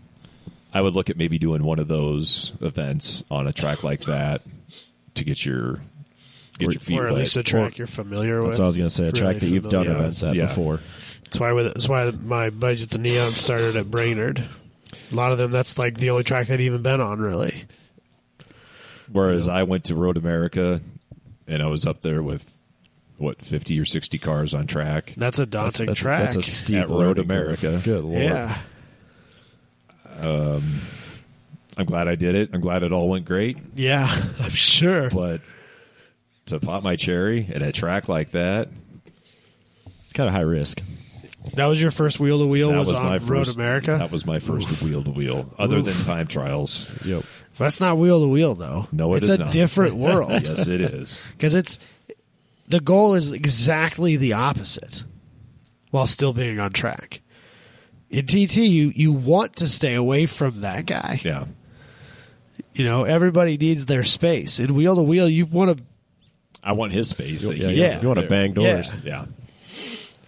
Speaker 3: I would look at maybe doing one of those events on a track like that to get your get
Speaker 1: Or-
Speaker 3: your feet
Speaker 4: or at
Speaker 3: wet.
Speaker 4: least a track you're familiar with.
Speaker 1: That's what I was gonna say. A track
Speaker 4: Really
Speaker 1: that you've done
Speaker 4: familiar.
Speaker 3: Yeah,
Speaker 1: events at
Speaker 3: yeah.
Speaker 1: before.
Speaker 4: That's why with, that's why my buddies at the Neon started at Brainerd. A lot of them. That's like the only track they'd even been on, really.
Speaker 3: Whereas I went to Road America and I was up there with what fifty or sixty cars on track.
Speaker 4: That's a daunting
Speaker 1: That's,
Speaker 4: track.
Speaker 1: that's a steep
Speaker 3: At Road
Speaker 1: learning
Speaker 3: America.
Speaker 1: curve. Good lord.
Speaker 4: yeah,
Speaker 3: I'm glad I did it. I'm glad it all went great.
Speaker 4: yeah, I'm sure.
Speaker 3: But to pop my cherry at a track like that,
Speaker 1: It's kind of high risk.
Speaker 4: That was your first wheel to wheel
Speaker 3: that
Speaker 4: was,
Speaker 3: was,
Speaker 4: on
Speaker 3: my
Speaker 4: Road
Speaker 3: first
Speaker 4: America.
Speaker 3: That was my first wheel to wheel, other than time trials.
Speaker 1: Yep.
Speaker 4: that's not wheel to wheel though.
Speaker 3: No, it
Speaker 4: it's
Speaker 3: is
Speaker 4: a
Speaker 3: not.
Speaker 4: different world.
Speaker 3: yes, it is.
Speaker 4: because it's The goal is exactly the opposite while still being on track. In TT, you, you want to stay away from that guy.
Speaker 3: Yeah.
Speaker 4: You know, everybody needs their space. In wheel to wheel, you want to.
Speaker 3: I want his space. That
Speaker 1: Yeah,
Speaker 3: he
Speaker 1: you
Speaker 4: yeah.
Speaker 1: wanna- you want to bang doors.
Speaker 4: Yeah.
Speaker 3: Yeah.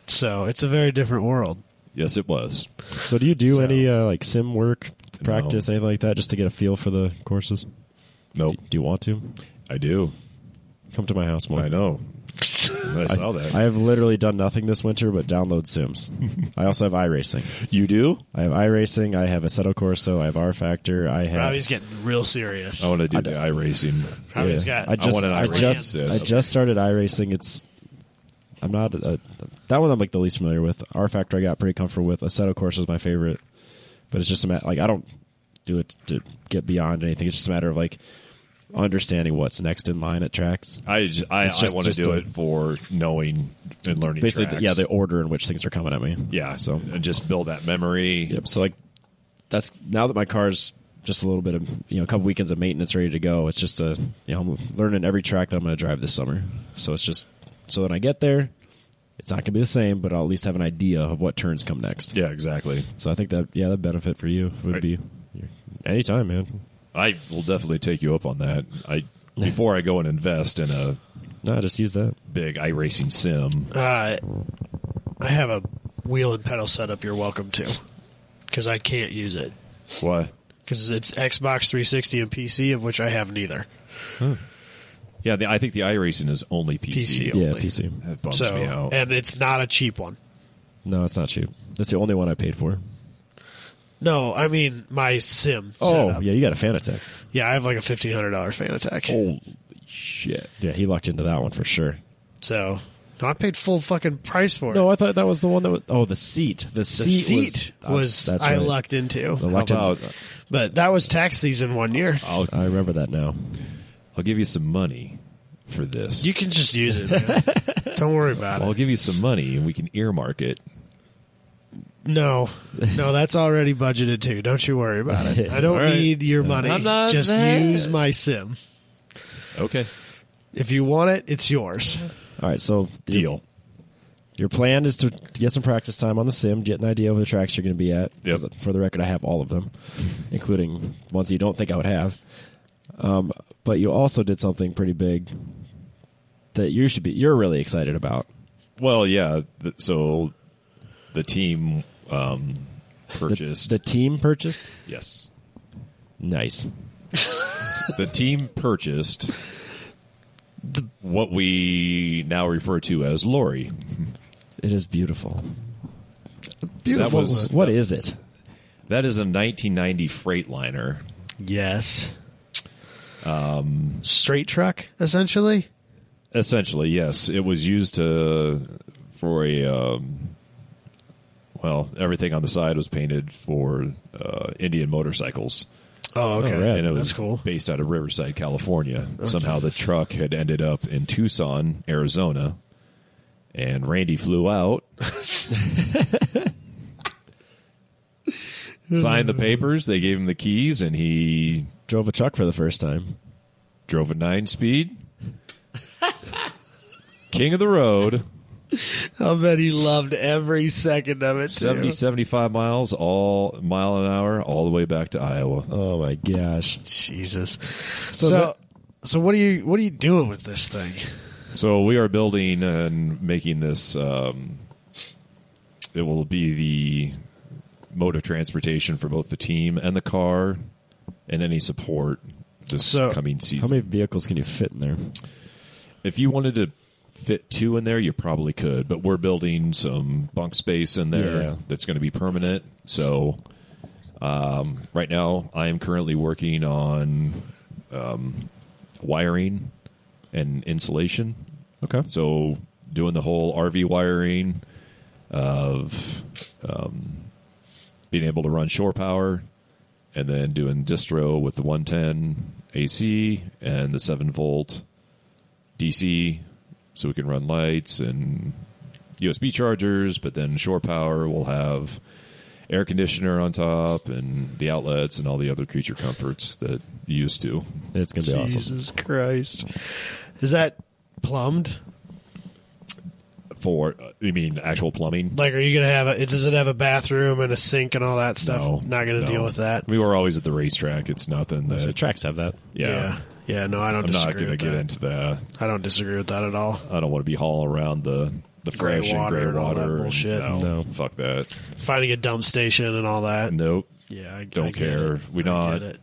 Speaker 4: So it's a very different world.
Speaker 3: Yes, it was.
Speaker 1: So, do you do any uh, like sim work, practice, anything like that, just to get a feel for the courses?
Speaker 3: Nope.
Speaker 1: Do you want to
Speaker 3: I do.
Speaker 1: come to my house more?
Speaker 3: I know. I saw that.
Speaker 1: I have literally done nothing this winter but download Sims. I also have iRacing.
Speaker 3: you do?
Speaker 1: I have iRacing. I have Assetto Corso. I have R Factor. I have.
Speaker 4: Robbie's getting real serious.
Speaker 3: I want to do the iRacing.
Speaker 4: Robbie's
Speaker 1: Oh, Yeah.
Speaker 4: got.
Speaker 1: I just,
Speaker 3: want an
Speaker 1: I,
Speaker 3: iRacing
Speaker 1: just, I
Speaker 3: assist.
Speaker 1: just started iRacing. It's. I'm not uh, that one. I'm like the least familiar with. R Factor. I got pretty comfortable with. Assetto Corso is my favorite, but it's just a matter like I don't do it to get beyond anything. It's just a matter of like understanding what's next in line at tracks.
Speaker 3: I just, I,
Speaker 1: It's just-
Speaker 3: I want to
Speaker 1: just
Speaker 3: do
Speaker 1: a-
Speaker 3: it for knowing and learning.
Speaker 1: Basically, the,
Speaker 3: tracks.
Speaker 1: yeah, the order in which things are coming at me.
Speaker 3: yeah. So
Speaker 1: so
Speaker 3: and just build that memory.
Speaker 1: Yep. So like that's now that my car's just a little bit of you know a couple weekends of maintenance ready to go. It's just a you know I'm learning every track that I'm going to drive this summer. So it's just so when I get there, it's not going to be the same, but I'll at least have an idea of what turns come next.
Speaker 3: Yeah, exactly.
Speaker 1: So I think that yeah, that benefit for you would
Speaker 3: Right.
Speaker 1: be anytime, man.
Speaker 3: I will definitely take you up on that. I before I go and invest in a
Speaker 1: No, just use that.
Speaker 3: big iRacing sim.
Speaker 4: Uh, I have a wheel and pedal setup you're welcome to because I can't use it
Speaker 3: What?
Speaker 4: because it's Xbox 360 and PC, of which I have neither.
Speaker 3: Yeah, the, I think the iRacing is only PC.
Speaker 4: PC.
Speaker 1: Yeah,
Speaker 4: Only.
Speaker 1: PC.
Speaker 3: That bums me
Speaker 4: So,
Speaker 3: out.
Speaker 4: and it's not a cheap one.
Speaker 1: No, it's not cheap. That's the only one I paid for.
Speaker 4: No, I mean my sim.
Speaker 1: Oh,
Speaker 4: setup.
Speaker 1: yeah, you got a fan attack.
Speaker 4: yeah. I have like a fifteen hundred dollar fan attack.
Speaker 3: Holy shit!
Speaker 1: Yeah, he locked into that one for sure.
Speaker 4: So, no, I paid full fucking price for it.
Speaker 1: No, I thought that was the one that was. Oh, the seat. The,
Speaker 4: the
Speaker 1: seat,
Speaker 4: seat
Speaker 1: was.
Speaker 4: was,
Speaker 1: that's
Speaker 4: I
Speaker 1: right.
Speaker 4: lucked
Speaker 1: The
Speaker 4: into,
Speaker 3: How
Speaker 1: locked in-
Speaker 3: about uh,
Speaker 4: but that was tax season one year.
Speaker 3: I'll
Speaker 1: I remember that now.
Speaker 3: I'll give you some money for this.
Speaker 4: You can just use it. man. Don't worry about
Speaker 3: I'll
Speaker 4: it.
Speaker 3: give you some money and we can earmark it.
Speaker 4: No, no, that's already budgeted too. Don't you worry about it. I don't
Speaker 3: All right.
Speaker 4: need your money.
Speaker 3: I'm not
Speaker 4: Just
Speaker 3: that-
Speaker 4: use my sim.
Speaker 3: Okay.
Speaker 4: If you want it, it's yours.
Speaker 1: All right, so your-
Speaker 3: Deal.
Speaker 1: Your plan is to get some practice time on the sim, get an idea of the tracks you're going to be at.
Speaker 3: Yep.
Speaker 1: 'Cause For the record, I have all of them, including ones you don't think I would have. Um, but you also did something pretty big that you should be. You're really excited about.
Speaker 3: Well, yeah. th so the team um, purchased.
Speaker 1: The team purchased.
Speaker 3: yes.
Speaker 1: Nice.
Speaker 3: The team purchased what we now refer to as Lori.
Speaker 1: It is beautiful.
Speaker 3: That
Speaker 4: Beautiful.
Speaker 3: was
Speaker 1: What is it?
Speaker 3: that is a 1990 Freightliner.
Speaker 4: yes. Um, Straight truck, essentially.
Speaker 3: Essentially, yes, it was used to for a. Um, well, everything on the side was painted for uh, Indian motorcycles.
Speaker 4: Oh, okay.
Speaker 1: rad.
Speaker 3: and it was
Speaker 4: That's cool.
Speaker 3: based out of Riverside, California. Somehow the truck had ended up in Tucson, Arizona, and Randy flew out, signed the papers. They gave him the keys, and he
Speaker 1: Drove a truck for the first time.
Speaker 3: drove a nine speed, king of the road,
Speaker 4: I bet he loved every second of it. too.
Speaker 3: 70, 75 miles, all mile an hour, all the way back to Iowa.
Speaker 1: Oh my gosh!
Speaker 4: Jesus. So,
Speaker 1: So
Speaker 4: so, what are you what are you doing with this thing?
Speaker 3: So we are building and making this. Um, it will be the mode of transportation for both the team and the car, and any support this
Speaker 4: So-
Speaker 3: coming
Speaker 1: How
Speaker 3: season.
Speaker 1: many vehicles can you fit in there?
Speaker 3: if you wanted to fit two in there, you probably could, but we're building some bunk space in there
Speaker 1: Yeah.
Speaker 3: that's going to be permanent. So um, right now, I am currently working on um, wiring and insulation.
Speaker 1: Okay.
Speaker 3: So doing the whole RV wiring of um, being able to run shore power, and then doing distro with the 110 AC and the 7 volt DC, so we can run lights and USB chargers. But then shore power will have air conditioner on top and the outlets and all the other creature comforts that you used to.
Speaker 1: It's gonna be awesome.
Speaker 4: Jesus Christ. Is that plumbed?
Speaker 3: for I mean actual plumbing.
Speaker 4: Like, are you gonna have a? it- Does it have a bathroom and a sink and all that stuff?
Speaker 3: No,
Speaker 4: Not gonna
Speaker 3: no.
Speaker 4: deal with that.
Speaker 3: We were always at the racetrack. It's nothing that
Speaker 1: So tracks have that.
Speaker 3: yeah.
Speaker 4: yeah, Yeah, No, I don't
Speaker 3: I'm not
Speaker 4: disagree
Speaker 3: going to
Speaker 4: with
Speaker 3: get
Speaker 4: that.
Speaker 3: into that.
Speaker 4: I don't disagree with that at all.
Speaker 3: I don't want to be hauling around the the
Speaker 4: Gray
Speaker 3: fresh
Speaker 4: water
Speaker 3: and
Speaker 4: and
Speaker 3: gray
Speaker 4: all that
Speaker 3: water.
Speaker 4: bullshit.
Speaker 3: No,
Speaker 1: No.
Speaker 3: fuck that.
Speaker 4: Finding a dump station and all that.
Speaker 3: Nope.
Speaker 4: Yeah, I
Speaker 3: Don't
Speaker 4: I get
Speaker 3: care.
Speaker 4: it.
Speaker 3: We
Speaker 4: I
Speaker 3: not-
Speaker 4: get it.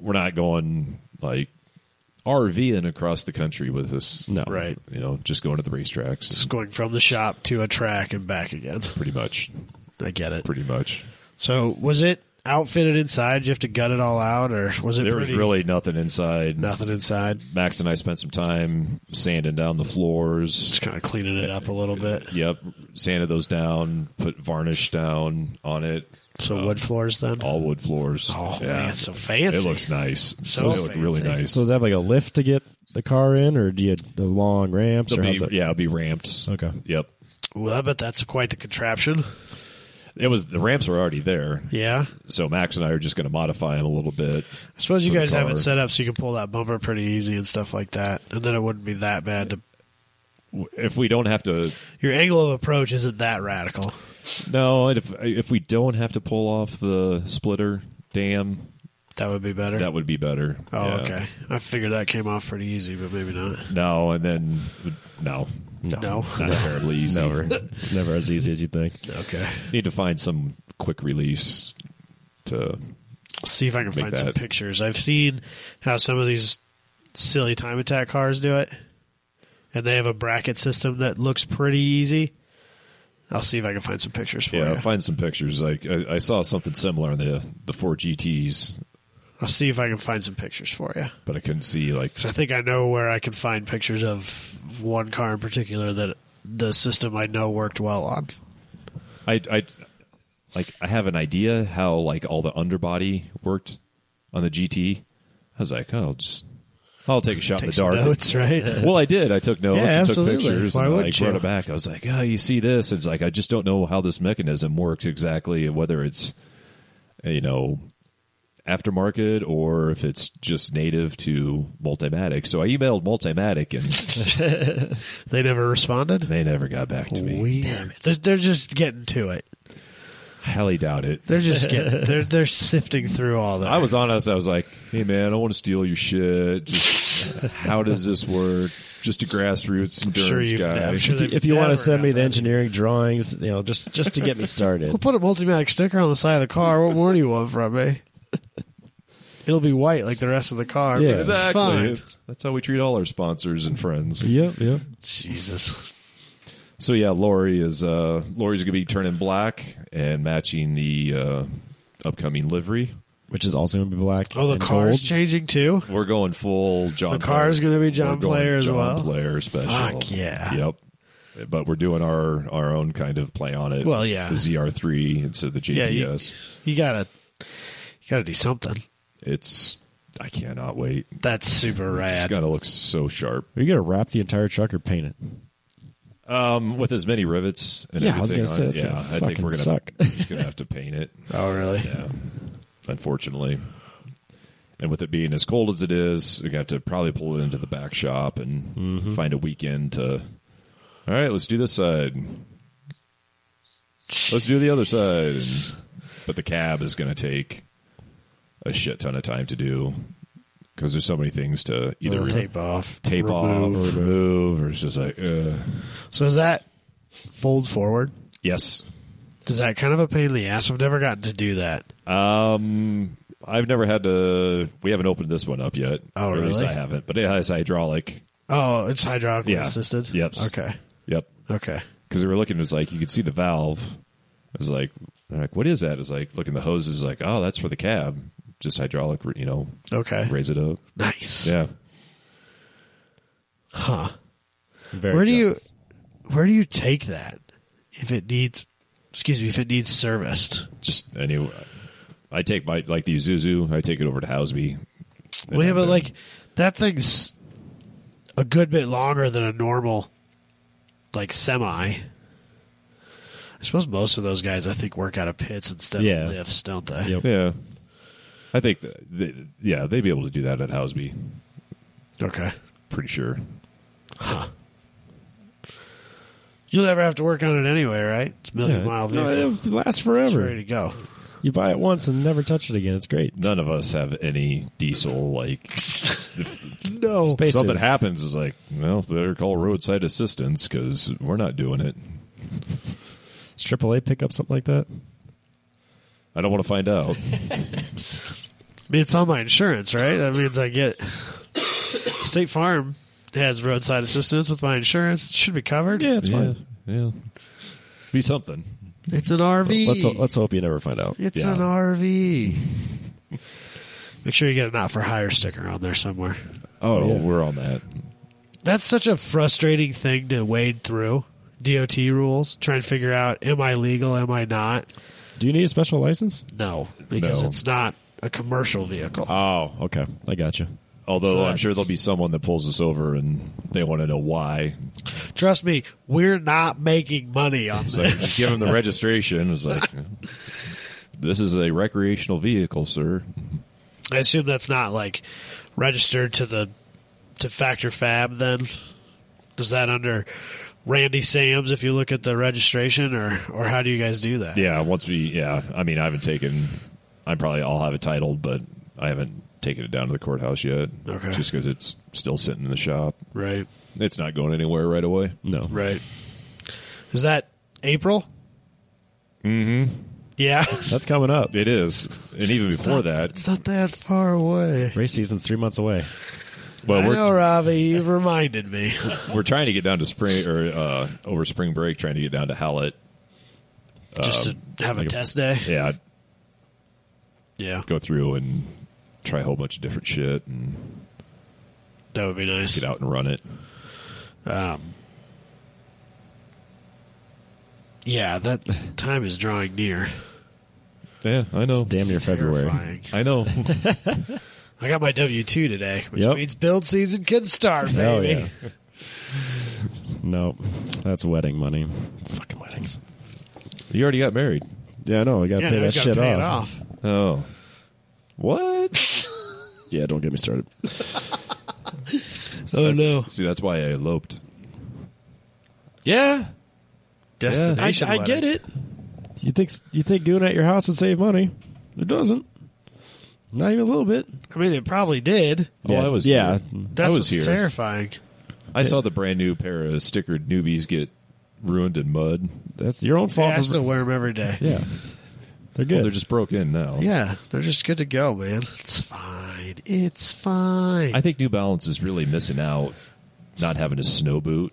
Speaker 3: We're not going like RVing across the country with us.
Speaker 1: No.
Speaker 4: Right.
Speaker 3: You know, just going to the racetracks.
Speaker 4: It's going from the shop to a track and back again.
Speaker 3: pretty much.
Speaker 4: I get it.
Speaker 3: Pretty much.
Speaker 4: So was it outfitted inside? Did you have to gut it all out, or was it
Speaker 3: There was
Speaker 4: pretty,
Speaker 3: really nothing inside.
Speaker 4: nothing inside?
Speaker 3: Max and I spent some time sanding down the floors.
Speaker 4: Just kind of cleaning it up a little bit.
Speaker 3: Yep, sanded those down, put varnish down on it.
Speaker 4: So wood floors then.
Speaker 3: Uh, All wood floors.
Speaker 4: Oh
Speaker 3: Yeah.
Speaker 4: man, so
Speaker 3: it
Speaker 4: fancy.
Speaker 3: looks nice.
Speaker 4: So
Speaker 3: it looked really
Speaker 4: fancy.
Speaker 3: nice.
Speaker 1: So does that have like a lift to get the car in, or do you have long ramps, or
Speaker 3: It'll
Speaker 1: how's
Speaker 3: be-
Speaker 1: that?
Speaker 3: yeah, it'll be ramped.
Speaker 1: Okay.
Speaker 3: Yep.
Speaker 4: well, I bet that's quite the contraption.
Speaker 3: It was the ramps were already there,
Speaker 4: Yeah,
Speaker 3: so Max and I are just going to modify them a little bit.
Speaker 4: I suppose you
Speaker 3: For the
Speaker 4: guys have
Speaker 3: car.
Speaker 4: it set up so you can pull that bumper pretty easy and stuff like that, and then it wouldn't be that bad. To,
Speaker 3: If we don't have to,
Speaker 4: your angle of approach isn't that radical.
Speaker 3: no, and if if we don't have to pull off the splitter dam,
Speaker 4: That would be better.
Speaker 3: that would be better.
Speaker 4: oh,
Speaker 3: Yeah.
Speaker 4: okay. I figured that came off pretty easy, but maybe not.
Speaker 3: No, and then no,
Speaker 1: No.
Speaker 4: No.
Speaker 3: not terribly easy.
Speaker 1: Never. it's never as easy as you think.
Speaker 4: Okay.
Speaker 3: Need to find some quick release to
Speaker 4: see if I can
Speaker 3: Make
Speaker 4: find some
Speaker 3: that.
Speaker 4: pictures. I've seen how some of these silly time attack cars do it, and they have a bracket system that looks pretty easy. I'll see if I can find some pictures for
Speaker 3: yeah,
Speaker 4: you.
Speaker 3: find some pictures. Like I, I saw something similar in the the four GTS,
Speaker 4: I'll see if I can find some pictures for you.
Speaker 3: but I couldn't see like
Speaker 4: 'Cause I think I know where I can find pictures of one car in particular that the system I know worked well on.
Speaker 3: I I like I have an idea how like all the underbody worked on the GT. I was like, oh, just I'll take a shot
Speaker 4: Take
Speaker 3: in the
Speaker 4: some
Speaker 3: dark.
Speaker 4: notes, right?
Speaker 3: Well, I did. I took notes
Speaker 4: Yeah,
Speaker 3: and
Speaker 4: absolutely.
Speaker 3: took pictures
Speaker 4: Why
Speaker 3: and
Speaker 4: wouldn't
Speaker 3: like
Speaker 4: you?
Speaker 3: brought it back. I was like, oh, you see this? It's like I just don't know how this mechanism works exactly, whether it's you know aftermarket or if it's just native to Multimatic. So I emailed Multimatic and
Speaker 4: they never responded.
Speaker 3: they never got back to me.
Speaker 4: Damn it! They're, they're just getting to it.
Speaker 3: Highly doubt it.
Speaker 4: They're just getting. they're they're sifting through all that.
Speaker 3: I was honest. I was like, "Hey, man, I don't want to steal your shit. Just, how does this work? Just a grassroots
Speaker 4: I'm sure
Speaker 3: endurance
Speaker 4: you've
Speaker 3: guy."
Speaker 4: I'm sure they've
Speaker 1: If you want
Speaker 4: never
Speaker 1: to send me
Speaker 4: got
Speaker 1: the
Speaker 4: that.
Speaker 1: engineering drawings, you know, just just to get me started.
Speaker 4: We'll put a multimatic sticker on the side of the car. What more do you want from me? It'll be white like the rest of the car.
Speaker 1: Yeah.
Speaker 4: Yeah,
Speaker 3: exactly.
Speaker 4: It's fine.
Speaker 3: It's- that's how we treat all our sponsors and friends.
Speaker 1: yep, yep.
Speaker 4: Jesus.
Speaker 3: So yeah, Lori is uh, Lori's going to be turning black and matching the uh, upcoming livery.
Speaker 1: Which is also going to be black.
Speaker 4: Oh, the
Speaker 1: and
Speaker 4: car's
Speaker 1: gold.
Speaker 4: changing too?
Speaker 3: We're going full John.
Speaker 4: The car's
Speaker 3: Player.
Speaker 4: gonna be
Speaker 3: We're
Speaker 4: John
Speaker 3: going
Speaker 4: Player as
Speaker 3: John
Speaker 4: well?
Speaker 3: Player special.
Speaker 4: Fuck yeah.
Speaker 3: Yep. But we're doing our our own kind of play on it.
Speaker 4: Well, yeah.
Speaker 3: The ZR3 instead of the JPS.
Speaker 4: Yeah, you- You gotta you gotta do something.
Speaker 3: It's I cannot wait.
Speaker 4: That's super
Speaker 3: It's
Speaker 4: rad.
Speaker 3: gonna look so sharp.
Speaker 1: Are you going to wrap the entire truck or paint it?
Speaker 3: Um, with as many rivets. And
Speaker 1: Yeah, I was
Speaker 3: everything
Speaker 1: gonna
Speaker 3: on
Speaker 1: say, that's
Speaker 3: it, yeah,
Speaker 1: gonna
Speaker 3: I think
Speaker 1: fucking
Speaker 3: we're gonna
Speaker 1: suck.
Speaker 3: we're just gonna have to paint it.
Speaker 4: oh really?
Speaker 3: Yeah, unfortunately. And with it being as cold as it is, we got to probably pull it into the back shop and
Speaker 4: Mm-hmm.
Speaker 3: find a weekend to. All right, let's do this side. Let's do the other side. But the cab is going to take a shit ton of time to do because there's so many things to either re-
Speaker 4: tape off.
Speaker 3: tape
Speaker 4: remove.
Speaker 3: off or remove, or it's just like, uh,
Speaker 4: So is that fold forward?
Speaker 3: yes.
Speaker 4: Is that kind of a pain in the ass? I've never gotten to do that.
Speaker 3: Um, I've never had to. We haven't opened this one up yet.
Speaker 4: Oh,
Speaker 3: Or At least
Speaker 4: really?
Speaker 3: I haven't. But it has hydraulic.
Speaker 4: Oh, it's hydraulically
Speaker 3: Yeah.
Speaker 4: assisted?
Speaker 3: Yep.
Speaker 4: Okay.
Speaker 3: Yep.
Speaker 4: Okay.
Speaker 3: Because they were looking. It was like you could see the valve. It was like, they're like what is that? It's like looking at the hose is like, oh, that's for the cab. Just hydraulic. You know,
Speaker 4: Okay.
Speaker 3: raise it up.
Speaker 4: Nice.
Speaker 3: Yeah.
Speaker 4: Huh.
Speaker 1: Very
Speaker 4: where do you
Speaker 1: jealous.
Speaker 4: where do you take that if it needs excuse me if it needs serviced
Speaker 3: Just anyway. I take my like the Zuzu. I take it over to Housby.
Speaker 4: well yeah but like that thing's a good bit longer than a normal like semi i suppose most of those guys i think work out of pits instead
Speaker 1: Yeah.
Speaker 4: of lifts don't they
Speaker 1: Yep.
Speaker 3: Yeah. I think. That, th yeah, they'd be able to do that at Housby.
Speaker 4: okay
Speaker 3: Pretty sure.
Speaker 4: You'll never have to work on it anyway, right? It's a million mile
Speaker 1: No,
Speaker 4: vehicle.
Speaker 1: it lasts
Speaker 4: it's ready
Speaker 1: forever.
Speaker 4: to go.
Speaker 1: You buy it once and never touch it again. It's great.
Speaker 3: None of us have any diesel. Like
Speaker 4: No.
Speaker 1: Space
Speaker 3: something
Speaker 1: is-
Speaker 3: happens, is like, well, better call roadside assistance because we're not doing it.
Speaker 1: Does AAA pick up something like that?
Speaker 3: I don't want to find out.
Speaker 4: I mean, it's on my insurance, right? That means I get it. State Farm has roadside assistance with my insurance. It should be covered.
Speaker 1: it's
Speaker 3: yeah, yeah. Be something.
Speaker 4: It's an RV.
Speaker 1: Let's let's hope you never find out.
Speaker 4: it's
Speaker 3: yeah.
Speaker 4: an RV. Make sure you get an out for hire sticker on there somewhere.
Speaker 3: Oh,
Speaker 1: yeah.
Speaker 3: we're on that.
Speaker 4: That's such a frustrating thing to wade through. DOT rules, try and figure out am I legal, am I not?
Speaker 1: Do you need a special license?
Speaker 4: No, because
Speaker 3: No.
Speaker 4: it's not a commercial vehicle.
Speaker 1: Oh, okay. I got you.
Speaker 3: Although
Speaker 4: So-
Speaker 3: I'm sure there'll be someone that pulls us over and they want to know why.
Speaker 4: Trust me, we're not making money on
Speaker 3: It's like,
Speaker 4: this.
Speaker 3: give them the registration. It's like, this is a recreational vehicle, sir.
Speaker 4: I assume that's not like registered to the to Factor Fab. Then does that under Randy Sam's? If you look at the registration, or or how do you guys do that?
Speaker 3: Yeah, once we, yeah, I mean, I haven't taken, I probably I'll have it titled, but I haven't taken it down to the courthouse yet.
Speaker 4: Okay.
Speaker 3: Just because it's still sitting in the shop.
Speaker 4: Right,
Speaker 3: It's not going anywhere right away.
Speaker 1: No.
Speaker 4: right. Is that April? Mm-hmm. Yeah,
Speaker 1: That's coming up.
Speaker 3: It is. And even before that,
Speaker 4: it's not that far away.
Speaker 1: Race season's three months away.
Speaker 3: well,
Speaker 4: I
Speaker 3: we're,
Speaker 4: know, Ravi. You've reminded me.
Speaker 3: we're trying to get down to spring or uh, over spring break, trying to get down to Hallett.
Speaker 4: Just to have a
Speaker 3: like a-
Speaker 4: test day.
Speaker 3: Yeah,
Speaker 4: Yeah,
Speaker 3: go through and try a whole bunch of different shit and
Speaker 4: that would be nice.
Speaker 3: get out and run it.
Speaker 4: Yeah, that time is drawing near.
Speaker 3: Yeah, I know.
Speaker 1: Damn near February.
Speaker 4: Terrifying.
Speaker 3: I know.
Speaker 4: I got my W two today, which
Speaker 1: Yep.
Speaker 4: means build season can start, baby.
Speaker 1: Oh, yeah. Nope. That's wedding money. Fucking weddings.
Speaker 3: you already got married.
Speaker 1: Yeah, I know. We got to
Speaker 4: Yeah,
Speaker 1: pay
Speaker 4: now
Speaker 1: that
Speaker 4: he's gotta
Speaker 1: shit
Speaker 4: pay it
Speaker 1: off.
Speaker 4: off.
Speaker 3: Oh. What?
Speaker 1: Yeah, don't get me started.
Speaker 4: Oh no!
Speaker 3: See, that's why I eloped.
Speaker 1: Yeah.
Speaker 4: Destination. wedding.
Speaker 1: it. You think you think doing it at your house would save money? It doesn't. Not even a little bit.
Speaker 4: I mean, it probably did.
Speaker 3: Oh,
Speaker 1: yeah.
Speaker 3: I was
Speaker 1: Yeah.
Speaker 3: here.
Speaker 4: That's
Speaker 3: I was
Speaker 4: what's
Speaker 3: here.
Speaker 4: terrifying.
Speaker 3: I saw the brand new pair of stickered newbies get ruined in mud.
Speaker 1: That's your own
Speaker 4: Yeah,
Speaker 1: fault.
Speaker 4: I
Speaker 1: for-
Speaker 4: still wear them every day.
Speaker 1: yeah. They're good.
Speaker 3: They're just broke in now.
Speaker 4: Yeah, they're just good to go, man. It's fine. It's fine.
Speaker 3: I
Speaker 4: I,
Speaker 3: think New Balance is really missing out not having a snow boot.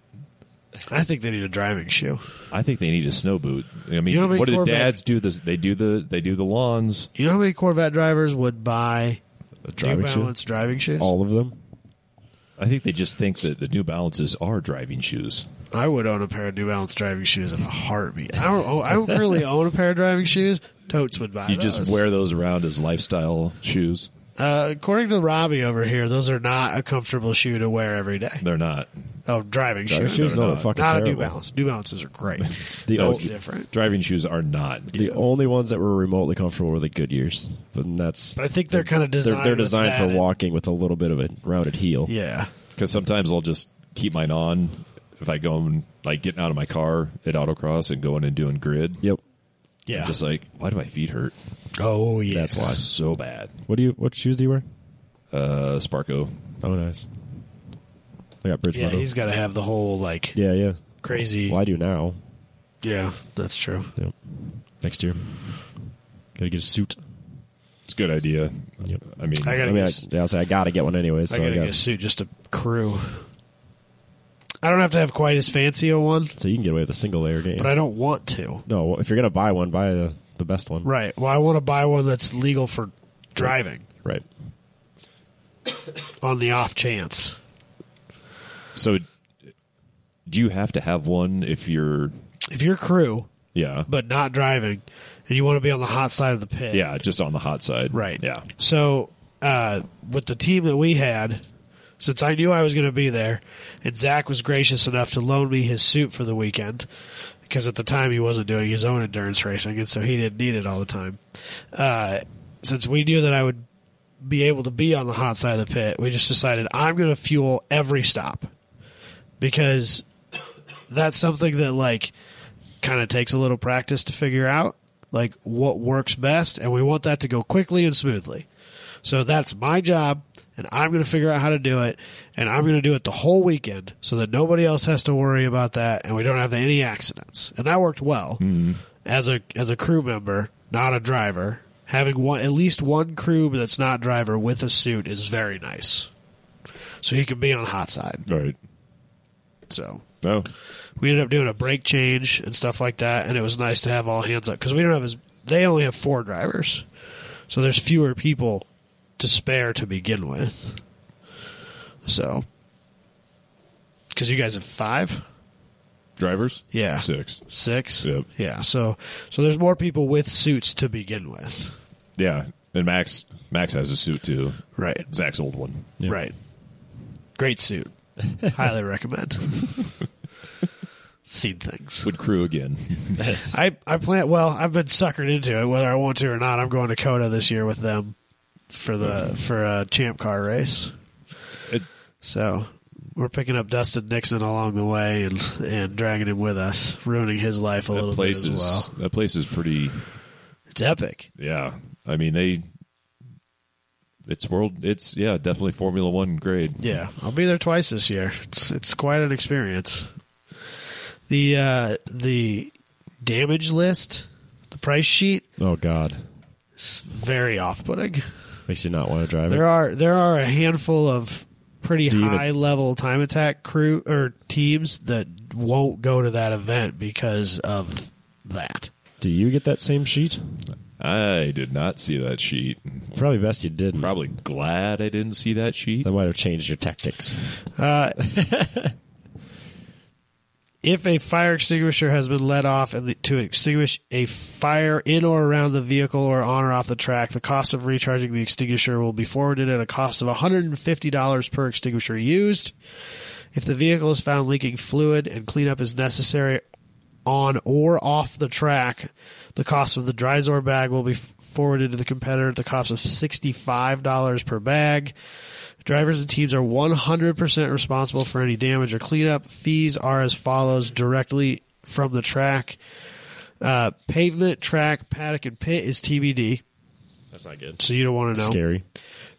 Speaker 4: think they need a driving shoe.
Speaker 3: I think they need a snow boot. I mean,
Speaker 4: You know how many
Speaker 3: what do the
Speaker 4: Corvette-
Speaker 3: dads do? This they do the they do the lawns.
Speaker 4: You know how many Corvette drivers would buy
Speaker 1: driving
Speaker 4: New
Speaker 1: shoe?
Speaker 4: Balance driving shoes?
Speaker 1: All of them.
Speaker 3: I think they just think that the New Balances are driving shoes.
Speaker 4: I would own a pair of New Balance driving shoes in a heartbeat. I don't. own- I don't really own a pair of driving shoes. Totes would buy.
Speaker 3: You
Speaker 4: those.
Speaker 3: just wear those around as lifestyle shoes.
Speaker 4: Uh, according to Robbie over here, those are not a comfortable shoe to wear every day.
Speaker 3: They're not.
Speaker 4: Oh, driving,
Speaker 1: Driving
Speaker 4: shoes.
Speaker 1: shoes,
Speaker 4: No,
Speaker 1: no,
Speaker 4: no,
Speaker 1: they're fucking
Speaker 4: not a New
Speaker 1: terrible.
Speaker 4: Balance. New Balances are great.
Speaker 1: The,
Speaker 3: No,
Speaker 1: o-
Speaker 4: That's different.
Speaker 3: Driving shoes are not.
Speaker 1: the only ones that were remotely comfortable were the Goodyears, but that's
Speaker 4: But I think they're kind of
Speaker 1: they're
Speaker 4: designed.
Speaker 1: they're
Speaker 4: with
Speaker 1: designed
Speaker 4: that.
Speaker 1: for walking with a little bit of a rounded heel.
Speaker 4: Yeah,
Speaker 3: Because sometimes I'll just keep mine on if I go and like getting out of my car at autocross and going and doing grid.
Speaker 1: Yep.
Speaker 4: yeah.
Speaker 3: Just like, why do my feet hurt?
Speaker 4: oh yeah.
Speaker 1: That's why.
Speaker 3: So bad.
Speaker 1: What do you? What shoes do you wear?
Speaker 3: Uh, Sparko.
Speaker 1: Oh, nice. I got Bridge
Speaker 4: Yeah,
Speaker 1: Meadow.
Speaker 4: he's got to have the whole like
Speaker 1: Yeah, yeah.
Speaker 4: crazy.
Speaker 1: Well, I do now.
Speaker 4: Yeah, that's true.
Speaker 1: Yep. Next year, gotta get a suit.
Speaker 3: It's a good idea.
Speaker 1: Yep.
Speaker 3: I mean,
Speaker 4: I
Speaker 1: I
Speaker 4: gotta
Speaker 1: mean, I,
Speaker 4: get. a-
Speaker 1: yeah, I'll say I gotta get one anyway.
Speaker 4: I
Speaker 1: So I,
Speaker 4: gotta
Speaker 1: got.
Speaker 4: get a suit just to crew. I don't have to have quite as fancy a one,
Speaker 1: So you can get away with a single layer game.
Speaker 4: but I don't want to.
Speaker 1: no, if you're gonna buy one, buy the, the best one.
Speaker 4: Right. Well, I want to buy one that's legal for driving
Speaker 1: Right.
Speaker 4: on the off chance.
Speaker 3: so do you have to have one if you're,
Speaker 4: If you're crew,
Speaker 3: yeah,
Speaker 4: but not driving, and you want to be on the hot side of the pit.
Speaker 3: yeah, just on the hot side,
Speaker 4: Right.
Speaker 3: Yeah,
Speaker 4: So uh, with the team that we had, since I knew I was going to be there, and Zach was gracious enough to loan me his suit for the weekend, because at the time he wasn't doing his own endurance racing, and so he didn't need it all the time. Uh, since we knew that I would be able to be on the hot side of the pit, we just decided I'm going to fuel every stop because that's something that like kind of takes a little practice to figure out like what works best and we want that to go quickly and smoothly so that's my job and i'm going to figure out how to do it and i'm going to do it the whole weekend so that nobody else has to worry about that and we don't have any accidents and that worked well as a as a crew member not a driver having one at least one crew that's not driver with a suit is very nice so he can be on hot side
Speaker 3: Right.
Speaker 4: so
Speaker 3: Oh.
Speaker 4: we ended up doing a brake change and stuff like that, and it was nice to have all hands up because we don't have as they only have four drivers, so there's fewer people to spare to begin with. So, because you guys have five,
Speaker 3: Drivers?
Speaker 4: Yeah.
Speaker 3: Six.
Speaker 4: six,
Speaker 3: Yep.
Speaker 4: yeah, so so there's more people with suits to begin with,
Speaker 3: Yeah. And Max Max has a suit too.
Speaker 4: right?
Speaker 3: Zach's old one.
Speaker 4: Right. Great suit, highly recommend. Seen things.
Speaker 3: Would crew again.
Speaker 4: I, I plan well, I've been suckered into it, whether I want to or not. I'm going to Coda this year with them for the for a champ car race.
Speaker 3: It-
Speaker 4: So we're picking up Dustin Nixon along the way and and dragging him with us, ruining his life
Speaker 3: that
Speaker 4: a little
Speaker 3: place
Speaker 4: bit as
Speaker 3: is
Speaker 4: well.
Speaker 3: that place is pretty
Speaker 4: It's epic.
Speaker 3: yeah. I mean they it's world it's yeah, definitely Formula One grade.
Speaker 4: Yeah, I'll be there twice this year. It's it's quite an experience. The uh, the damage list, the price sheet,
Speaker 1: Oh God,
Speaker 4: is very off putting.
Speaker 1: makes you not want to drive
Speaker 4: There
Speaker 1: it.
Speaker 4: are there are a handful of pretty
Speaker 1: you even-
Speaker 4: high level time attack crew or teams that won't go to that event because of that.
Speaker 1: Do you get that same sheet?
Speaker 3: I did not see that sheet.
Speaker 1: Probably best you did. not
Speaker 3: Probably glad I didn't see that sheet.
Speaker 1: That might have changed your tactics.
Speaker 4: Uh, if a fire extinguisher has been let off and the, to extinguish a fire in or around the vehicle or on or off the track, the cost of recharging the extinguisher will be forwarded at a cost of $150 per extinguisher used. If the vehicle is found leaking fluid and cleanup is necessary on or off the track, the cost of the Dryzor bag will be f- forwarded to the competitor at the cost of $65 per bag. Drivers and teams are 100% responsible for any damage or cleanup. Fees are as follows directly from the track. Uh, pavement, track, paddock, and pit is TBD,
Speaker 1: That's not good.
Speaker 4: so you don't want to know.
Speaker 1: Scary.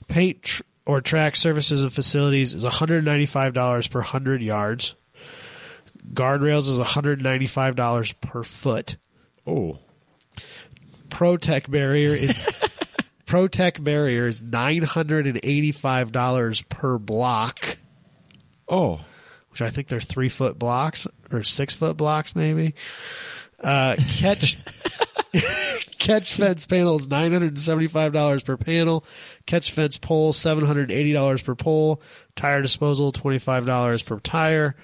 Speaker 4: Paint tr- or track services and facilities is $195 per 100 yards. Guardrails is $195 per foot.
Speaker 1: Oh,
Speaker 4: Protec barrier is Protec barrier is $985 per block.
Speaker 1: oh,
Speaker 4: which I think they're three foot blocks or six foot blocks, maybe. Uh, catch catch fence panels nine hundred and seventy five dollars per panel. Catch fence pole seven hundred eighty dollars per pole. Tire disposal twenty five dollars per tire.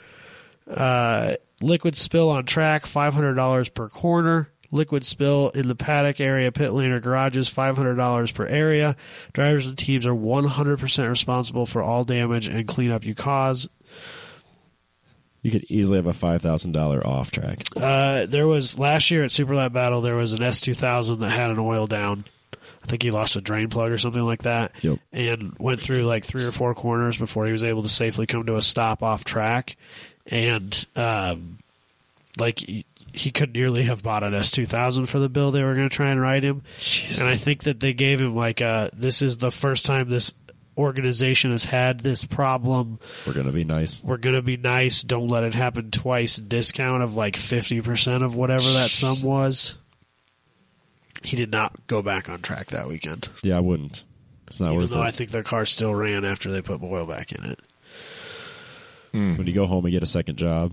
Speaker 4: Uh, liquid spill on track five hundred dollars per corner. Liquid spill in the paddock area, pit lane, or garages, $500 per area. Drivers and teams are 100% responsible for all damage and cleanup you cause.
Speaker 1: you could easily have a five thousand dollar off track.
Speaker 4: Uh, there was last year at Super Lab Battle, there was an S2000 that had an oil down. I think he lost a drain plug or something like that,
Speaker 1: Yep.
Speaker 4: and went through like three or four corners before he was able to safely come to a stop off track. And um, like he, he could nearly have bought an S2000 for the bill they were going to try and ride him. And I think that they gave him like, uh, this is the first time this organization has had this problem
Speaker 1: We're gonna be nice.
Speaker 4: we're gonna be nice. Don't let it happen twice. Discount of like fifty percent of whatever that sum was. He did not go back on track that weekend,
Speaker 1: Yeah, I wouldn't. It's not
Speaker 4: even
Speaker 1: worth it.
Speaker 4: though I think their car still ran after they put oil back in it.
Speaker 1: When you go home and get a second job,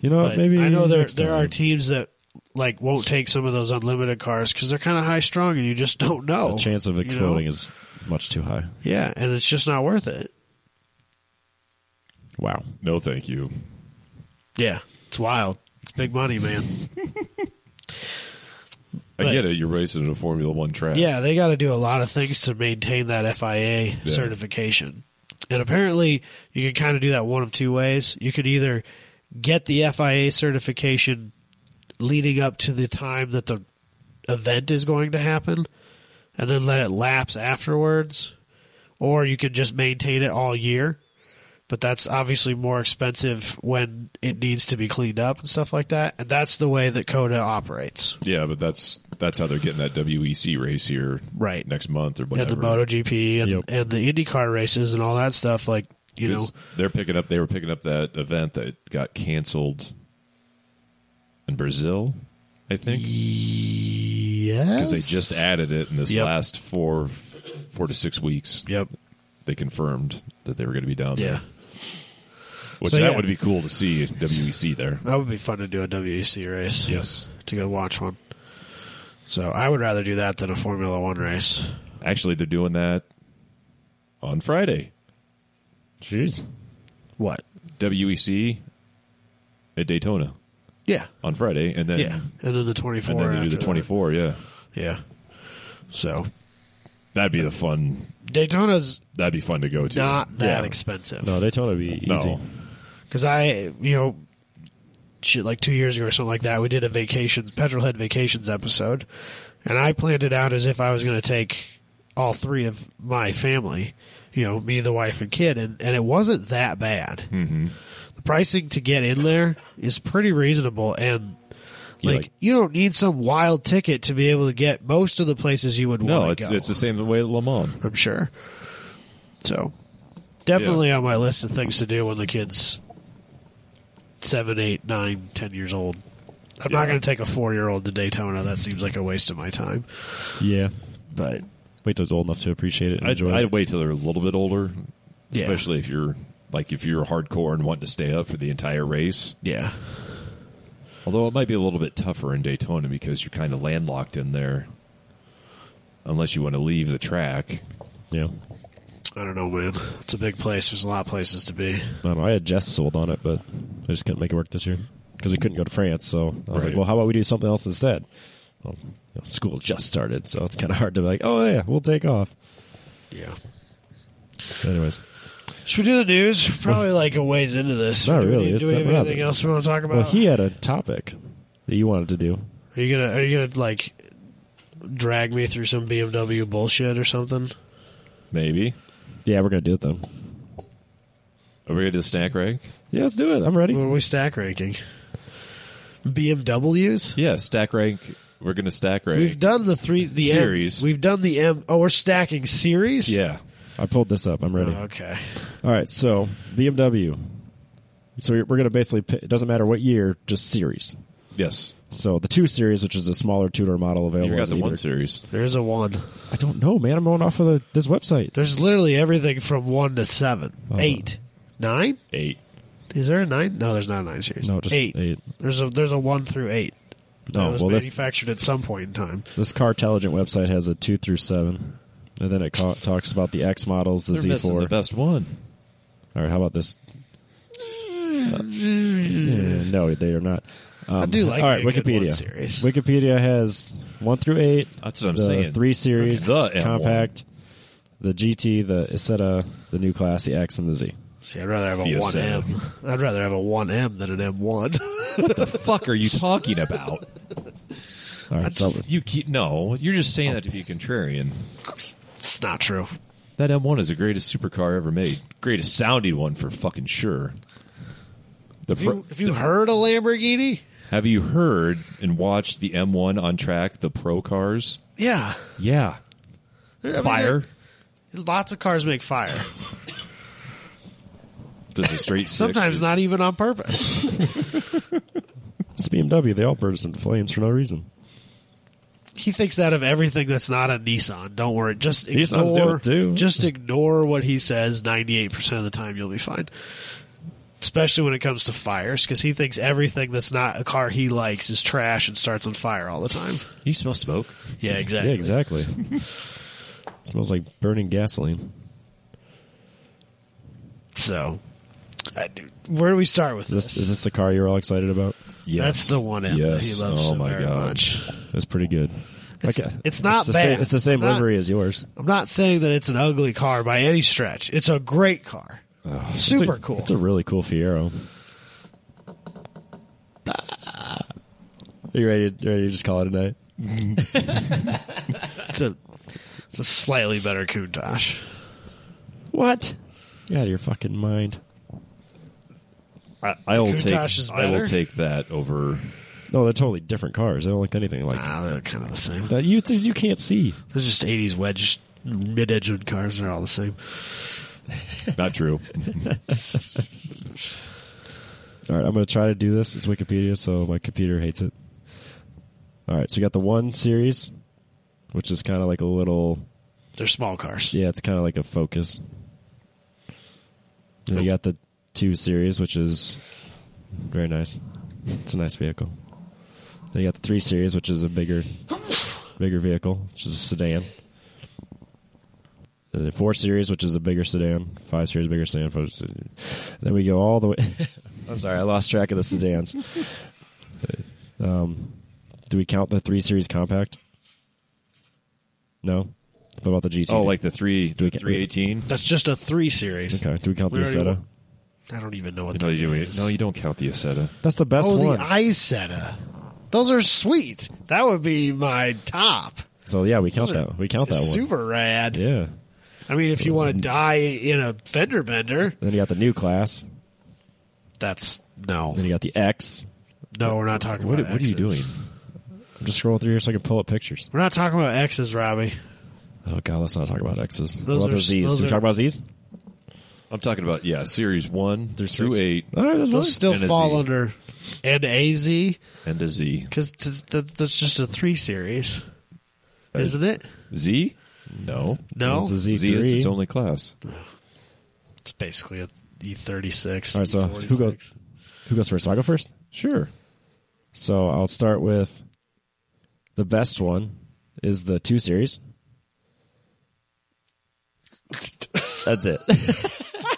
Speaker 1: you know what?
Speaker 4: But
Speaker 1: Maybe
Speaker 4: I know there
Speaker 1: next
Speaker 4: there
Speaker 1: time.
Speaker 4: are teams that like won't take some of those unlimited cars because they're kind of high strung and you just don't know.
Speaker 1: the chance of
Speaker 4: you know?
Speaker 1: exploding is much too high.
Speaker 4: yeah, and it's just not worth it.
Speaker 1: Wow.
Speaker 3: No, thank you.
Speaker 4: Yeah, it's wild. It's big money, man.
Speaker 3: I
Speaker 4: But-
Speaker 3: get it. You're racing in a Formula One track.
Speaker 4: Yeah, they got to do a lot of things to maintain that FIA certification. And apparently, you can kind of do that one of two ways. You could either get the FIA certification leading up to the time that the event is going to happen and then let it lapse afterwards, or you could just maintain it all year but that's obviously more expensive when it needs to be cleaned up and stuff like that. And that's the way that Coda operates.
Speaker 3: Yeah, but that's that's how they're getting that WEC race here
Speaker 4: Right.
Speaker 3: next month or
Speaker 4: And
Speaker 3: whatever.
Speaker 4: the MotoGP and,
Speaker 1: Yep.
Speaker 4: and the IndyCar races and all that stuff, like you know,
Speaker 3: 'Cause they're picking up. They were picking up that event that got canceled in Brazil, I think,
Speaker 4: yeah,
Speaker 3: because they just added it in this
Speaker 4: Yep.
Speaker 3: last four four to six weeks.
Speaker 4: yep,
Speaker 3: They confirmed that they were going to be down
Speaker 4: yeah.
Speaker 3: there, which
Speaker 4: So,
Speaker 3: that
Speaker 4: yeah.
Speaker 3: would be cool to see WEC there.
Speaker 4: That would be fun to do a WEC race.
Speaker 3: Yes.
Speaker 4: to go watch one. So I would rather do that than a Formula One race.
Speaker 3: Actually, they're doing that on Friday.
Speaker 1: Jeez.
Speaker 4: What?
Speaker 3: WEC E at Daytona
Speaker 4: Yeah,
Speaker 3: on Friday, and then
Speaker 4: yeah, and then the twenty four,
Speaker 3: and then they do the
Speaker 4: after
Speaker 3: twenty four. Yeah,
Speaker 4: that. Yeah. So
Speaker 3: that'd be the fun.
Speaker 4: Daytona's
Speaker 3: That'd be fun to go to.
Speaker 4: not that
Speaker 1: Yeah.
Speaker 4: expensive.
Speaker 1: No, Daytona would be
Speaker 3: No.
Speaker 1: easy.
Speaker 4: because I, you know, shit, like two years ago or something like that, we did a vacations, Petrolhead vacations episode, and I planned it out as if I was going to take all three of my family, you know, me, the wife, and kid, and, and it wasn't that bad. Mm-hmm. The pricing to get in there is pretty reasonable, and like,
Speaker 1: like-
Speaker 4: you don't need some wild ticket to be able to get most of the places you would
Speaker 3: No,
Speaker 4: want to
Speaker 3: it's
Speaker 4: go.
Speaker 3: it's the same way that Le Mans.
Speaker 4: I'm sure. So, definitely on my list of things to do when the kid's seven, eight, nine, ten years old. I'm not
Speaker 3: Yeah.
Speaker 4: going to take a four year old to Daytona. That seems like a waste of my time.
Speaker 1: Yeah.
Speaker 4: But
Speaker 1: Wait till it's old enough to appreciate it and
Speaker 3: I'd,
Speaker 1: enjoy
Speaker 3: I'd
Speaker 1: it.
Speaker 3: wait till they're a little bit older,
Speaker 4: Yeah.
Speaker 3: especially if you're like if you're hardcore and want to stay up for the entire race.
Speaker 4: yeah,
Speaker 3: Although it might be a little bit tougher in Daytona because you're kind of landlocked in there, unless you want to leave the track.
Speaker 1: Yeah.
Speaker 4: I don't know, man. It's a big place. There's a lot of places to be.
Speaker 1: I don't know. I had Jess sold on it, but I just couldn't make it work this year because we couldn't go to France. So I was
Speaker 3: Right.
Speaker 1: like, well, how about we do something else instead? Well, you know, school just started, so it's kind of hard to be like, oh, yeah, we'll take off.
Speaker 4: Yeah.
Speaker 1: But anyways,
Speaker 4: Should we do the news? Probably like a ways into this.
Speaker 1: Not
Speaker 4: do we,
Speaker 1: really.
Speaker 4: need-
Speaker 1: It's
Speaker 4: Do we have
Speaker 1: nothing up.
Speaker 4: anything else we want to talk about?
Speaker 1: well, he had a topic that you wanted to do.
Speaker 4: are you gonna Are you gonna like drag me through some BMW bullshit or something?
Speaker 3: Maybe
Speaker 1: Yeah, we're going to do it then.
Speaker 3: over here to the snack rack.
Speaker 1: Yeah, let's do it. I'm ready.
Speaker 4: What are we stack ranking? BMWs.
Speaker 3: Yeah, stack rank. We're gonna stack rank.
Speaker 4: We've done the three the M-
Speaker 3: Series.
Speaker 4: we've done the M. Oh, we're stacking series.
Speaker 3: yeah,
Speaker 1: I pulled this up. I'm ready.
Speaker 4: Oh, okay.
Speaker 1: All right, so BMW. So we're going to basically, pick, it doesn't matter what year, just series.
Speaker 3: yes.
Speaker 1: So the two series, which is a smaller two door model available.
Speaker 3: You got
Speaker 1: as
Speaker 3: the
Speaker 1: either-
Speaker 3: one series.
Speaker 4: There's a one.
Speaker 1: I don't know, man. I'm going off of the, this website.
Speaker 4: There's literally everything from one to seven, eight, nine.
Speaker 3: Eight.
Speaker 4: Is there a nine? No, there's not a nine series.
Speaker 1: No, just
Speaker 4: eight.
Speaker 1: eight.
Speaker 4: There's a there's a one through eight. That
Speaker 1: No,
Speaker 4: was
Speaker 1: well, this-
Speaker 4: manufactured at some point in time.
Speaker 1: This car intelligent website has a two through seven, and then it ca- talks about the X models, the
Speaker 3: They're
Speaker 1: Z
Speaker 3: missing
Speaker 1: four.
Speaker 3: the best one.
Speaker 1: All right, how about this? Uh, Yeah, no, they are not. Um,
Speaker 4: I do like
Speaker 1: All right,
Speaker 4: me a good
Speaker 1: Wikipedia
Speaker 4: one series.
Speaker 1: Wikipedia has one through eight.
Speaker 3: That's what I'm
Speaker 1: the
Speaker 3: saying.
Speaker 1: Three series,
Speaker 3: Okay. The M1.
Speaker 1: compact, the GT, the Isetta, the new class, the X, and the Z.
Speaker 4: See, I'd rather have
Speaker 3: The
Speaker 4: a one M.
Speaker 3: Ascend.
Speaker 4: I'd rather have a one M than an M one.
Speaker 3: the fuck are you talking about?
Speaker 1: All right, so
Speaker 3: you keep no. You're just saying that to be contrarian.
Speaker 4: it's not true.
Speaker 3: That M1 is the greatest supercar ever made. Greatest sounding one for fucking sure. The
Speaker 4: If
Speaker 3: fr-
Speaker 4: you, if you heard a Lamborghini,
Speaker 3: have you heard and watched the M1 on track, the pro cars?
Speaker 4: yeah,
Speaker 3: Yeah.
Speaker 4: I mean,
Speaker 3: Fire.
Speaker 4: Lots of cars make fire.
Speaker 3: Does a straight six.
Speaker 4: Sometimes not even on purpose.
Speaker 1: it's BMW. They all burst into flames for no reason.
Speaker 4: He thinks that of everything that's not a Nissan. Don't worry. Just
Speaker 1: Nissan's doing
Speaker 4: ignore.
Speaker 1: it too.
Speaker 4: Just ignore what he says. Ninety-eight percent of the time, you'll be fine. Especially when it comes to fires, because he thinks everything that's not a car he likes is trash and starts on fire all the time.
Speaker 3: You smell smoke.
Speaker 4: Yeah, exactly.
Speaker 1: Yeah, exactly. smells like burning gasoline.
Speaker 4: So, I, where do we start with
Speaker 1: Is
Speaker 4: this?
Speaker 1: this is this the car you're all excited about?
Speaker 3: Yes.
Speaker 4: That's the one M
Speaker 3: Yes.
Speaker 4: that he loves
Speaker 3: oh
Speaker 4: so
Speaker 3: my
Speaker 4: very
Speaker 3: God.
Speaker 4: much.
Speaker 1: That's pretty good.
Speaker 4: It's- it's not
Speaker 1: the same-
Speaker 4: bad.
Speaker 1: it's the same
Speaker 4: Not-
Speaker 1: livery as yours.
Speaker 4: I'm not saying that it's an ugly car by any stretch. It's a great car. Super
Speaker 1: Oh, it's a,
Speaker 4: cool.
Speaker 1: It's a really cool Fiero.
Speaker 4: Ah.
Speaker 1: Are you ready? you ready to just call it a night?
Speaker 4: It's a it's a slightly better Countach.
Speaker 1: What? You're out of your fucking mind.
Speaker 3: I, I'll
Speaker 4: Countach is
Speaker 3: take I will
Speaker 4: better?
Speaker 3: take that over.
Speaker 1: No, they're totally different cars. They don't look anything like
Speaker 4: Ah, they're kind of the same.
Speaker 1: that. You you can't see.
Speaker 4: They're just 80s wedge mid engine cars. They're all the same.
Speaker 3: Not true.
Speaker 1: All right, I'm going to try to do this. It's Wikipedia, so my computer hates it. All right, so we got the one series, which is kind of like a little.
Speaker 4: They're small cars.
Speaker 1: Yeah, it's kind of like a focus. Then you got the two series, which is very nice. It's a nice vehicle. Then you got the three series, which is a bigger, bigger vehicle, which is a sedan. And the four series, which is a bigger sedan. Five series, bigger sedan. Five series. Then we go all the way. I'm sorry, I lost track of the sedans. um, do we count the three series compact? No. What about the GT?
Speaker 3: oh, like the three
Speaker 1: we get-
Speaker 3: three eighteen.
Speaker 4: That's just a three series.
Speaker 1: Okay. Do we count
Speaker 4: We
Speaker 1: the
Speaker 4: already
Speaker 1: Isetta?
Speaker 4: went- I don't even know what
Speaker 3: No,
Speaker 4: that
Speaker 3: you
Speaker 4: is.
Speaker 3: no, you don't count the Aceta.
Speaker 1: That's the best
Speaker 4: oh,
Speaker 1: one.
Speaker 4: the Isetta. Those are sweet. That would be my top.
Speaker 1: so yeah, we count
Speaker 4: Those are-
Speaker 1: that. We count that
Speaker 4: It's
Speaker 1: one.
Speaker 4: super rad.
Speaker 1: Yeah. Mm-hmm.
Speaker 4: I mean, if you want to die in a fender bender,
Speaker 1: Then you got the new class.
Speaker 4: that's no,
Speaker 1: Then you got the X.
Speaker 4: no. We're not talking
Speaker 3: What,
Speaker 4: about.
Speaker 3: what are you doing?
Speaker 4: X's.
Speaker 1: I'm just scrolling through here so I can pull up pictures.
Speaker 4: We're not talking about X's, Robbie.
Speaker 1: Oh god, let's not talk about X's.
Speaker 4: Those
Speaker 1: what
Speaker 4: are-
Speaker 1: about the Z's?
Speaker 4: those
Speaker 1: Do we
Speaker 4: are-
Speaker 1: talk about Z's?
Speaker 3: I'm talking about yeah, series one through
Speaker 1: six.
Speaker 3: eight
Speaker 1: All right, that's fine.
Speaker 4: Those still
Speaker 3: And a
Speaker 4: fall
Speaker 3: Z.
Speaker 4: under and AZ
Speaker 3: and a Z.
Speaker 4: because that's just a three series, isn't it?
Speaker 3: Z? No,
Speaker 4: No,
Speaker 1: That's a Z
Speaker 3: Z is
Speaker 1: three.
Speaker 3: its only class.
Speaker 4: it's basically a E thirty six.
Speaker 1: All right, so who goes? Who goes first? Do I go first.
Speaker 3: Sure.
Speaker 1: So I'll start with the best one is the two series. That's it.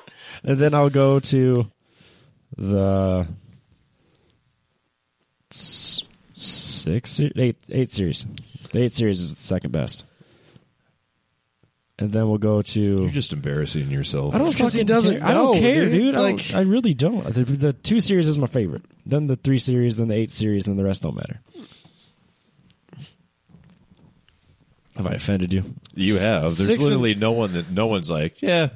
Speaker 1: and then I'll go to the s- six, se- eight, eight series. The eight series is the second best. And then we'll go to.
Speaker 3: You're just embarrassing yourself.
Speaker 1: I don't
Speaker 4: 'cause he
Speaker 1: fucking
Speaker 4: doesn't
Speaker 1: care. I don't
Speaker 4: know,
Speaker 1: care,
Speaker 4: dude.
Speaker 1: dude. I, don't-
Speaker 4: Like-
Speaker 1: I really don't. The, the two series is my favorite. Then the three series, then the eight series, and the rest don't matter. Have I offended you?
Speaker 3: You have. There's
Speaker 4: Six and-
Speaker 3: literally no one that no one's like, yeah,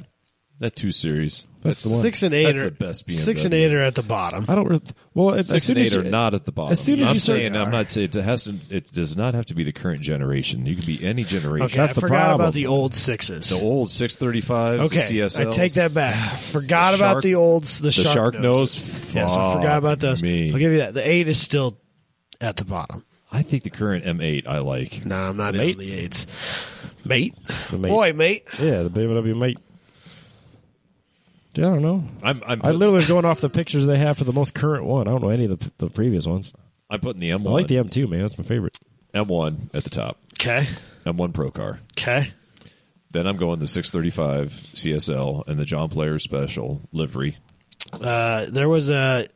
Speaker 3: that two series. That's,
Speaker 1: the one.
Speaker 4: Six and eight
Speaker 3: That's the
Speaker 4: are
Speaker 3: best BMW.
Speaker 4: six and eight are at the bottom.
Speaker 1: I don't. Re- well, as- as
Speaker 3: six
Speaker 1: soon
Speaker 3: and eight
Speaker 1: as
Speaker 3: are
Speaker 1: you-
Speaker 3: not at the bottom.
Speaker 1: as soon as
Speaker 3: I'm
Speaker 1: you start-
Speaker 3: saying, I'm not saying it has to. It does not have to be the current generation. You can be any generation.
Speaker 4: Okay,
Speaker 1: that's
Speaker 4: I
Speaker 1: the
Speaker 4: forgot
Speaker 1: problem.
Speaker 4: about the old sixes.
Speaker 3: The old 635s,
Speaker 4: okay,
Speaker 3: the CSLs.
Speaker 4: I take that back. I forgot
Speaker 3: The
Speaker 4: about
Speaker 3: shark-
Speaker 4: the old the,
Speaker 3: The
Speaker 4: shark,
Speaker 3: shark nose.
Speaker 4: Yes, I forgot about those.
Speaker 3: Me.
Speaker 4: I'll give you that. The eight is still at the bottom.
Speaker 3: I think the current M8 I like.
Speaker 4: No, I'm not
Speaker 1: Mate?
Speaker 4: into the eights. Mate.
Speaker 1: mate.
Speaker 4: boy, mate.
Speaker 1: Yeah, the BMW mate. Dude, I don't know.
Speaker 3: I'm I'm,
Speaker 1: I
Speaker 3: put-
Speaker 1: literally am going off the pictures they have for the most current one. I don't know any of the, the previous ones.
Speaker 3: I'm putting the M1
Speaker 1: I like the M2, man. That's my favorite.
Speaker 3: M1 at the top.
Speaker 4: Okay,
Speaker 3: M1 Pro Car.
Speaker 4: okay.
Speaker 3: Then I'm going the 635 CSL and the John Player Special livery.
Speaker 4: Uh, there was a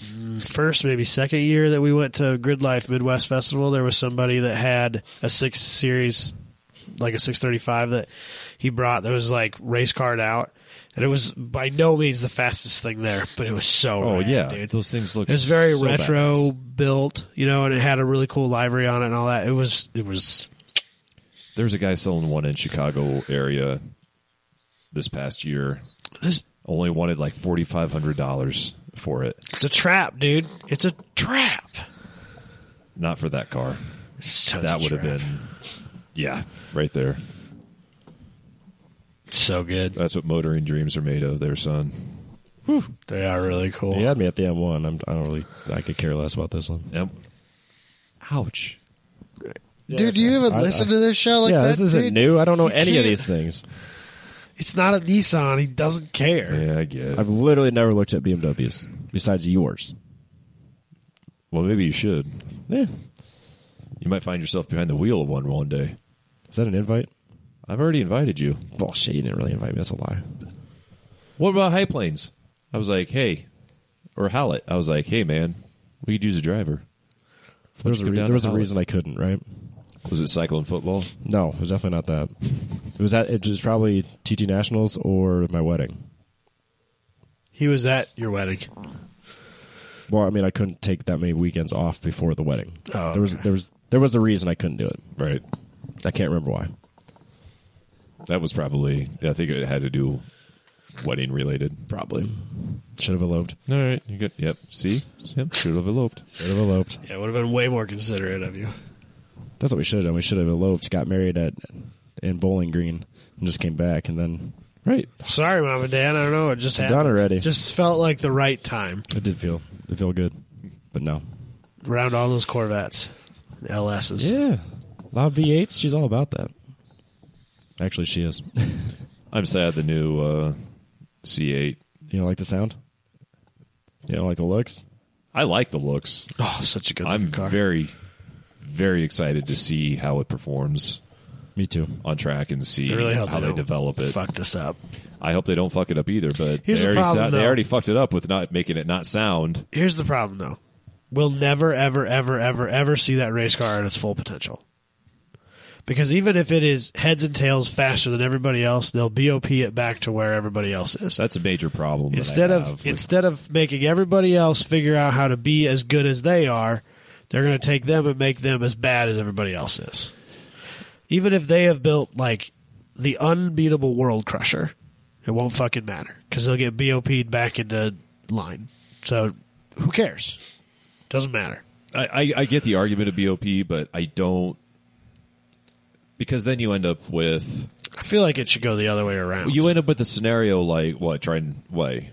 Speaker 4: mm, first, maybe second year that we went to Grid Life Midwest Festival. There was somebody that had a six series, like a six thirty five that he brought that was like race card out, and it was by no means the fastest thing there, but it was so.
Speaker 3: Oh
Speaker 4: rad,
Speaker 3: yeah,
Speaker 4: dude.
Speaker 3: those things look.
Speaker 4: It was very
Speaker 3: so
Speaker 4: retro
Speaker 3: badass.
Speaker 4: built, you know, and it had a really cool livery on it and all that. It was it was
Speaker 3: There's a guy selling one in Chicago area this past year.
Speaker 4: this
Speaker 3: Only wanted like forty five hundred dollars for it.
Speaker 4: it's a trap, dude. It's a trap.
Speaker 3: Not for that car.
Speaker 4: It's such a
Speaker 3: that would have
Speaker 4: trap.
Speaker 3: been, yeah, right there.
Speaker 4: so good.
Speaker 3: That's what motoring dreams are made of, there, son.
Speaker 4: They are really cool.
Speaker 1: They had me at the M1. I'm, I don't really. I could care less about this one.
Speaker 3: Em- Ouch.
Speaker 4: Dude, you haven't listened to this show like
Speaker 1: yeah,
Speaker 4: that?
Speaker 1: this isn't
Speaker 4: dude?
Speaker 1: new. I don't know
Speaker 4: You
Speaker 1: any of
Speaker 4: can't-
Speaker 1: these things.
Speaker 4: It's not a Nissan. He doesn't care.
Speaker 3: Yeah, I get. It.
Speaker 1: I've literally never looked at BMWs besides yours.
Speaker 3: Well, maybe you should.
Speaker 1: Yeah.
Speaker 3: You might find yourself behind the wheel of one one day.
Speaker 1: Is that an invite?
Speaker 3: I've already invited you.
Speaker 1: Well, shit, you didn't really invite me. That's a lie.
Speaker 3: What about high planes? I was like, hey, or Hallett. I was like, hey, man, we could use a driver.
Speaker 1: There was, a,
Speaker 3: go
Speaker 1: re-
Speaker 3: down
Speaker 1: there
Speaker 3: to
Speaker 1: was a
Speaker 3: Howlett.
Speaker 1: reason I couldn't, right?
Speaker 3: Was it cycling football?
Speaker 1: No, it was definitely not that. It was that. It was probably TT Nationals or my wedding.
Speaker 4: He was at your wedding.
Speaker 1: Well, I mean, I couldn't take that many weekends off before the wedding.
Speaker 4: Oh,
Speaker 1: there was there was there was a reason I couldn't do it.
Speaker 3: Right.
Speaker 1: I can't remember why.
Speaker 3: That was probably. I think it had to do wedding related.
Speaker 1: Probably. Should have eloped.
Speaker 3: All right, you good? Yep. See, Yep, should have eloped.
Speaker 1: Should have eloped.
Speaker 4: Yeah, it would have been way more considerate of you.
Speaker 1: That's what we should have done. We should have eloped, got married at in Bowling Green, and just came back, and then
Speaker 3: Right.
Speaker 4: Sorry, mom and dad. I don't know. It just
Speaker 1: It's
Speaker 4: happened.
Speaker 1: done already.
Speaker 4: Just felt like the right time.
Speaker 1: it did feel it feel good, but no.
Speaker 4: Round all those Corvettes, and LSs.
Speaker 1: Yeah, loud V8s. She's all about that. Actually, she is.
Speaker 3: I'm sad the new uh, C8.
Speaker 1: You don't like the sound? You don't like the looks?
Speaker 3: I like the looks.
Speaker 4: Oh, such a good
Speaker 3: I'm
Speaker 4: looking car.
Speaker 3: very, very excited to see how it performs
Speaker 1: Me too.
Speaker 3: on track and see
Speaker 4: I really hope
Speaker 3: how
Speaker 4: they,
Speaker 3: they,
Speaker 4: don't
Speaker 3: develop it.
Speaker 4: Fuck this up.
Speaker 3: I hope they don't fuck it up either. But
Speaker 4: Here's
Speaker 3: they,
Speaker 4: the
Speaker 3: already
Speaker 4: problem,
Speaker 3: sou- they
Speaker 4: though.
Speaker 3: already fucked it up with not making it not sound.
Speaker 4: Here's the problem, though. We'll never, ever, ever, ever, ever see that race car at its full potential. Because even if it is heads and tails faster than everybody else, they'll BOP it back to where everybody else is.
Speaker 3: That's a major problem. that I
Speaker 4: instead
Speaker 3: have
Speaker 4: of
Speaker 3: with-
Speaker 4: instead of making everybody else figure out how to be as good as they are, they're going to take them and make them as bad as everybody else is. Even if they have built like the unbeatable world crusher, it won't fucking matter because they'll get BOP'd back into line. So who cares? Doesn't matter.
Speaker 3: I, I, I get the argument of BOP, but I don't because then you end up with
Speaker 4: I feel like it should go the other way around.
Speaker 3: you end up with a scenario like what Trident way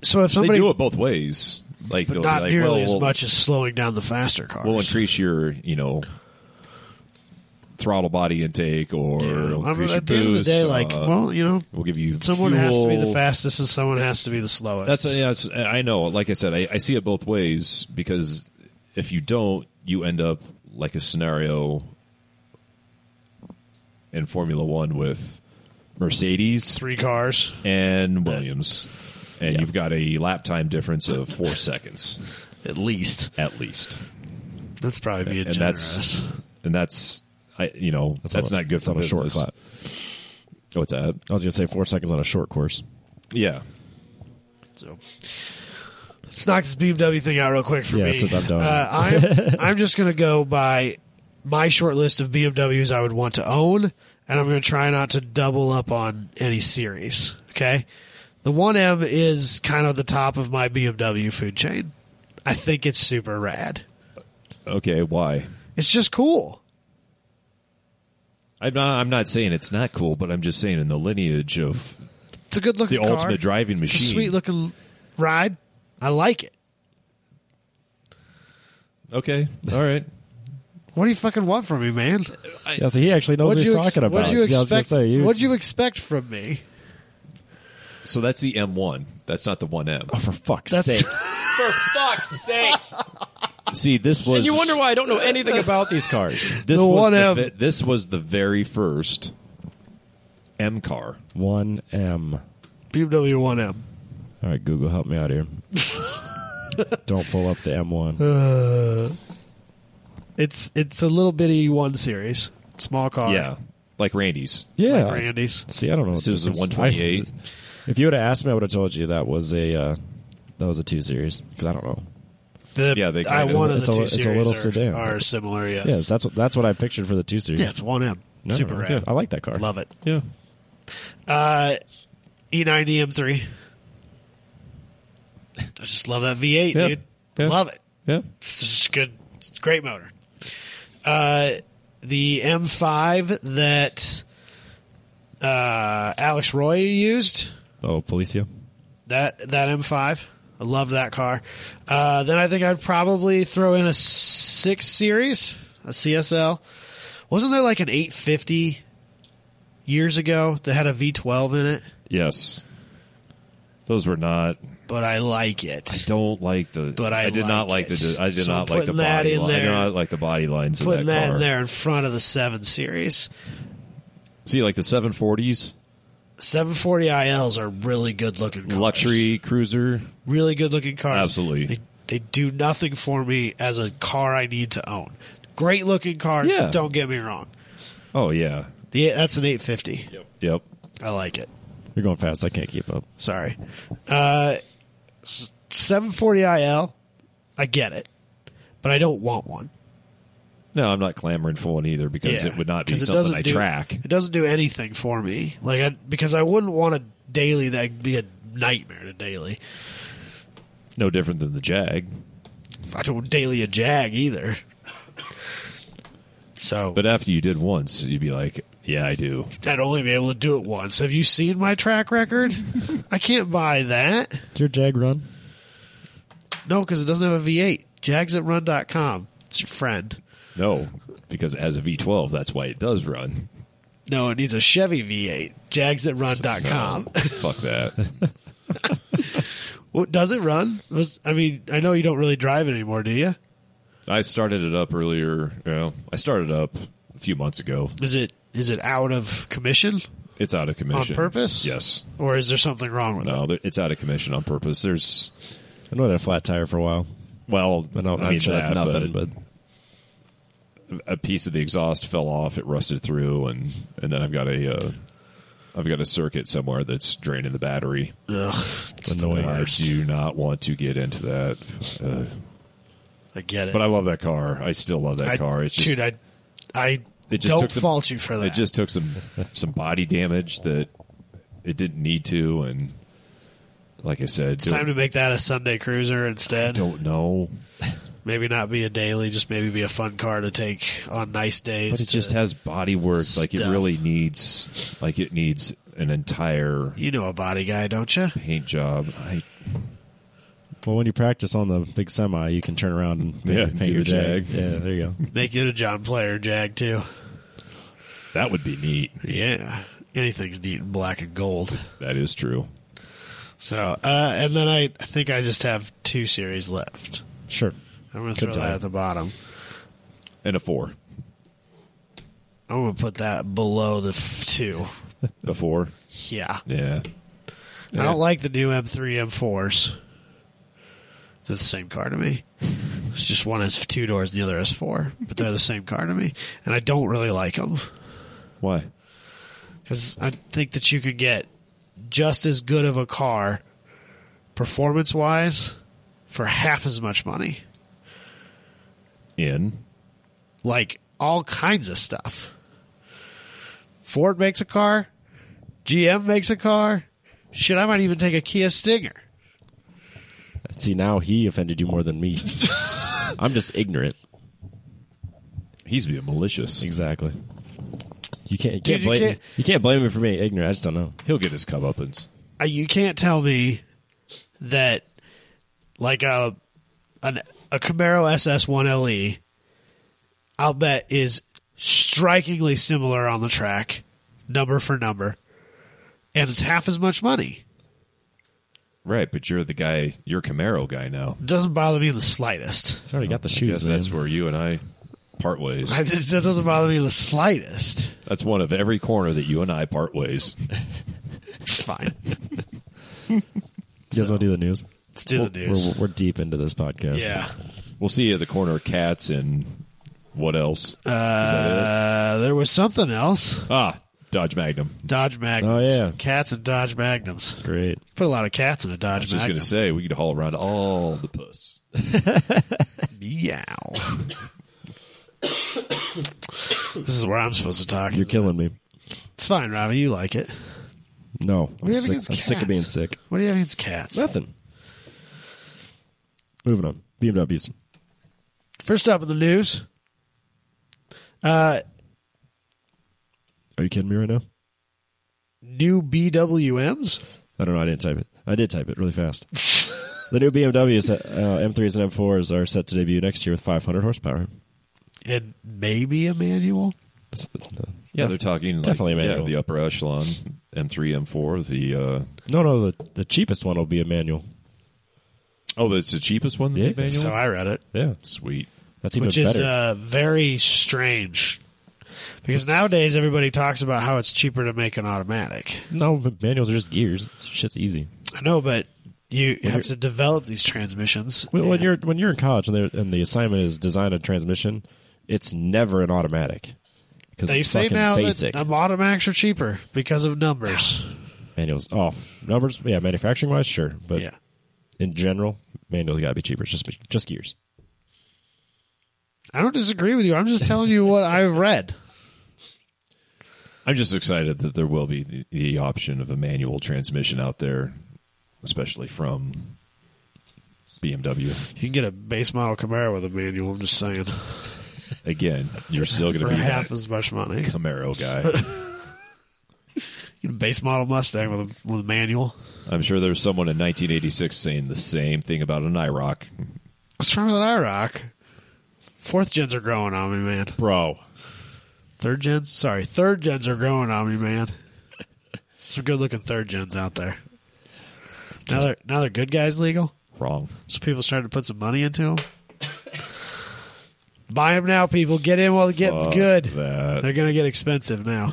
Speaker 4: so if
Speaker 3: they
Speaker 4: somebody,
Speaker 3: do it both ways like
Speaker 4: but
Speaker 3: they'll be
Speaker 4: not
Speaker 3: like,
Speaker 4: nearly
Speaker 3: well,
Speaker 4: as
Speaker 3: we'll-
Speaker 4: much as slowing down the faster cars.
Speaker 3: we'll increase your you know throttle body intake or
Speaker 4: Yeah.
Speaker 3: we'll
Speaker 4: I mean,
Speaker 3: increase
Speaker 4: at the
Speaker 3: your
Speaker 4: end of the
Speaker 3: boost,
Speaker 4: day, like,
Speaker 3: uh,
Speaker 4: well, you know,
Speaker 3: we'll give you
Speaker 4: Someone has to be the
Speaker 3: fuel.
Speaker 4: fastest and someone has to be the slowest.
Speaker 3: That's yeah. It's, I know. Like I said, I, I see it both ways because if you don't, you end up like a scenario in Formula One with Mercedes
Speaker 4: three cars.
Speaker 3: and Williams, and you've got a lap time difference of four seconds
Speaker 4: At least.
Speaker 3: at least,
Speaker 4: That's probably being
Speaker 3: and
Speaker 4: generous.
Speaker 3: that's and that's I you know that's,
Speaker 1: on a-
Speaker 3: not good
Speaker 1: that's
Speaker 3: for
Speaker 1: on a short
Speaker 3: business.
Speaker 1: clap.
Speaker 3: What's that?
Speaker 1: I was gonna say four seconds on a short course.
Speaker 3: Yeah,
Speaker 4: so. Let's knock this BMW thing out real quick for
Speaker 1: Yeah,
Speaker 4: me.
Speaker 1: since I'm done.
Speaker 4: Uh, I'm, I'm just going to go by my short list of BMWs I would want to own, and I'm going to try not to double up on any series. Okay? The 1M is kind of the top of my BMW food chain. I think it's super rad.
Speaker 3: okay. Why?
Speaker 4: It's just cool.
Speaker 3: I'm not. I'm not saying it's not cool, but I'm just saying in the lineage of
Speaker 4: It's a good looking
Speaker 3: The
Speaker 4: car.
Speaker 3: ultimate driving
Speaker 4: It's a
Speaker 3: machine.
Speaker 4: sweet looking ride. I like it.
Speaker 3: Okay. All right.
Speaker 4: What do you fucking want from me, man?
Speaker 1: Yeah, so he actually knows what,
Speaker 4: What'd
Speaker 1: he's
Speaker 4: you
Speaker 1: talking
Speaker 4: ex-
Speaker 1: about.
Speaker 4: What'd you
Speaker 1: Yeah, I was gonna
Speaker 4: expect?
Speaker 1: say, you-
Speaker 4: What'd you expect from me?
Speaker 3: So that's the M1. That's not the 1M.
Speaker 1: Oh, for fuck's
Speaker 4: That's-
Speaker 1: sake.
Speaker 5: For fuck's sake!
Speaker 3: See, this was
Speaker 5: You wonder why I don't know anything about these
Speaker 1: Cars.
Speaker 3: this
Speaker 4: The
Speaker 3: was
Speaker 4: 1M.
Speaker 3: The, ve- this was the very first M car.
Speaker 1: One M.
Speaker 4: BMW 1M.
Speaker 1: All right, Google, help me out here. Don't pull up the M1.
Speaker 4: It's it's a little bitty one series, small car.
Speaker 3: Yeah, Uh, like Randy's.
Speaker 1: Yeah.
Speaker 4: like Randy's.
Speaker 1: See, I don't know. what
Speaker 3: This is a
Speaker 1: difference-
Speaker 3: 128.
Speaker 1: I- if you would have asked me, I would have told you that was a uh, that was a two series because I don't know.
Speaker 4: The,
Speaker 3: Yeah, they-
Speaker 4: I
Speaker 3: it's a-
Speaker 4: one of
Speaker 1: it's
Speaker 4: the
Speaker 1: a-
Speaker 4: two
Speaker 1: it's a
Speaker 4: series
Speaker 1: little
Speaker 4: are,
Speaker 1: sedan.
Speaker 4: are similar. Yes.
Speaker 1: Yeah, that's what that's what I pictured for the two series.
Speaker 4: yeah, it's 1M.
Speaker 1: No,
Speaker 4: Super
Speaker 1: no,
Speaker 4: rad.
Speaker 1: I like that car.
Speaker 4: Love it.
Speaker 3: Yeah.
Speaker 4: Uh, E90 M3. I just love that V8,
Speaker 3: Yeah.
Speaker 4: dude.
Speaker 3: Yeah.
Speaker 4: Love it.
Speaker 3: Yeah.
Speaker 4: It's just good. It's a great motor. Uh, the M5 that uh, Alex Roy used
Speaker 1: Oh, Policia.
Speaker 4: that that M5. I love that car. Uh, then I think I'd probably throw in a six series, a CSL. Wasn't there like an 850 years ago that had a V12 in it?
Speaker 3: Yes. Those were not.
Speaker 4: But I like it.
Speaker 3: Don't like the.
Speaker 4: But I
Speaker 3: did not
Speaker 4: like
Speaker 3: like
Speaker 4: it.
Speaker 3: the. I did
Speaker 4: So
Speaker 3: not like the
Speaker 4: putting that
Speaker 3: body.
Speaker 4: in
Speaker 3: Line. I did
Speaker 4: there.
Speaker 3: not like the body lines of
Speaker 4: Putting that
Speaker 3: car.
Speaker 4: in there in front of the seven series.
Speaker 3: See, like the 740s,
Speaker 4: 740 ILs are really good looking cars.
Speaker 3: luxury cruiser.
Speaker 4: really good looking cars.
Speaker 3: Absolutely.
Speaker 4: They, they do nothing for me as a car I need to own. Great looking cars,
Speaker 3: Yeah.
Speaker 4: don't get me wrong.
Speaker 3: Oh yeah.
Speaker 4: The, that's an 850.
Speaker 3: Yep.
Speaker 4: I like it.
Speaker 1: You're going fast. I can't keep up.
Speaker 4: Sorry. Uh, s- 740 IL, I get it, but I don't want one.
Speaker 3: No, I'm not clamoring for one either because
Speaker 4: Yeah,
Speaker 3: it would not be
Speaker 4: 'cause it
Speaker 3: something
Speaker 4: doesn't
Speaker 3: I
Speaker 4: do-
Speaker 3: track.
Speaker 4: It doesn't do anything for me, like I, because I wouldn't want a daily that'd be a nightmare to daily.
Speaker 3: No different than the Jag.
Speaker 4: I don't daily a jag either. So,
Speaker 3: But after you did once, you'd be like, yeah, I do.
Speaker 4: I'd only be able to do it once. Have you seen my track record? I can't buy that.
Speaker 1: Did your Jag run?
Speaker 4: No, because it doesn't have a V8. Jags at run.com. It's your friend.
Speaker 3: No, because as a V12, that's why it does run.
Speaker 4: No, it needs a Chevy V8. Jags at run.com.
Speaker 3: Fuck that.
Speaker 4: What Does it run? Was- I mean, I know you don't really drive it anymore, do you?
Speaker 3: I started it up earlier. You know, I started up a few months ago.
Speaker 4: Is it is it out of commission
Speaker 3: It's out of commission
Speaker 4: on purpose?
Speaker 3: Yes.
Speaker 4: Or is there something wrong with
Speaker 3: No, th- it's out of commission on purpose. There's
Speaker 1: I know I had a flat tire for a while.
Speaker 3: well,
Speaker 1: I don't, I am
Speaker 3: mean,
Speaker 1: sure that's
Speaker 3: that,
Speaker 1: nothing, but,
Speaker 3: a piece of the exhaust fell off. It rusted through, and and then I've got a uh, I've got a circuit somewhere that's draining the battery.
Speaker 4: it? Ugh, it's
Speaker 1: annoying.
Speaker 4: the
Speaker 3: I
Speaker 4: worst.
Speaker 3: do not want to get into that, uh,
Speaker 4: I get it.
Speaker 3: but I love that car. I still love that
Speaker 4: I-
Speaker 3: car. It's just
Speaker 4: shoot, I, I
Speaker 3: It just
Speaker 4: don't
Speaker 3: took some-
Speaker 4: fault you for that.
Speaker 3: it just took some some body damage that it didn't need to, and like I said,
Speaker 4: it's
Speaker 3: do-
Speaker 4: time to make that a Sunday cruiser instead.
Speaker 3: don't know.
Speaker 4: Maybe not be a daily, just maybe be a fun car to take on nice days.
Speaker 3: But it
Speaker 4: to-
Speaker 3: just has body work. Like it
Speaker 4: stuff.
Speaker 3: really needs, like it needs an entire
Speaker 4: you know a body guy, don't you?
Speaker 3: paint job. I
Speaker 1: well, when you practice on the big semi, you can turn around and
Speaker 3: Yeah,
Speaker 1: paint
Speaker 3: do
Speaker 1: your
Speaker 3: your
Speaker 1: Jag.
Speaker 3: Jag.
Speaker 1: Yeah, there you go.
Speaker 4: Make it a John Player Jag too.
Speaker 3: that would be neat.
Speaker 4: Yeah, anything's neat in black and gold.
Speaker 3: That is true.
Speaker 4: So, uh, and then I, I think I just have two series left.
Speaker 1: Sure.
Speaker 4: I'm gonna throw
Speaker 1: time.
Speaker 4: that at the bottom.
Speaker 3: And a four,
Speaker 4: I'm gonna put that below the f- two.
Speaker 3: a four.
Speaker 4: Yeah.
Speaker 3: Yeah,
Speaker 4: I don't like the new M3 M4s. They're the same car to me. It's just one has two doors, the other has four, but they're the same car to me, and I don't really like them
Speaker 3: why?
Speaker 4: because I think that you could get just as good of a car, performance wise, for half as much money.
Speaker 3: In
Speaker 4: like all kinds of stuff. Ford makes a car, GM makes a car. Shit, I might even take a Kia Stinger.
Speaker 1: See, now he offended you more than me. I'm just ignorant.
Speaker 3: he's being malicious.
Speaker 1: Exactly. You can't, you can't
Speaker 4: you
Speaker 1: blame you
Speaker 4: can't-
Speaker 1: can't, blame me for being ignorant. I just don't know.
Speaker 3: He'll get his comeuppance.
Speaker 4: Uh, You can't tell me that like a an, a Camaro SS1 LE E, I'll bet is strikingly similar on the track, number for number, and it's half as much money.
Speaker 3: Right, but you're the guy. You're Camaro guy now.
Speaker 4: It doesn't bother me in the slightest.
Speaker 1: It's already got the
Speaker 3: I guess
Speaker 1: shoes.
Speaker 3: that's
Speaker 1: man.
Speaker 3: where you and I part ways.
Speaker 4: I just, that doesn't bother me in the slightest.
Speaker 3: That's one of every corner that you and I part ways.
Speaker 4: It's fine.
Speaker 1: you guys want to do the news?
Speaker 4: Let's do the news.
Speaker 1: We're, we're deep into this podcast.
Speaker 4: yeah.
Speaker 3: We'll see you at the corner of cats and what else? Uh, Is that it?
Speaker 4: Uh, there was something else.
Speaker 3: Ah, Dodge Magnum.
Speaker 4: Dodge Magnums.
Speaker 1: Oh, yeah.
Speaker 4: Cats and Dodge Magnums.
Speaker 1: Great.
Speaker 4: Put a lot of cats in a Dodge
Speaker 3: Just
Speaker 4: Magnum.
Speaker 3: gonna say we could haul around all the puss.
Speaker 4: Meow. this is where I'm supposed to talk.
Speaker 1: You're killing me.
Speaker 4: It's fine, Robbie. You like it.
Speaker 1: No,
Speaker 4: do
Speaker 1: I'm
Speaker 4: you have
Speaker 1: sick.
Speaker 4: against
Speaker 1: I'm sick of
Speaker 4: cats?
Speaker 1: being sick.
Speaker 4: What do you have against cats?
Speaker 1: Nothing. Moving on. BMWs.
Speaker 4: First up in the news. uh,
Speaker 1: Are you kidding me right now?
Speaker 4: New BWMs?
Speaker 1: I don't know. I didn't type it. I did type it really fast. the new BMWs, uh, M3s and M4s, are set to debut next year with 500 horsepower.
Speaker 4: And maybe a manual?
Speaker 1: That's the- the-
Speaker 3: Yeah, they're talking like,
Speaker 1: Definitely
Speaker 3: yeah,
Speaker 1: manual.
Speaker 3: the upper echelon M3, M4. The uh,
Speaker 1: no, no. The, the cheapest one will be a manual.
Speaker 3: oh, that's the cheapest one.
Speaker 1: Yeah.
Speaker 3: Yeah, manual.
Speaker 4: So I read it.
Speaker 1: Yeah,
Speaker 3: Sweet.
Speaker 1: that's even
Speaker 4: which is
Speaker 1: better.
Speaker 4: uh, very strange because nowadays everybody talks about how it's cheaper to make an automatic.
Speaker 1: no, but manuals are just gears. Shit's easy.
Speaker 4: I know, but you have to develop these transmissions.
Speaker 1: When, when
Speaker 4: and
Speaker 1: you're when you're in college and, they're- and the assignment is design a transmission, it's never an automatic because
Speaker 4: they
Speaker 1: it's
Speaker 4: say
Speaker 1: fucking
Speaker 4: now
Speaker 1: basic
Speaker 4: that um, automatics are cheaper because of numbers.
Speaker 1: manuals. Oh, numbers. Yeah, manufacturing wise, sure, but
Speaker 4: yeah,
Speaker 1: in general, manuals got to be cheaper. It's just just gears.
Speaker 4: I don't disagree with you. I'm just telling you what I've read.
Speaker 3: I'm just excited that there will be the, the option of a manual transmission out there, especially from BMW.
Speaker 4: You can get a base model Camaro with a manual. I'm just saying,
Speaker 3: Again, you're still going to
Speaker 4: for
Speaker 3: be
Speaker 4: half
Speaker 3: that
Speaker 4: as much money.
Speaker 3: Camaro guy.
Speaker 4: You get a base model Mustang with a, with a manual.
Speaker 3: I'm sure there was someone in 1986 saying the same thing about an IROC.
Speaker 4: What's wrong with an IROC? Fourth gens are growing on me, man.
Speaker 1: Bro.
Speaker 4: Third gens, sorry, third gens are growing on me, man. Some good looking third gens out there. Now they're now they're good guys legal.
Speaker 3: Wrong.
Speaker 4: So people started to put some money into them. Buy them now, people. Get in while it gets
Speaker 3: Fuck
Speaker 4: good.
Speaker 3: that.
Speaker 4: They're gonna get expensive now.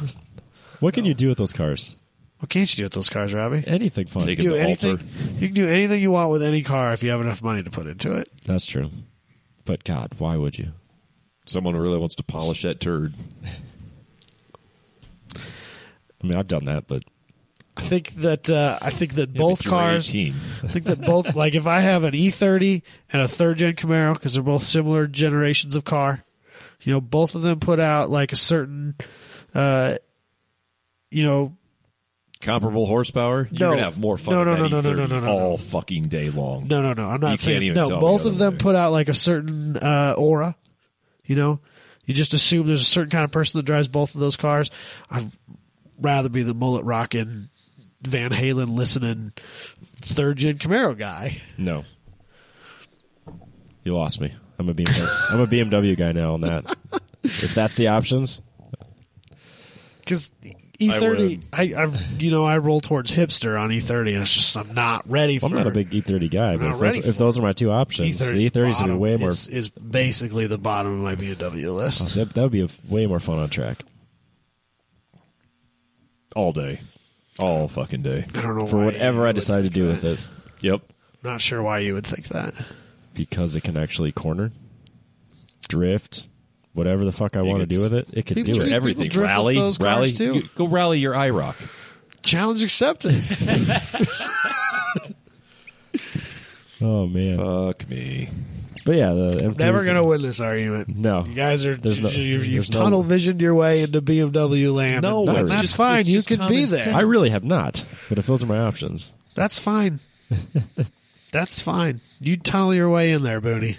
Speaker 1: What can you do with those cars?
Speaker 4: What can't you do with those cars, Robbie?
Speaker 1: Anything fun.
Speaker 3: Take it
Speaker 4: You
Speaker 3: to
Speaker 4: do anything.
Speaker 3: altar.
Speaker 4: You can do anything you want with any car if you have enough money to put into it.
Speaker 1: That's true. But God, why would you?
Speaker 3: Someone really wants to polish that turd.
Speaker 1: I mean, I've done that, but
Speaker 4: I think that uh, I think that
Speaker 3: Yeah,
Speaker 4: both
Speaker 3: but you were
Speaker 4: cars.
Speaker 3: 18.
Speaker 4: I think that both, like, if I have an E30 and a third gen Camaro, because they're both similar generations of car, you know, both of them put out like a certain, uh, you know,
Speaker 3: Comparable horsepower. You're
Speaker 4: No.
Speaker 3: gonna have more fun.
Speaker 4: No, no,
Speaker 3: with
Speaker 4: no,
Speaker 3: that
Speaker 4: no, no,
Speaker 3: E30
Speaker 4: no, no, no, no.
Speaker 3: all fucking day long.
Speaker 4: no, no, no, I'm
Speaker 3: You
Speaker 4: not
Speaker 3: can't
Speaker 4: saying
Speaker 3: even tell
Speaker 4: no.
Speaker 3: me
Speaker 4: Both
Speaker 3: the
Speaker 4: of
Speaker 3: other
Speaker 4: them
Speaker 3: way.
Speaker 4: put out like a certain uh, aura. You know, you just assume there's a certain kind of person that drives both of those cars. I'd rather be the mullet rocking, Van Halen listening, third gen Camaro guy.
Speaker 1: no. You lost me. I'm a BMW. I'm a BMW guy now on that. If that's the options,
Speaker 4: because E30, E I, I, you know, I roll towards hipster on E30, and it's just I'm not ready
Speaker 1: well,
Speaker 4: for.
Speaker 1: I'm not a big E30 guy.
Speaker 4: not
Speaker 1: But if
Speaker 4: ready
Speaker 1: those,
Speaker 4: for E
Speaker 1: if those are my two options, the E30 is gonna be
Speaker 4: bottom
Speaker 1: way more.
Speaker 4: Is, is basically the bottom of my BMW list.
Speaker 1: That, that would be a, way more fun on track.
Speaker 3: All day. All fucking day.
Speaker 4: I don't know
Speaker 1: for
Speaker 4: why you
Speaker 1: whatever I
Speaker 4: would
Speaker 1: decide to
Speaker 4: think
Speaker 1: do
Speaker 4: that.
Speaker 1: with it
Speaker 3: Yep.
Speaker 4: Not sure why you would think that.
Speaker 1: because it can actually corner, drift, whatever the fuck I want to
Speaker 3: could
Speaker 1: do
Speaker 3: s-
Speaker 1: with it. It can
Speaker 4: People
Speaker 1: do
Speaker 4: do-
Speaker 1: it.
Speaker 3: Everything.
Speaker 4: drift with
Speaker 3: Rally.
Speaker 4: those cars,
Speaker 3: rally.
Speaker 4: too.
Speaker 3: You- go rally your IROC.
Speaker 4: Challenge accepted.
Speaker 1: Oh man,
Speaker 3: Fuck me.
Speaker 1: but yeah, the MT
Speaker 4: Never
Speaker 1: is-
Speaker 4: gonna win this argument.
Speaker 1: No.
Speaker 4: you guys are
Speaker 1: There's no-
Speaker 4: you,
Speaker 1: there's
Speaker 4: you've
Speaker 1: no-
Speaker 4: tunnel visioned your way into BMW land.
Speaker 3: No,
Speaker 4: and
Speaker 1: it's
Speaker 4: that's
Speaker 3: just-
Speaker 4: fine.
Speaker 3: it's
Speaker 4: You
Speaker 3: just
Speaker 4: could be
Speaker 3: common
Speaker 4: there.
Speaker 3: sense.
Speaker 1: I really have not. But if those are my options,
Speaker 4: That's fine. That's fine. You tunnel your way in there, Booney.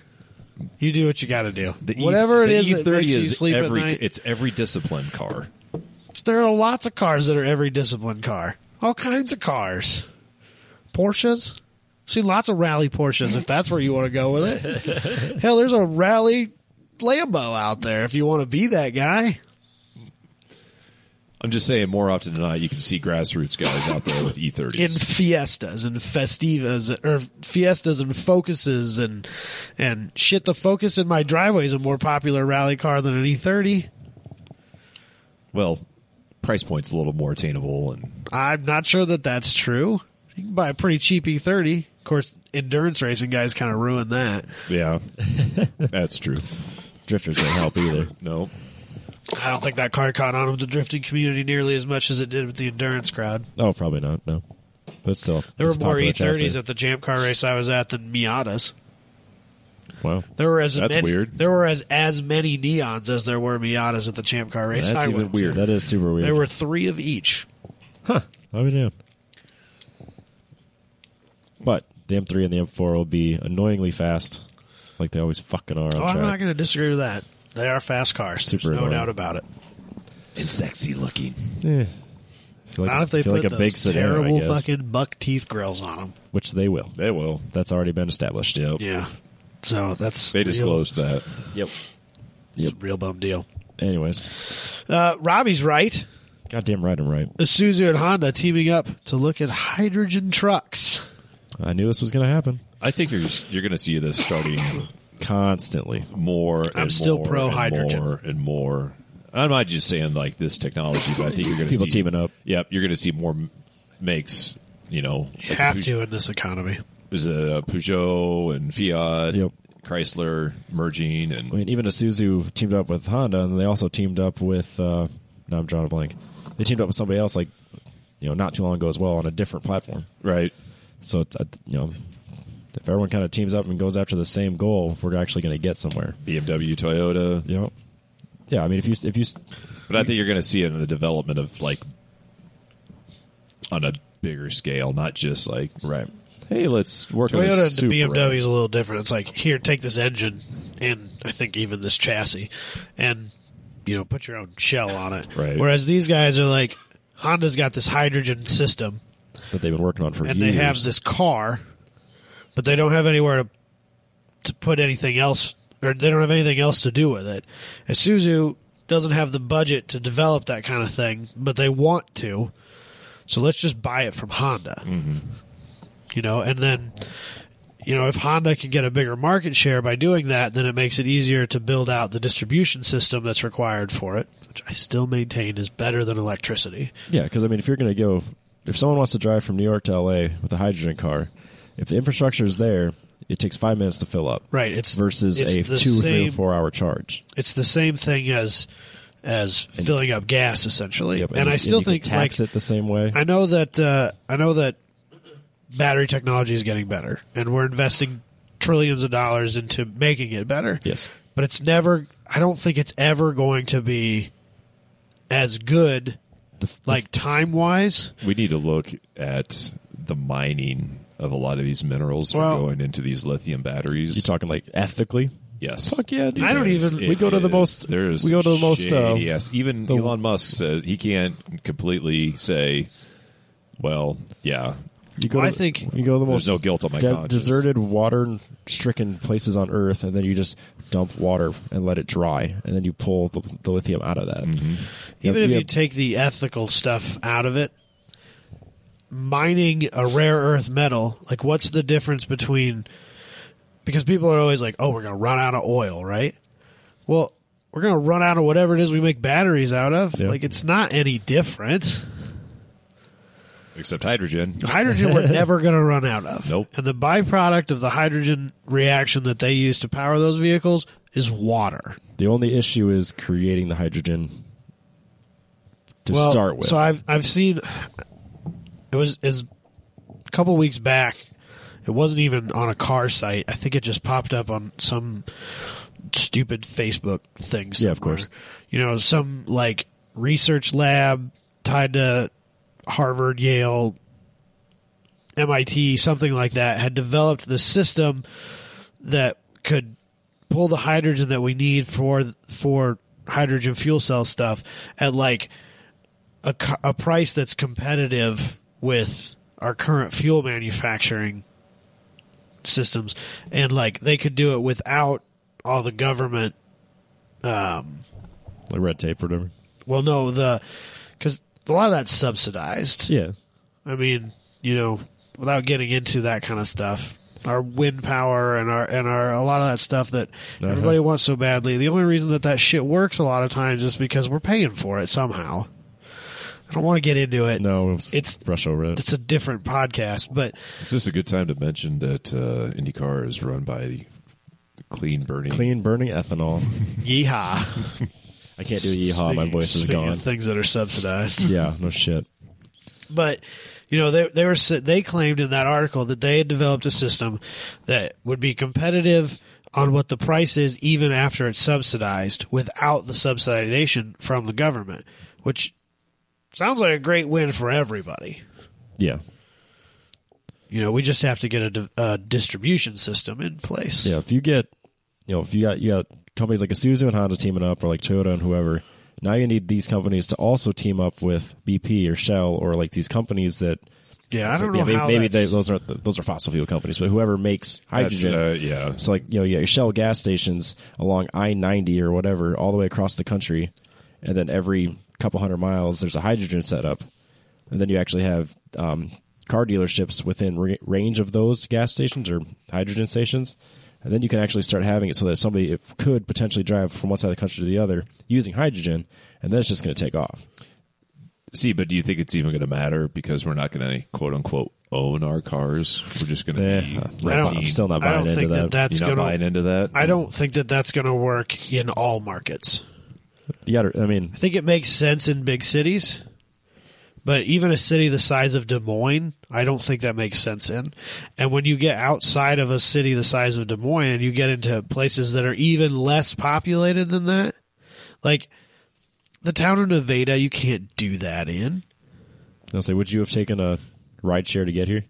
Speaker 4: You do what you got to do.
Speaker 3: The E-
Speaker 4: Whatever it
Speaker 3: the
Speaker 4: is that
Speaker 3: E30
Speaker 4: makes you
Speaker 3: is
Speaker 4: sleep
Speaker 3: every,
Speaker 4: at night.
Speaker 3: It's every discipline car.
Speaker 4: there are lots of cars that are every discipline car. All kinds of cars. Porsches. See lots of rally Porsches if that's where you want to go with it. Hell, there's a rally Lambo out there if you want to be that guy.
Speaker 3: I'm just saying, more often than not, you can see grassroots guys out there with E E30s.
Speaker 4: in fiestas and festivas or fiestas and focuses and and shit the focus in my driveway is a more popular rally car than an E E30.
Speaker 3: well, price point's a little more attainable, and
Speaker 4: I'm not sure that that's true. You can buy a pretty cheap E30. Of course, endurance racing guys kind of ruin that.
Speaker 3: yeah, that's true.
Speaker 1: drifters don't help either.
Speaker 3: No,
Speaker 4: I don't think that car caught on with the drifting community nearly as much as it did with the endurance crowd.
Speaker 1: Oh, probably not. No, but still,
Speaker 4: There
Speaker 1: it's a
Speaker 4: were more E
Speaker 1: popular
Speaker 4: E30s
Speaker 1: chassis.
Speaker 4: at the Jam Car race I was at than Miatas.
Speaker 1: Wow,
Speaker 4: There were as
Speaker 3: That's
Speaker 4: many,
Speaker 3: weird.
Speaker 4: There were as as many neons as there were Miatas at the Champ Car race.
Speaker 3: That's
Speaker 4: I
Speaker 3: even
Speaker 4: went to.
Speaker 3: weird.
Speaker 1: that is super weird.
Speaker 4: There were three of each.
Speaker 1: I mean, yeah. But the M3 and the M4 will be annoyingly fast, like they always fucking are on
Speaker 4: Oh,
Speaker 1: track.
Speaker 4: I'm not going to disagree with that. They are fast cars.
Speaker 1: Super
Speaker 4: There's no
Speaker 1: annoying.
Speaker 4: doubt about it.
Speaker 3: and sexy looking.
Speaker 1: Eh. Feel like,
Speaker 4: Not if they
Speaker 1: feel
Speaker 4: put
Speaker 1: like a
Speaker 4: those
Speaker 1: big sedan, I
Speaker 4: terrible
Speaker 1: guess,
Speaker 4: fucking buck teeth grills on them.
Speaker 1: which they will.
Speaker 3: They will.
Speaker 1: That's already been established. Yep.
Speaker 4: Yeah. So that's
Speaker 3: They disclosed that.
Speaker 1: Yep.
Speaker 4: Real, real bum deal.
Speaker 1: Anyways,
Speaker 4: Uh, Robbie's right.
Speaker 1: goddamn right, I'm right.
Speaker 4: Isuzu and Honda teaming up to look at hydrogen trucks.
Speaker 1: I knew this was going to happen.
Speaker 3: I think you're you're going to see this starting
Speaker 1: Constantly,
Speaker 3: more. And
Speaker 4: I'm still
Speaker 3: more
Speaker 4: pro
Speaker 3: and
Speaker 4: hydrogen.
Speaker 3: more and more. I'm not just saying like this technology, but I think you're going to see
Speaker 1: People teaming up.
Speaker 3: Yep, you're going to see more m- makes. You know, like
Speaker 4: You
Speaker 3: the
Speaker 4: have
Speaker 3: Peugeot-
Speaker 4: to in this economy.
Speaker 3: is it uh, Peugeot and Fiat,
Speaker 1: Yep.
Speaker 3: Chrysler merging, and
Speaker 1: I mean, even Isuzu teamed up with Honda, and they also teamed up with. Uh, no, I'm drawing a blank. They teamed up with somebody else, like you know, not too long ago as well, on a different platform.
Speaker 3: right?
Speaker 1: So it's uh, you know, If everyone kind of teams up and goes after the same goal, we're actually going to get somewhere.
Speaker 3: BMW, Toyota.
Speaker 1: You know? Yeah, I mean, if you if you
Speaker 3: But I think you're going to see it in the development of like on a bigger scale, not just like
Speaker 1: right,
Speaker 3: hey, let's work on
Speaker 4: Toyota
Speaker 3: this
Speaker 4: to
Speaker 3: super
Speaker 4: BMW is a little different. It's like here, take this engine, and I think even this chassis, and you know, put your own shell on it.
Speaker 3: Right.
Speaker 4: Whereas these guys are like Honda's got this hydrogen system,
Speaker 1: that they've been working on for
Speaker 4: and
Speaker 1: years.
Speaker 4: they have this car, but they don't have anywhere to to put anything else, or they don't have anything else to do with it. Isuzu doesn't have the budget to develop that kind of thing, but they want to. So let's just buy it from Honda.
Speaker 1: Mm-hmm.
Speaker 4: You know, and then you know, if Honda can get a bigger market share by doing that, then it makes it easier to build out the distribution system that's required for it, which I still maintain is better than electricity.
Speaker 1: Yeah, because I mean, if you're going to go, if someone wants to drive from New York to LA with a hydrogen car, if the infrastructure is there, it takes five minutes to fill up.
Speaker 4: Right, it's-
Speaker 1: versus
Speaker 4: it's
Speaker 1: a
Speaker 4: the
Speaker 1: two, three,
Speaker 4: same-
Speaker 1: or four hour charge.
Speaker 4: it's the same thing as as filling up gas essentially
Speaker 1: Yep,
Speaker 4: and, i
Speaker 1: you-
Speaker 4: still
Speaker 1: you can
Speaker 4: think like
Speaker 1: tax it the same way.
Speaker 4: i know that uh, i know that battery technology is getting better and we're investing trillions of dollars into making it better
Speaker 1: yes,
Speaker 4: but it's never i don't think it's ever going to be as good like time wise
Speaker 3: We need to look at the mining of a lot of these minerals that are
Speaker 4: Well-
Speaker 3: going into these lithium batteries.
Speaker 1: you're talking like ethically.
Speaker 3: yes.
Speaker 1: Fuck yeah, dude.
Speaker 4: I don't
Speaker 3: Yes,
Speaker 4: even-
Speaker 3: it
Speaker 1: We go to the
Speaker 3: is.
Speaker 1: most-
Speaker 3: There's
Speaker 1: we go to the most, uh,
Speaker 3: yes, even
Speaker 1: the-
Speaker 3: Elon Musk says he can't completely say. Well, yeah,
Speaker 1: You go
Speaker 4: Well,
Speaker 1: to
Speaker 4: I
Speaker 1: the-
Speaker 4: think-
Speaker 1: you go to the most
Speaker 3: There's no guilt on my conscience.
Speaker 1: deserted, water-stricken places on Earth, and then you just dump water and let it dry, and then you pull the, the lithium out of that.
Speaker 3: Mm-hmm.
Speaker 4: even if
Speaker 1: yeah.
Speaker 4: you take the ethical stuff out of it mining a rare earth metal like what's the difference between because people are always like oh we're going to run out of oil right well we're going to run out of whatever it is we make batteries out of
Speaker 1: Yeah.
Speaker 4: like it's not any different
Speaker 3: except hydrogen.
Speaker 4: hydrogen we're never going to run out of
Speaker 3: Nope.
Speaker 4: and the byproduct of the hydrogen reaction that they use to power those vehicles is water
Speaker 1: The only issue is creating the hydrogen to
Speaker 4: Well,
Speaker 1: start with.
Speaker 4: So I've I've seen it was is a couple weeks back. It wasn't even on a car site. I think it just popped up on some stupid Facebook thing.
Speaker 1: Yeah, of
Speaker 4: somewhere.
Speaker 1: course.
Speaker 4: You know, some like research lab tied to Harvard, Yale, MIT, something like that, had developed the system that could pull the hydrogen that we need for for hydrogen fuel cell stuff at like a, co- a price that's competitive with our current fuel manufacturing systems and like they could do it without all the government
Speaker 1: like red tape or whatever.
Speaker 4: well no the because a lot of that's subsidized
Speaker 1: Yeah.
Speaker 4: I mean, you know, without getting into that kind of stuff, our wind power and our and our a lot of that stuff that
Speaker 1: Uh-huh.
Speaker 4: everybody wants so badly. The only reason that that shit works a lot of times is because we're paying for it somehow. I don't want to get into it.
Speaker 1: No, it's,
Speaker 4: It's-
Speaker 1: brush over it.
Speaker 4: It's a different podcast, but
Speaker 3: Is this a good time to mention that uh, IndyCar is run by clean burning?
Speaker 1: Clean burning ethanol.
Speaker 4: yeehaw!
Speaker 1: I can't do a yeehaw. My
Speaker 4: Speaking-
Speaker 1: voice is
Speaker 4: speaking of
Speaker 1: gone.
Speaker 4: Things that are subsidized.
Speaker 1: Yeah, no shit.
Speaker 4: but you know they they were s- they claimed in that article that they had developed a system that would be competitive on what the price is even after it's subsidized without the subsidization from the government which sounds like a great win for everybody
Speaker 1: Yeah,
Speaker 4: you know we just have to get a, di- a distribution system in place
Speaker 1: yeah. If you get, you know, if you got you got companies like Isuzu and Honda teaming up, or like Toyota and whoever. Now you need these companies to also team up with BP or Shell or like these companies that
Speaker 4: yeah i don't know
Speaker 1: yeah, may-
Speaker 4: how
Speaker 1: maybe they,
Speaker 4: that's-
Speaker 1: those aren't the, those are fossil fuel companies, but whoever makes
Speaker 3: That's,
Speaker 1: hydrogen,
Speaker 3: uh, yeah.
Speaker 1: So like you know, yeah, your Shell gas stations along I ninety or whatever, all the way across the country, and then every couple hundred miles there's a hydrogen setup, and then you actually have um, car dealerships within re- range of those gas stations or hydrogen stations, and then you can actually start having it so that somebody it could potentially drive from one side of the country to the other using hydrogen, and then it's just going to take off.
Speaker 3: See, but do you think it's even going to matter because we're not going to quote unquote own our cars? We're just going to be.
Speaker 1: Yeah,
Speaker 3: renting.
Speaker 4: don't-
Speaker 1: Eh, I'm still not
Speaker 4: I
Speaker 1: buying
Speaker 4: don't
Speaker 1: into
Speaker 4: think that
Speaker 1: that.
Speaker 4: that's
Speaker 3: You're not
Speaker 4: gonna-
Speaker 3: buying into that.
Speaker 4: i don't think that that's going to work in all markets
Speaker 1: You gotta- I mean,
Speaker 4: I think it makes sense in big cities, But even a city the size of Des Moines, I don't think that makes sense in. And when you get outside of a city the size of Des Moines and you get into places that are even less populated than that, like the town of Nevada, you can't do that in.
Speaker 1: I'll say, would you have taken a ride share to get here?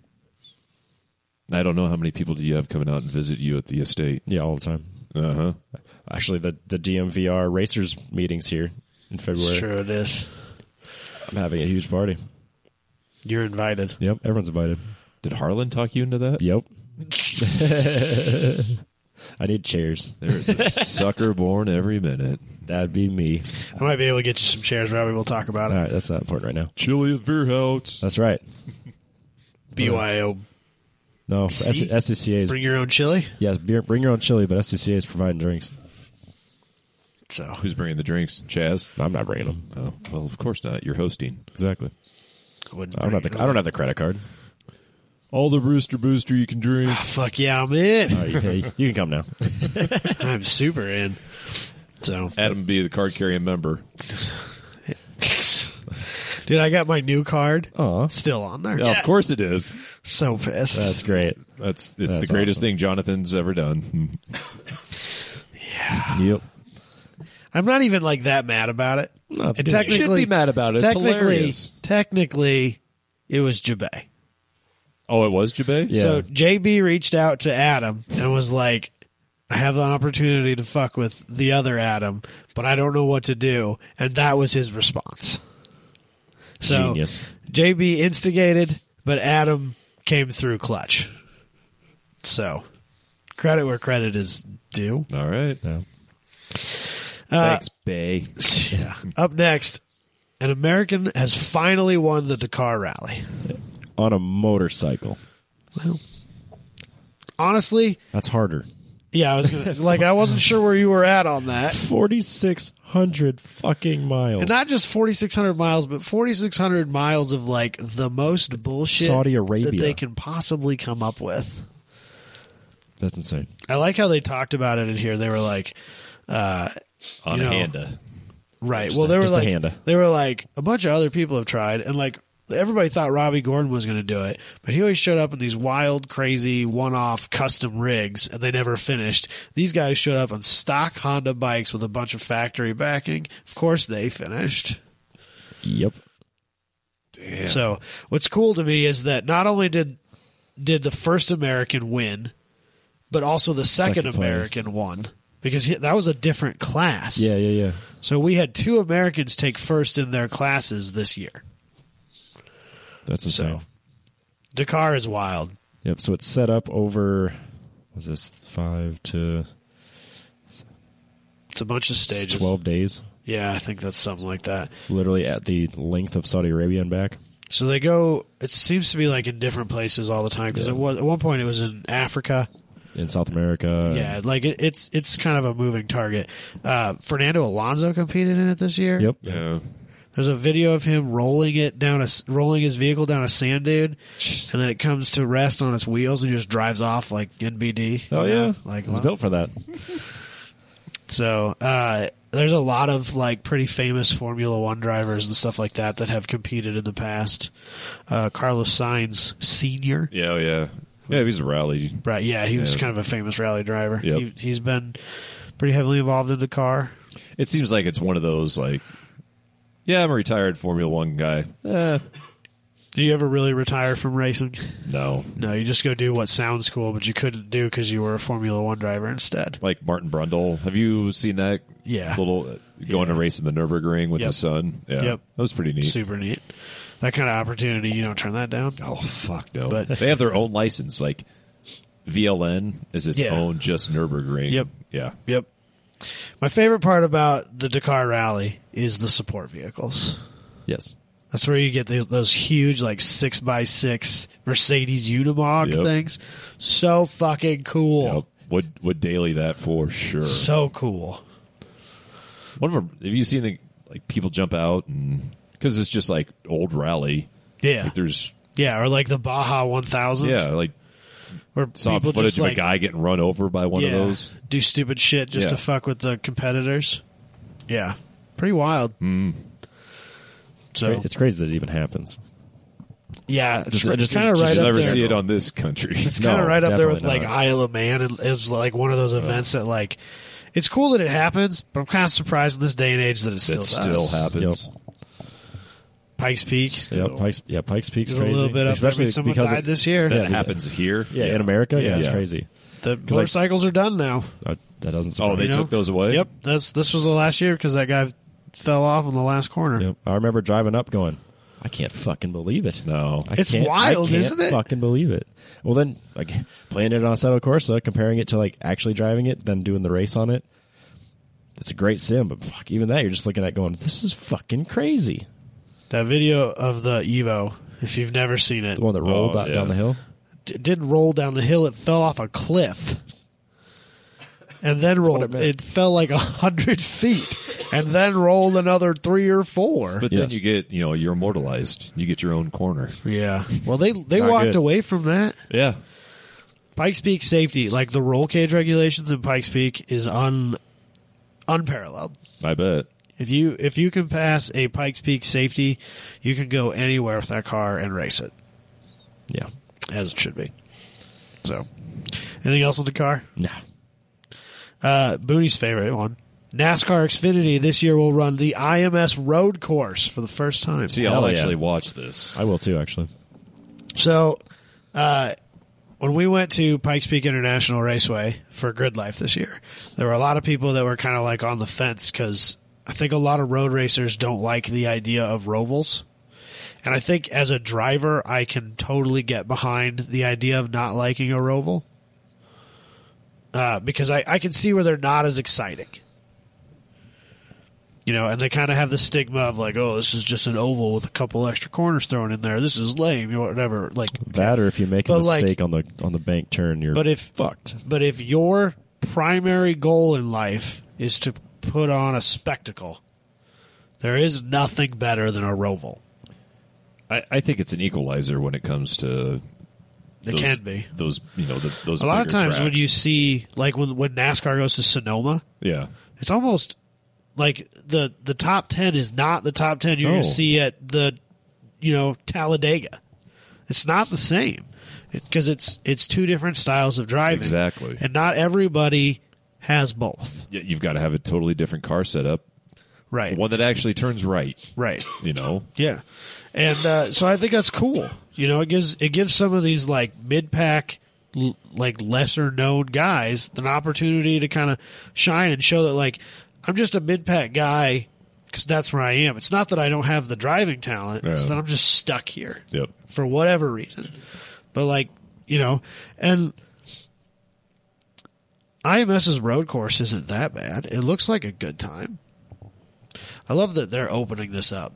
Speaker 3: I don't know how many people do you have coming out and visit you at the estate.
Speaker 1: Yeah, all the time.
Speaker 3: Uh
Speaker 4: Uh-huh.
Speaker 3: huh.
Speaker 1: Actually, the the DMVR racers meetings here in February.
Speaker 4: it is.
Speaker 1: I'm having a huge party.
Speaker 4: You're invited.
Speaker 1: Yep, everyone's invited.
Speaker 3: Did Harlan talk you into that?
Speaker 1: Yep. I need chairs.
Speaker 3: There is a sucker born every minute.
Speaker 1: That'd be me.
Speaker 4: I might be able to get you some chairs, Robbie. We'll talk about
Speaker 1: All
Speaker 4: it.
Speaker 1: right, that's not important right now.
Speaker 3: Chili at Veer House.
Speaker 1: That's right.
Speaker 4: BYO,
Speaker 1: No,
Speaker 4: See?
Speaker 1: S- SCCA is
Speaker 4: bring your own chili.
Speaker 1: yes. Beer, bring your own chili, but SCCA is providing drinks.
Speaker 4: So
Speaker 3: Who's bringing the drinks? Chaz?
Speaker 1: I'm not bringing them.
Speaker 3: Oh, well, of course not. You're hosting.
Speaker 1: Exactly.
Speaker 4: wouldn't
Speaker 1: I don't have
Speaker 4: bring
Speaker 1: the
Speaker 4: it
Speaker 1: I
Speaker 4: over.
Speaker 1: don't have the credit card.
Speaker 3: All the rooster booster you can drink.
Speaker 4: Fuck yeah, I'm in.
Speaker 1: Hey, you can come now.
Speaker 4: I'm super in. So,
Speaker 3: Adam be the card carrying member.
Speaker 4: dude, I got my new card
Speaker 1: Aw.
Speaker 4: still on there.
Speaker 3: Of course it is.
Speaker 4: So pissed.
Speaker 1: That's great.
Speaker 3: That's it's the
Speaker 1: That's
Speaker 3: greatest
Speaker 1: awesome.
Speaker 3: thing Jonathan's ever done.
Speaker 1: Yep.
Speaker 4: I'm not even like that mad about it.
Speaker 1: No, it's
Speaker 4: And
Speaker 1: good.
Speaker 4: technically,
Speaker 3: You should be mad about it. It's
Speaker 4: Technically,
Speaker 3: hilarious.
Speaker 4: technically, it was Jabay.
Speaker 3: Oh, it was Jabay?
Speaker 1: Yeah.
Speaker 4: So JB reached out to Adam and was like, I have the opportunity to fuck with the other Adam, but I don't know what to do. And that was his response. So
Speaker 1: Genius.
Speaker 4: JB instigated, but Adam came through clutch. So credit where credit is due.
Speaker 3: All right.
Speaker 1: Yeah.
Speaker 4: Uh,
Speaker 3: Thanks, Bay.
Speaker 4: Yeah. Up next, an American has finally won the Dakar rally.
Speaker 1: On a motorcycle.
Speaker 4: Honestly,
Speaker 1: That's harder.
Speaker 4: yeah, I was gonna, like, I wasn't sure where you were at on that.
Speaker 1: Forty six hundred fucking miles.
Speaker 4: And not just 4,600 miles, but 4,600 miles of like the most bullshit
Speaker 1: Saudi Arabia.
Speaker 4: that they can possibly come up with.
Speaker 1: That's insane.
Speaker 4: I like how they talked about it in here. They were like,
Speaker 3: On
Speaker 4: You know.
Speaker 3: Handa.
Speaker 4: right. well, they were
Speaker 1: just a
Speaker 4: like,
Speaker 1: Honda.
Speaker 4: they were like, a bunch of other people have tried, and like everybody thought Robbie Gordon was going to do it, but he always showed up in these wild, crazy, one-off custom rigs, and they never finished. These guys showed up on stock Honda bikes with a bunch of factory backing. Of course, they finished.
Speaker 1: Yep.
Speaker 4: So what's cool to me is that not only did did the first American win, but also the second,
Speaker 1: Second place.
Speaker 4: American won because he, that was a different class.
Speaker 1: Yeah, yeah, yeah.
Speaker 4: So we had two Americans take first in their classes this year.
Speaker 1: That's insane.
Speaker 4: So Dakar is wild.
Speaker 1: Yep. So it's set up over was this five to
Speaker 4: It's a bunch of stages.
Speaker 1: twelve days,
Speaker 4: Yeah, I think that's something like that.
Speaker 1: literally at the length of Saudi Arabia and back.
Speaker 4: So they go. It seems to be like in different places all the time because
Speaker 1: Yeah.
Speaker 4: it was at one point it was in Africa.
Speaker 1: in South America.
Speaker 4: Yeah, like it, it's it's kind of a moving target. Uh, Fernando Alonso competed in it this year.
Speaker 1: Yep.
Speaker 3: Yeah.
Speaker 4: There's a video of him rolling it down a rolling his vehicle down a sand dune, and then it comes to rest on its wheels and just drives off like NBD.
Speaker 1: Oh
Speaker 4: you know?
Speaker 1: yeah.
Speaker 4: like
Speaker 1: Like it's built for that.
Speaker 4: so. Uh, there's a lot of like pretty famous Formula One drivers and stuff like that that have competed in the past. Uh, Carlos Sainz Senior,
Speaker 3: Yeah, oh, yeah. Yeah, he's a rally.
Speaker 4: right? Yeah, he was
Speaker 3: Yeah.
Speaker 4: kind of a famous rally driver.
Speaker 3: Yep.
Speaker 4: He, he's been pretty heavily involved in the car.
Speaker 3: It seems like it's one of those like yeah, I'm a retired Formula One guy. Eh,
Speaker 4: Did you ever really retire from racing?
Speaker 3: no.
Speaker 4: No, you just go do what sounds cool, but you couldn't do because you were a Formula One driver instead.
Speaker 3: Like Martin Brundle. Have you seen that?
Speaker 4: Yeah.
Speaker 3: Little uh, going to race in the Nürburgring with
Speaker 4: Yep.
Speaker 3: his son. Yeah.
Speaker 4: Yep.
Speaker 3: That was pretty neat.
Speaker 4: super neat. That kind of opportunity, you don't turn that down.
Speaker 3: Oh fuck no!
Speaker 4: But-
Speaker 3: they have their own license. Like VLN is its
Speaker 4: Yeah.
Speaker 3: own just Nurburgring.
Speaker 4: Yep.
Speaker 3: Yeah.
Speaker 4: Yep. My favorite part about the Dakar Rally is the support vehicles.
Speaker 1: Yes.
Speaker 4: That's where you get those, those huge, like six by six Mercedes Unimog
Speaker 3: Yep.
Speaker 4: things. So fucking cool.
Speaker 3: Yep. Would would daily that for sure.
Speaker 4: So cool.
Speaker 3: One of them. Have you seen the like people jump out and because it's just like old rally.
Speaker 4: Yeah.
Speaker 3: Like there's
Speaker 4: Yeah. Or like the Baja 1000.
Speaker 3: yeah like
Speaker 4: Where
Speaker 3: saw
Speaker 4: people
Speaker 3: footage
Speaker 4: just
Speaker 3: of
Speaker 4: like,
Speaker 3: a guy getting run over by one of
Speaker 4: yeah,
Speaker 3: those.
Speaker 4: do stupid shit
Speaker 3: Yeah.
Speaker 4: just
Speaker 3: Mm-hmm.
Speaker 4: to fuck with the competitors. Yeah. Pretty wild. So
Speaker 1: It's crazy that it even happens.
Speaker 4: yeah, it's,
Speaker 1: I just-
Speaker 4: kind of
Speaker 1: just
Speaker 4: right
Speaker 1: I've
Speaker 4: up
Speaker 3: never
Speaker 4: there.
Speaker 3: see it on this country.
Speaker 4: It's kind of
Speaker 1: No,
Speaker 4: right up there with
Speaker 1: definitely
Speaker 4: like
Speaker 1: not.
Speaker 4: Isle of Man, and it's like one of those events that like it's cool that it happens, but I'm kind of surprised in this day and age that it still
Speaker 3: It
Speaker 4: does.
Speaker 3: still happens.
Speaker 4: Pikes Peak
Speaker 1: Yeah,
Speaker 3: Still.
Speaker 1: Pikes, yeah, Pikes Peak's
Speaker 4: is a
Speaker 1: crazy.
Speaker 4: little bit up. there. I mean,
Speaker 1: Especially
Speaker 4: someone
Speaker 1: because
Speaker 4: died
Speaker 1: it-
Speaker 4: this year.
Speaker 3: That happens here.
Speaker 1: yeah, in America, yeah, it's
Speaker 3: Yeah.
Speaker 1: crazy.
Speaker 4: the motorcycles are done now.
Speaker 1: That, that doesn't surprise
Speaker 3: Oh, they
Speaker 4: You know?
Speaker 3: took those away.
Speaker 4: Yep, that's this was the last year because that guy fell off on the last corner.
Speaker 1: Yep. I remember driving up going, I can't fucking believe it.
Speaker 3: No.
Speaker 1: I
Speaker 4: It's
Speaker 1: can't-
Speaker 4: wild,
Speaker 1: I can't
Speaker 4: isn't it?
Speaker 1: fucking believe it. Well, then, like, playing it on Assetto Corsa, comparing it to, like, actually driving it, then doing the race on it. It's a great sim, but fuck, even that, you're just looking at it going, this is fucking crazy.
Speaker 4: That video of the Evo, if you've never seen it,
Speaker 1: The one that rolled out-
Speaker 3: yeah.
Speaker 1: down the hill.
Speaker 4: d- didn't roll down the hill; it fell off a cliff. And then rolled.
Speaker 1: meant.
Speaker 4: It fell like a hundred feet, and then rolled another three or four.
Speaker 3: But then
Speaker 1: Yes.
Speaker 3: you get, you know, you're immortalized. You get your own corner.
Speaker 4: Yeah. Well, they they
Speaker 1: Not
Speaker 4: walked
Speaker 1: good.
Speaker 4: away from that.
Speaker 3: Yeah.
Speaker 4: Pikes Peak safety, like the roll cage regulations in Pikes Peak, is un unparalleled.
Speaker 3: I bet.
Speaker 4: If you if you can pass a Pikes Peak safety, you can go anywhere with that car and race it
Speaker 1: Yeah.
Speaker 4: as it should be. So, anything else on the car?
Speaker 1: Nah.
Speaker 4: Uh, Booney's favorite one. NASCAR Xfinity this year will run the IMS road course for the first time.
Speaker 3: See,
Speaker 1: Hell
Speaker 3: I'll
Speaker 1: yeah.
Speaker 3: actually watch this.
Speaker 1: I will too, actually.
Speaker 4: So, uh, when we went to Pikes Peak International Raceway for Grid Life this year, there were a lot of people that were kind of like on the fence because I think a lot of road racers don't like the idea of rovals. And I think as a driver, I can totally get behind the idea of not liking a roval uh, because I, I can see where they're not as exciting. You know, and they kind of have the stigma of like, oh, this is just an oval with a couple extra corners thrown in there. This is lame, you know, whatever. Like,
Speaker 1: That or if you make a
Speaker 4: But, like-
Speaker 1: mistake on the on the bank turn, you're
Speaker 4: But if-
Speaker 1: fucked.
Speaker 4: But if your primary goal in life is to put on a spectacle, there is nothing better than a roval.
Speaker 3: I, I think it's an equalizer when it comes to.
Speaker 4: It
Speaker 3: those-
Speaker 4: can be.
Speaker 3: Those, you know, the, those.
Speaker 4: A lot of
Speaker 3: bigger
Speaker 4: times when
Speaker 3: tracks.
Speaker 4: you see, like when, when NASCAR goes to Sonoma,
Speaker 3: Yeah.
Speaker 4: it's almost like the the top 10 is not the top 10 you're
Speaker 3: No.
Speaker 4: going to see at the, you know, Talladega. It's not the same because it's it's two different styles of driving.
Speaker 3: Exactly.
Speaker 4: And not everybody has both.
Speaker 3: Y- You've got to have a totally different car setup.
Speaker 4: Right.
Speaker 3: One that actually turns right,
Speaker 4: right.
Speaker 3: you know?
Speaker 4: Yeah, and uh, so I think that's cool. You know, it gives it gives some of these like mid pack, l- like lesser known guys an opportunity to kind of shine and show that like I'm just a mid pack guy because that's where I am. It's not that I don't have the driving talent; it's
Speaker 3: Yeah.
Speaker 4: that I'm just stuck here
Speaker 3: Yep.
Speaker 4: for whatever reason. But like, you know, and IMS's road course isn't that bad. It looks like a good time. I love that they're opening this up.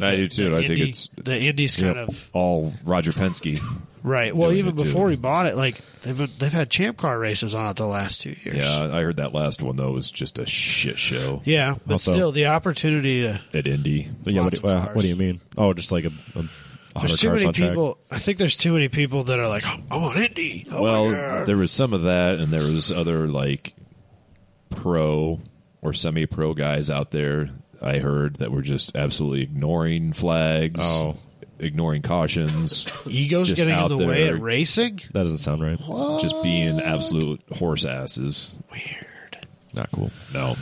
Speaker 3: I do too.
Speaker 4: The
Speaker 3: I think
Speaker 4: Indy-
Speaker 3: it's
Speaker 4: the Indies kind
Speaker 3: yep,
Speaker 4: of
Speaker 3: all Roger Penske.
Speaker 4: right. Well,
Speaker 3: doing
Speaker 4: even
Speaker 3: it too.
Speaker 4: before he bought it, like they've been, they've had champ car races on it the last two years.
Speaker 3: Yeah, I heard that last one though was just a shit show
Speaker 4: Yeah, but
Speaker 1: Also-
Speaker 4: still the opportunity to.
Speaker 3: at Indy.
Speaker 1: yeah, what
Speaker 4: lots
Speaker 1: do,
Speaker 4: of
Speaker 1: well,
Speaker 4: cars.
Speaker 1: what do you mean? Oh, just like a, a a hundred
Speaker 4: There's too
Speaker 1: cars
Speaker 4: many
Speaker 1: on track.
Speaker 4: people. I think there's too many people that are like, oh, I want Indy. Oh my
Speaker 3: Well,
Speaker 4: God."
Speaker 3: there was some of that, and there was other like pro or semi-pro guys out there. I heard that were just absolutely ignoring flags,
Speaker 1: Oh.
Speaker 3: ignoring cautions,
Speaker 4: ego's
Speaker 3: just
Speaker 4: getting in
Speaker 3: out
Speaker 4: the way
Speaker 3: there.
Speaker 4: at racing.
Speaker 1: That doesn't sound right.
Speaker 3: just being absolute horse asses.
Speaker 4: Weird,
Speaker 1: Not cool.
Speaker 3: No,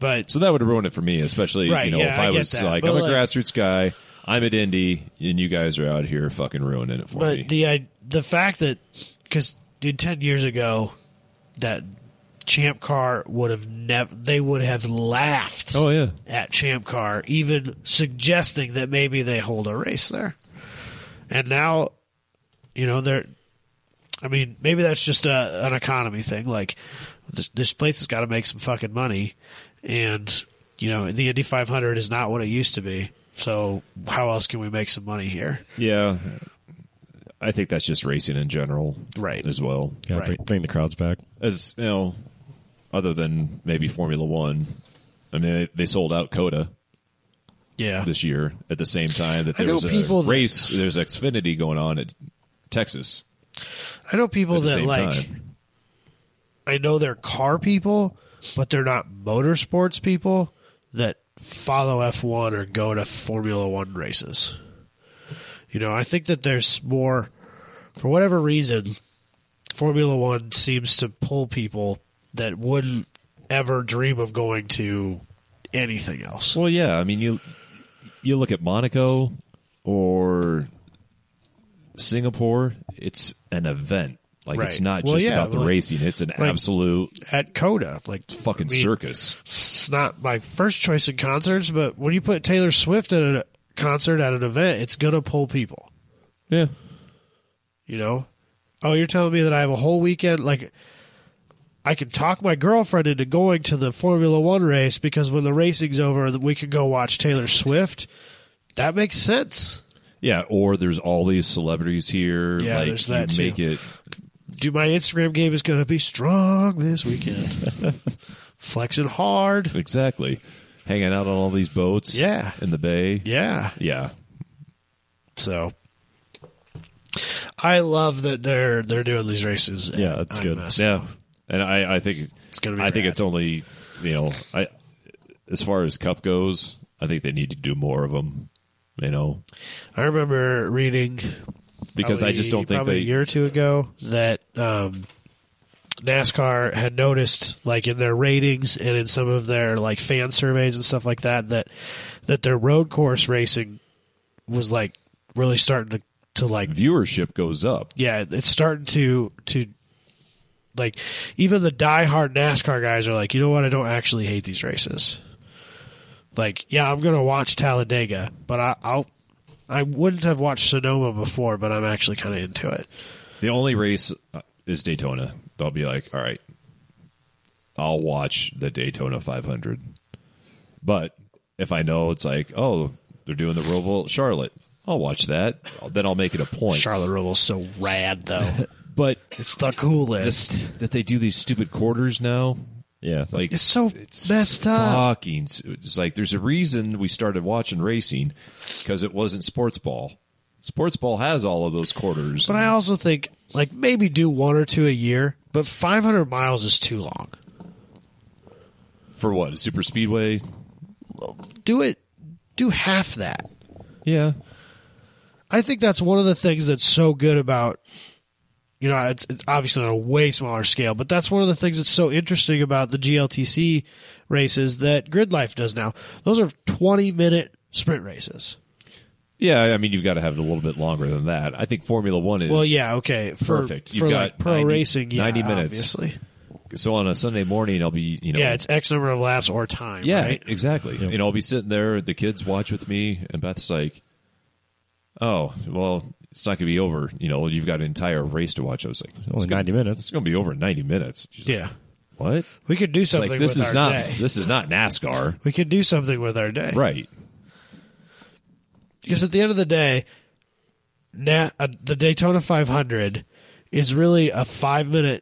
Speaker 4: but
Speaker 3: so that would have ruined it for me, especially
Speaker 4: Right,
Speaker 3: you know
Speaker 4: yeah,
Speaker 3: if
Speaker 4: I
Speaker 3: I,
Speaker 4: get
Speaker 3: was
Speaker 4: that,
Speaker 3: like,
Speaker 4: but
Speaker 3: I'm
Speaker 4: like-
Speaker 3: a grassroots guy, I'm at Indy, and you guys are out here fucking ruining it for me.
Speaker 4: But the I, the fact that because dude, ten years ago, that Champ Car would have never. They would have laughed.
Speaker 3: oh yeah,
Speaker 4: at Champ Car, even suggesting that maybe they hold a race there. And now, you know, they're. I mean, maybe that's just a, an economy thing. Like, this, this place has got to make some fucking money, and you know, the Indy 500 is not what it used to be. So, how else can we make some money here?
Speaker 3: yeah. I think that's just racing in general,
Speaker 4: Right.
Speaker 3: As well,
Speaker 1: Yeah,
Speaker 4: Right.
Speaker 1: bring, bring the crowds back.
Speaker 3: as you know, other than maybe Formula One. I mean, they, they sold out Coda
Speaker 4: Yeah,
Speaker 3: this year at the same time that
Speaker 4: I
Speaker 3: there
Speaker 4: know
Speaker 3: was a
Speaker 4: people that-
Speaker 3: race. There's Xfinity going on at Texas
Speaker 4: I know people
Speaker 3: at the
Speaker 4: that
Speaker 3: same
Speaker 4: like.
Speaker 3: time.
Speaker 4: I know they're car people, but they're not motorsports people that follow F1 or go to Formula One races. You know, I think that there's more, for whatever reason, Formula One seems to pull people that wouldn't ever dream of going to anything else.
Speaker 3: Well, yeah. I mean, you you look at Monaco or Singapore. It's an event. Like it's
Speaker 4: Right.
Speaker 3: not
Speaker 4: Well,
Speaker 3: just
Speaker 4: yeah,
Speaker 3: about the
Speaker 4: like-
Speaker 3: racing. It's an absolute
Speaker 4: At Coda, like
Speaker 3: fucking
Speaker 4: I mean,
Speaker 3: circus.
Speaker 4: It's not my first choice in concerts, but when you put Taylor Swift at a concert at an event, it's gonna pull people.
Speaker 3: Yeah.
Speaker 4: You know? Oh, you're telling me that I have a whole weekend like I can talk my girlfriend into going to the Formula One race because when the racing's over, that we can go watch Taylor Swift. That makes sense.
Speaker 3: Yeah, or there's all these celebrities here.
Speaker 4: Yeah,
Speaker 3: like,
Speaker 4: there's that,
Speaker 3: you make
Speaker 4: too.
Speaker 3: it
Speaker 4: Do my Instagram game is gonna be strong this weekend. Flexing hard.
Speaker 3: exactly hanging out on all these boats.
Speaker 4: Yeah.
Speaker 3: in the bay.
Speaker 4: Yeah.
Speaker 3: yeah.
Speaker 4: So I love that they're they're doing these races. at
Speaker 3: Yeah, that's good.
Speaker 4: IMS.
Speaker 3: Yeah, and I, I think it's
Speaker 4: gonna be
Speaker 3: I think
Speaker 4: rad.
Speaker 3: it's only you know I as far as cup goes, I think they need to do more of them. You know,
Speaker 4: I remember reading
Speaker 3: because I just don't
Speaker 4: probably-
Speaker 3: think
Speaker 4: probably
Speaker 3: they.
Speaker 4: a year or two ago that um, NASCAR had noticed, like in their ratings and in some of their like fan surveys and stuff like that, that that their road course racing was like really starting to to like
Speaker 3: viewership goes up.
Speaker 4: yeah, it's starting to to like even the diehard NASCAR guys are like, you know what? I don't actually hate these races. Like, yeah, I'm gonna watch Talladega, but I, I'll I wouldn't have watched Sonoma before, but I'm actually kind of into it.
Speaker 3: The only race uh, is Daytona. They'll be like, all right, I'll watch the Daytona 500. But if I know it's like, oh, they're doing the Roval Charlotte, I'll watch that. Then I'll make it a point.
Speaker 4: Charlotte Rubble's so rad though;
Speaker 3: but
Speaker 4: it's the coolest.
Speaker 3: that they do these stupid quarters now. Yeah, like
Speaker 4: It's so messed up.
Speaker 3: fucking. It's like there's a reason we started watching racing because it wasn't sports ball. Sports ball has all of those quarters.
Speaker 4: But I also think like maybe do one or two a year, but 500 miles is too long.
Speaker 3: for what a super speedway?
Speaker 4: Do it. Do half that.
Speaker 3: Yeah,
Speaker 4: I think that's one of the things that's so good about, you know, it's, it's obviously on a way smaller scale, but that's one of the things that's so interesting about the GLTC races that Grid Life does now. Those are 20 minute sprint races.
Speaker 3: yeah. I mean, you've got to have it a little bit longer than that. I think Formula One is
Speaker 4: Well, yeah, okay. For,
Speaker 3: Perfect.
Speaker 4: For
Speaker 3: You've
Speaker 4: like
Speaker 3: got
Speaker 4: pro
Speaker 3: 90
Speaker 4: racing, yeah,
Speaker 3: 90 minutes.
Speaker 4: Obviously.
Speaker 3: So on a Sunday morning, I'll be you know
Speaker 4: Yeah, it's X number of laps or time,
Speaker 3: Yeah,
Speaker 4: right?
Speaker 3: exactly. You know, I'll be sitting there, the kids watch with me, and Beth's like, "Oh, well, it's not going to be over. You know, you've got an entire race to watch." I was like,
Speaker 4: Oh,
Speaker 1: only 90 minutes.
Speaker 3: It's going to be over in ninety minutes." She's like,
Speaker 4: Yeah.
Speaker 3: what?
Speaker 4: We could do
Speaker 3: It's
Speaker 4: something
Speaker 3: like this
Speaker 4: with
Speaker 3: is
Speaker 4: our
Speaker 3: not
Speaker 4: day.
Speaker 3: this is not NASCAR,
Speaker 4: We could do something with our day.
Speaker 3: right?
Speaker 4: because at the end of the day, na- uh, the Daytona 500 is really a five minute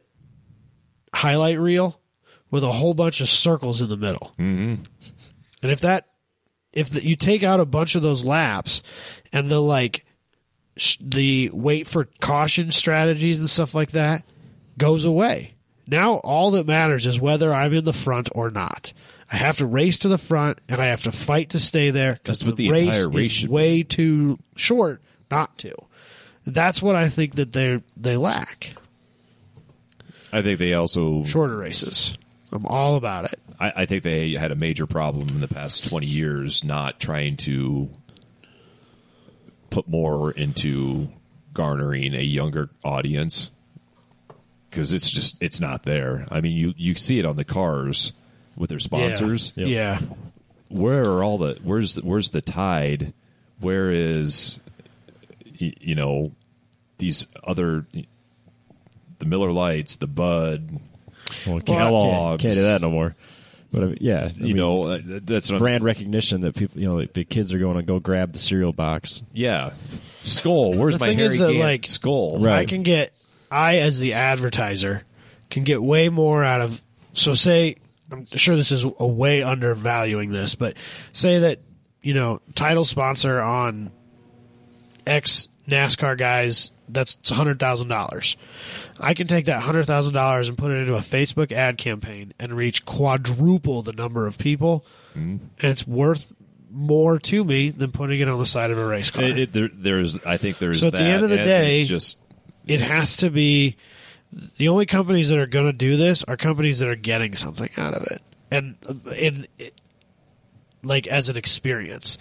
Speaker 4: highlight reel with a whole bunch of circles in the middle. Mm-hmm. And if that, if the, you take out a bunch of those laps and the like, sh- the wait for caution strategies and stuff like that goes away. Now all that matters is whether I'm in the front or not. I have to race to the front and I have to fight to stay there because
Speaker 3: That's what
Speaker 4: the,
Speaker 3: the
Speaker 4: race
Speaker 3: entire
Speaker 4: is
Speaker 3: race should be.
Speaker 4: way too short not to. That's what I think that they they lack.
Speaker 3: I think they also,
Speaker 4: Shorter races. I'm all about it.
Speaker 3: I, I think they had a major problem in the past twenty years not trying to put more into garnering a younger audience because it's just it's not there. I mean, you you see it on the cars with their sponsors.
Speaker 4: Yeah. Yeah.
Speaker 3: Where are all the where's the, where's the tide? Where is y- you know these other the Miller Lights, the Bud,
Speaker 1: Well, can't,
Speaker 3: Kellogg's.
Speaker 1: can't, can't do that no more. But I mean, yeah, I
Speaker 3: you
Speaker 1: mean,
Speaker 3: know uh, that's what I'm-
Speaker 1: brand recognition that people, you know, like the kids are going to go grab the cereal box.
Speaker 3: yeah. Skull, where's
Speaker 4: The
Speaker 3: my
Speaker 4: thing
Speaker 3: Harry
Speaker 4: is that,
Speaker 3: Gant
Speaker 4: like-
Speaker 3: skull?
Speaker 1: Right.
Speaker 4: I can get I as the advertiser can get way more out of so say I'm sure this is a way undervaluing this, but say that you know title sponsor on X NASCAR guys that's hundred thousand dollars. I can take that hundred thousand dollars and put it into a Facebook ad campaign and reach quadruple the number of people, and it's worth more to me than putting it on the side of a race car.
Speaker 3: It, it, there, there's, I think there's.
Speaker 4: So at the
Speaker 3: that,
Speaker 4: end of the
Speaker 3: and
Speaker 4: day-
Speaker 3: it's just
Speaker 4: it has to be the only companies that are going to do this are companies that are getting something out of it and in like as an experience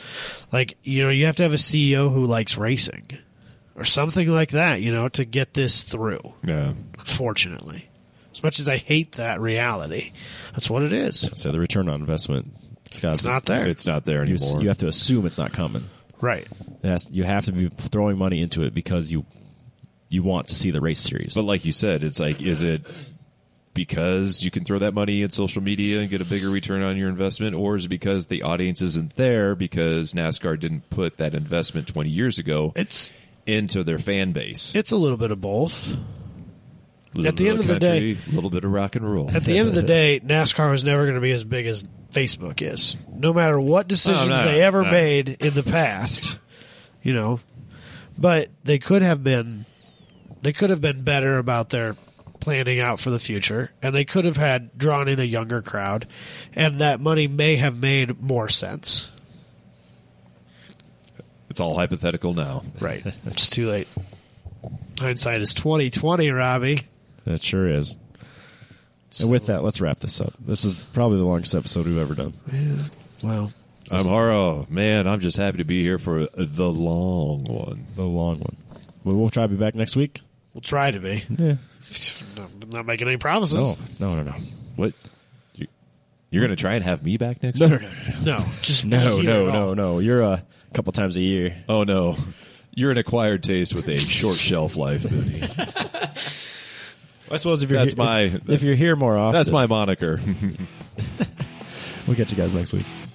Speaker 4: like you know you have to have a ceo who likes racing or something like that you know to get this through
Speaker 3: yeah.
Speaker 4: unfortunately as much as i hate that reality that's what it is
Speaker 1: So the return on investment, it's, gotta
Speaker 4: It's
Speaker 1: be-
Speaker 4: not there.
Speaker 3: It's not there
Speaker 1: You,
Speaker 3: anymore.
Speaker 1: you have to assume it's not coming.
Speaker 4: right
Speaker 1: It has- you have to be throwing money into it because you you want to see the race series.
Speaker 3: But like you said, it's like, is it because you can throw that money in social media and get a bigger return on your investment, or is it because the audience isn't there because NASCAR didn't put that investment 20 years ago
Speaker 4: it's
Speaker 3: into their fan base?
Speaker 4: it's a little bit of both
Speaker 3: Little
Speaker 4: at the
Speaker 3: bit
Speaker 4: end of the
Speaker 3: country, a little bit of rock and roll.
Speaker 4: at the end of the day, NASCAR was never going to be as big as Facebook is. No matter what decisions
Speaker 3: No, no,
Speaker 4: they ever
Speaker 3: no.
Speaker 4: made in the past, you know, but they could have been they could have been better about their planning out for the future and they could have had drawn in a younger crowd and that money may have made more sense.
Speaker 3: It's all hypothetical now.
Speaker 4: Right. it's too late. Hindsight is 2020, Robbie.
Speaker 1: That sure is. and with that, let's wrap this up. This is probably the longest episode we've ever done.
Speaker 4: Well,
Speaker 3: I'm Haro. Man, I'm just happy to be here for the long one.
Speaker 1: The long one. But we'll try to be back next week.
Speaker 4: we'll try to be. Yeah. Not making any promises.
Speaker 1: no, no, no.
Speaker 3: What? You- You're going to try and have me back next
Speaker 1: No,
Speaker 3: week?
Speaker 1: no, no, no.
Speaker 4: No, just
Speaker 1: No,
Speaker 4: here
Speaker 1: no,
Speaker 4: at all.
Speaker 1: no, no. You're uh, a couple times a year.
Speaker 3: Oh, no. You're an acquired taste with a short shelf life, Booney.
Speaker 1: I suppose if you're
Speaker 3: That's
Speaker 1: here,
Speaker 3: my-
Speaker 1: if, if you're here more often,
Speaker 3: That's my moniker.
Speaker 1: We'll catch you guys next week.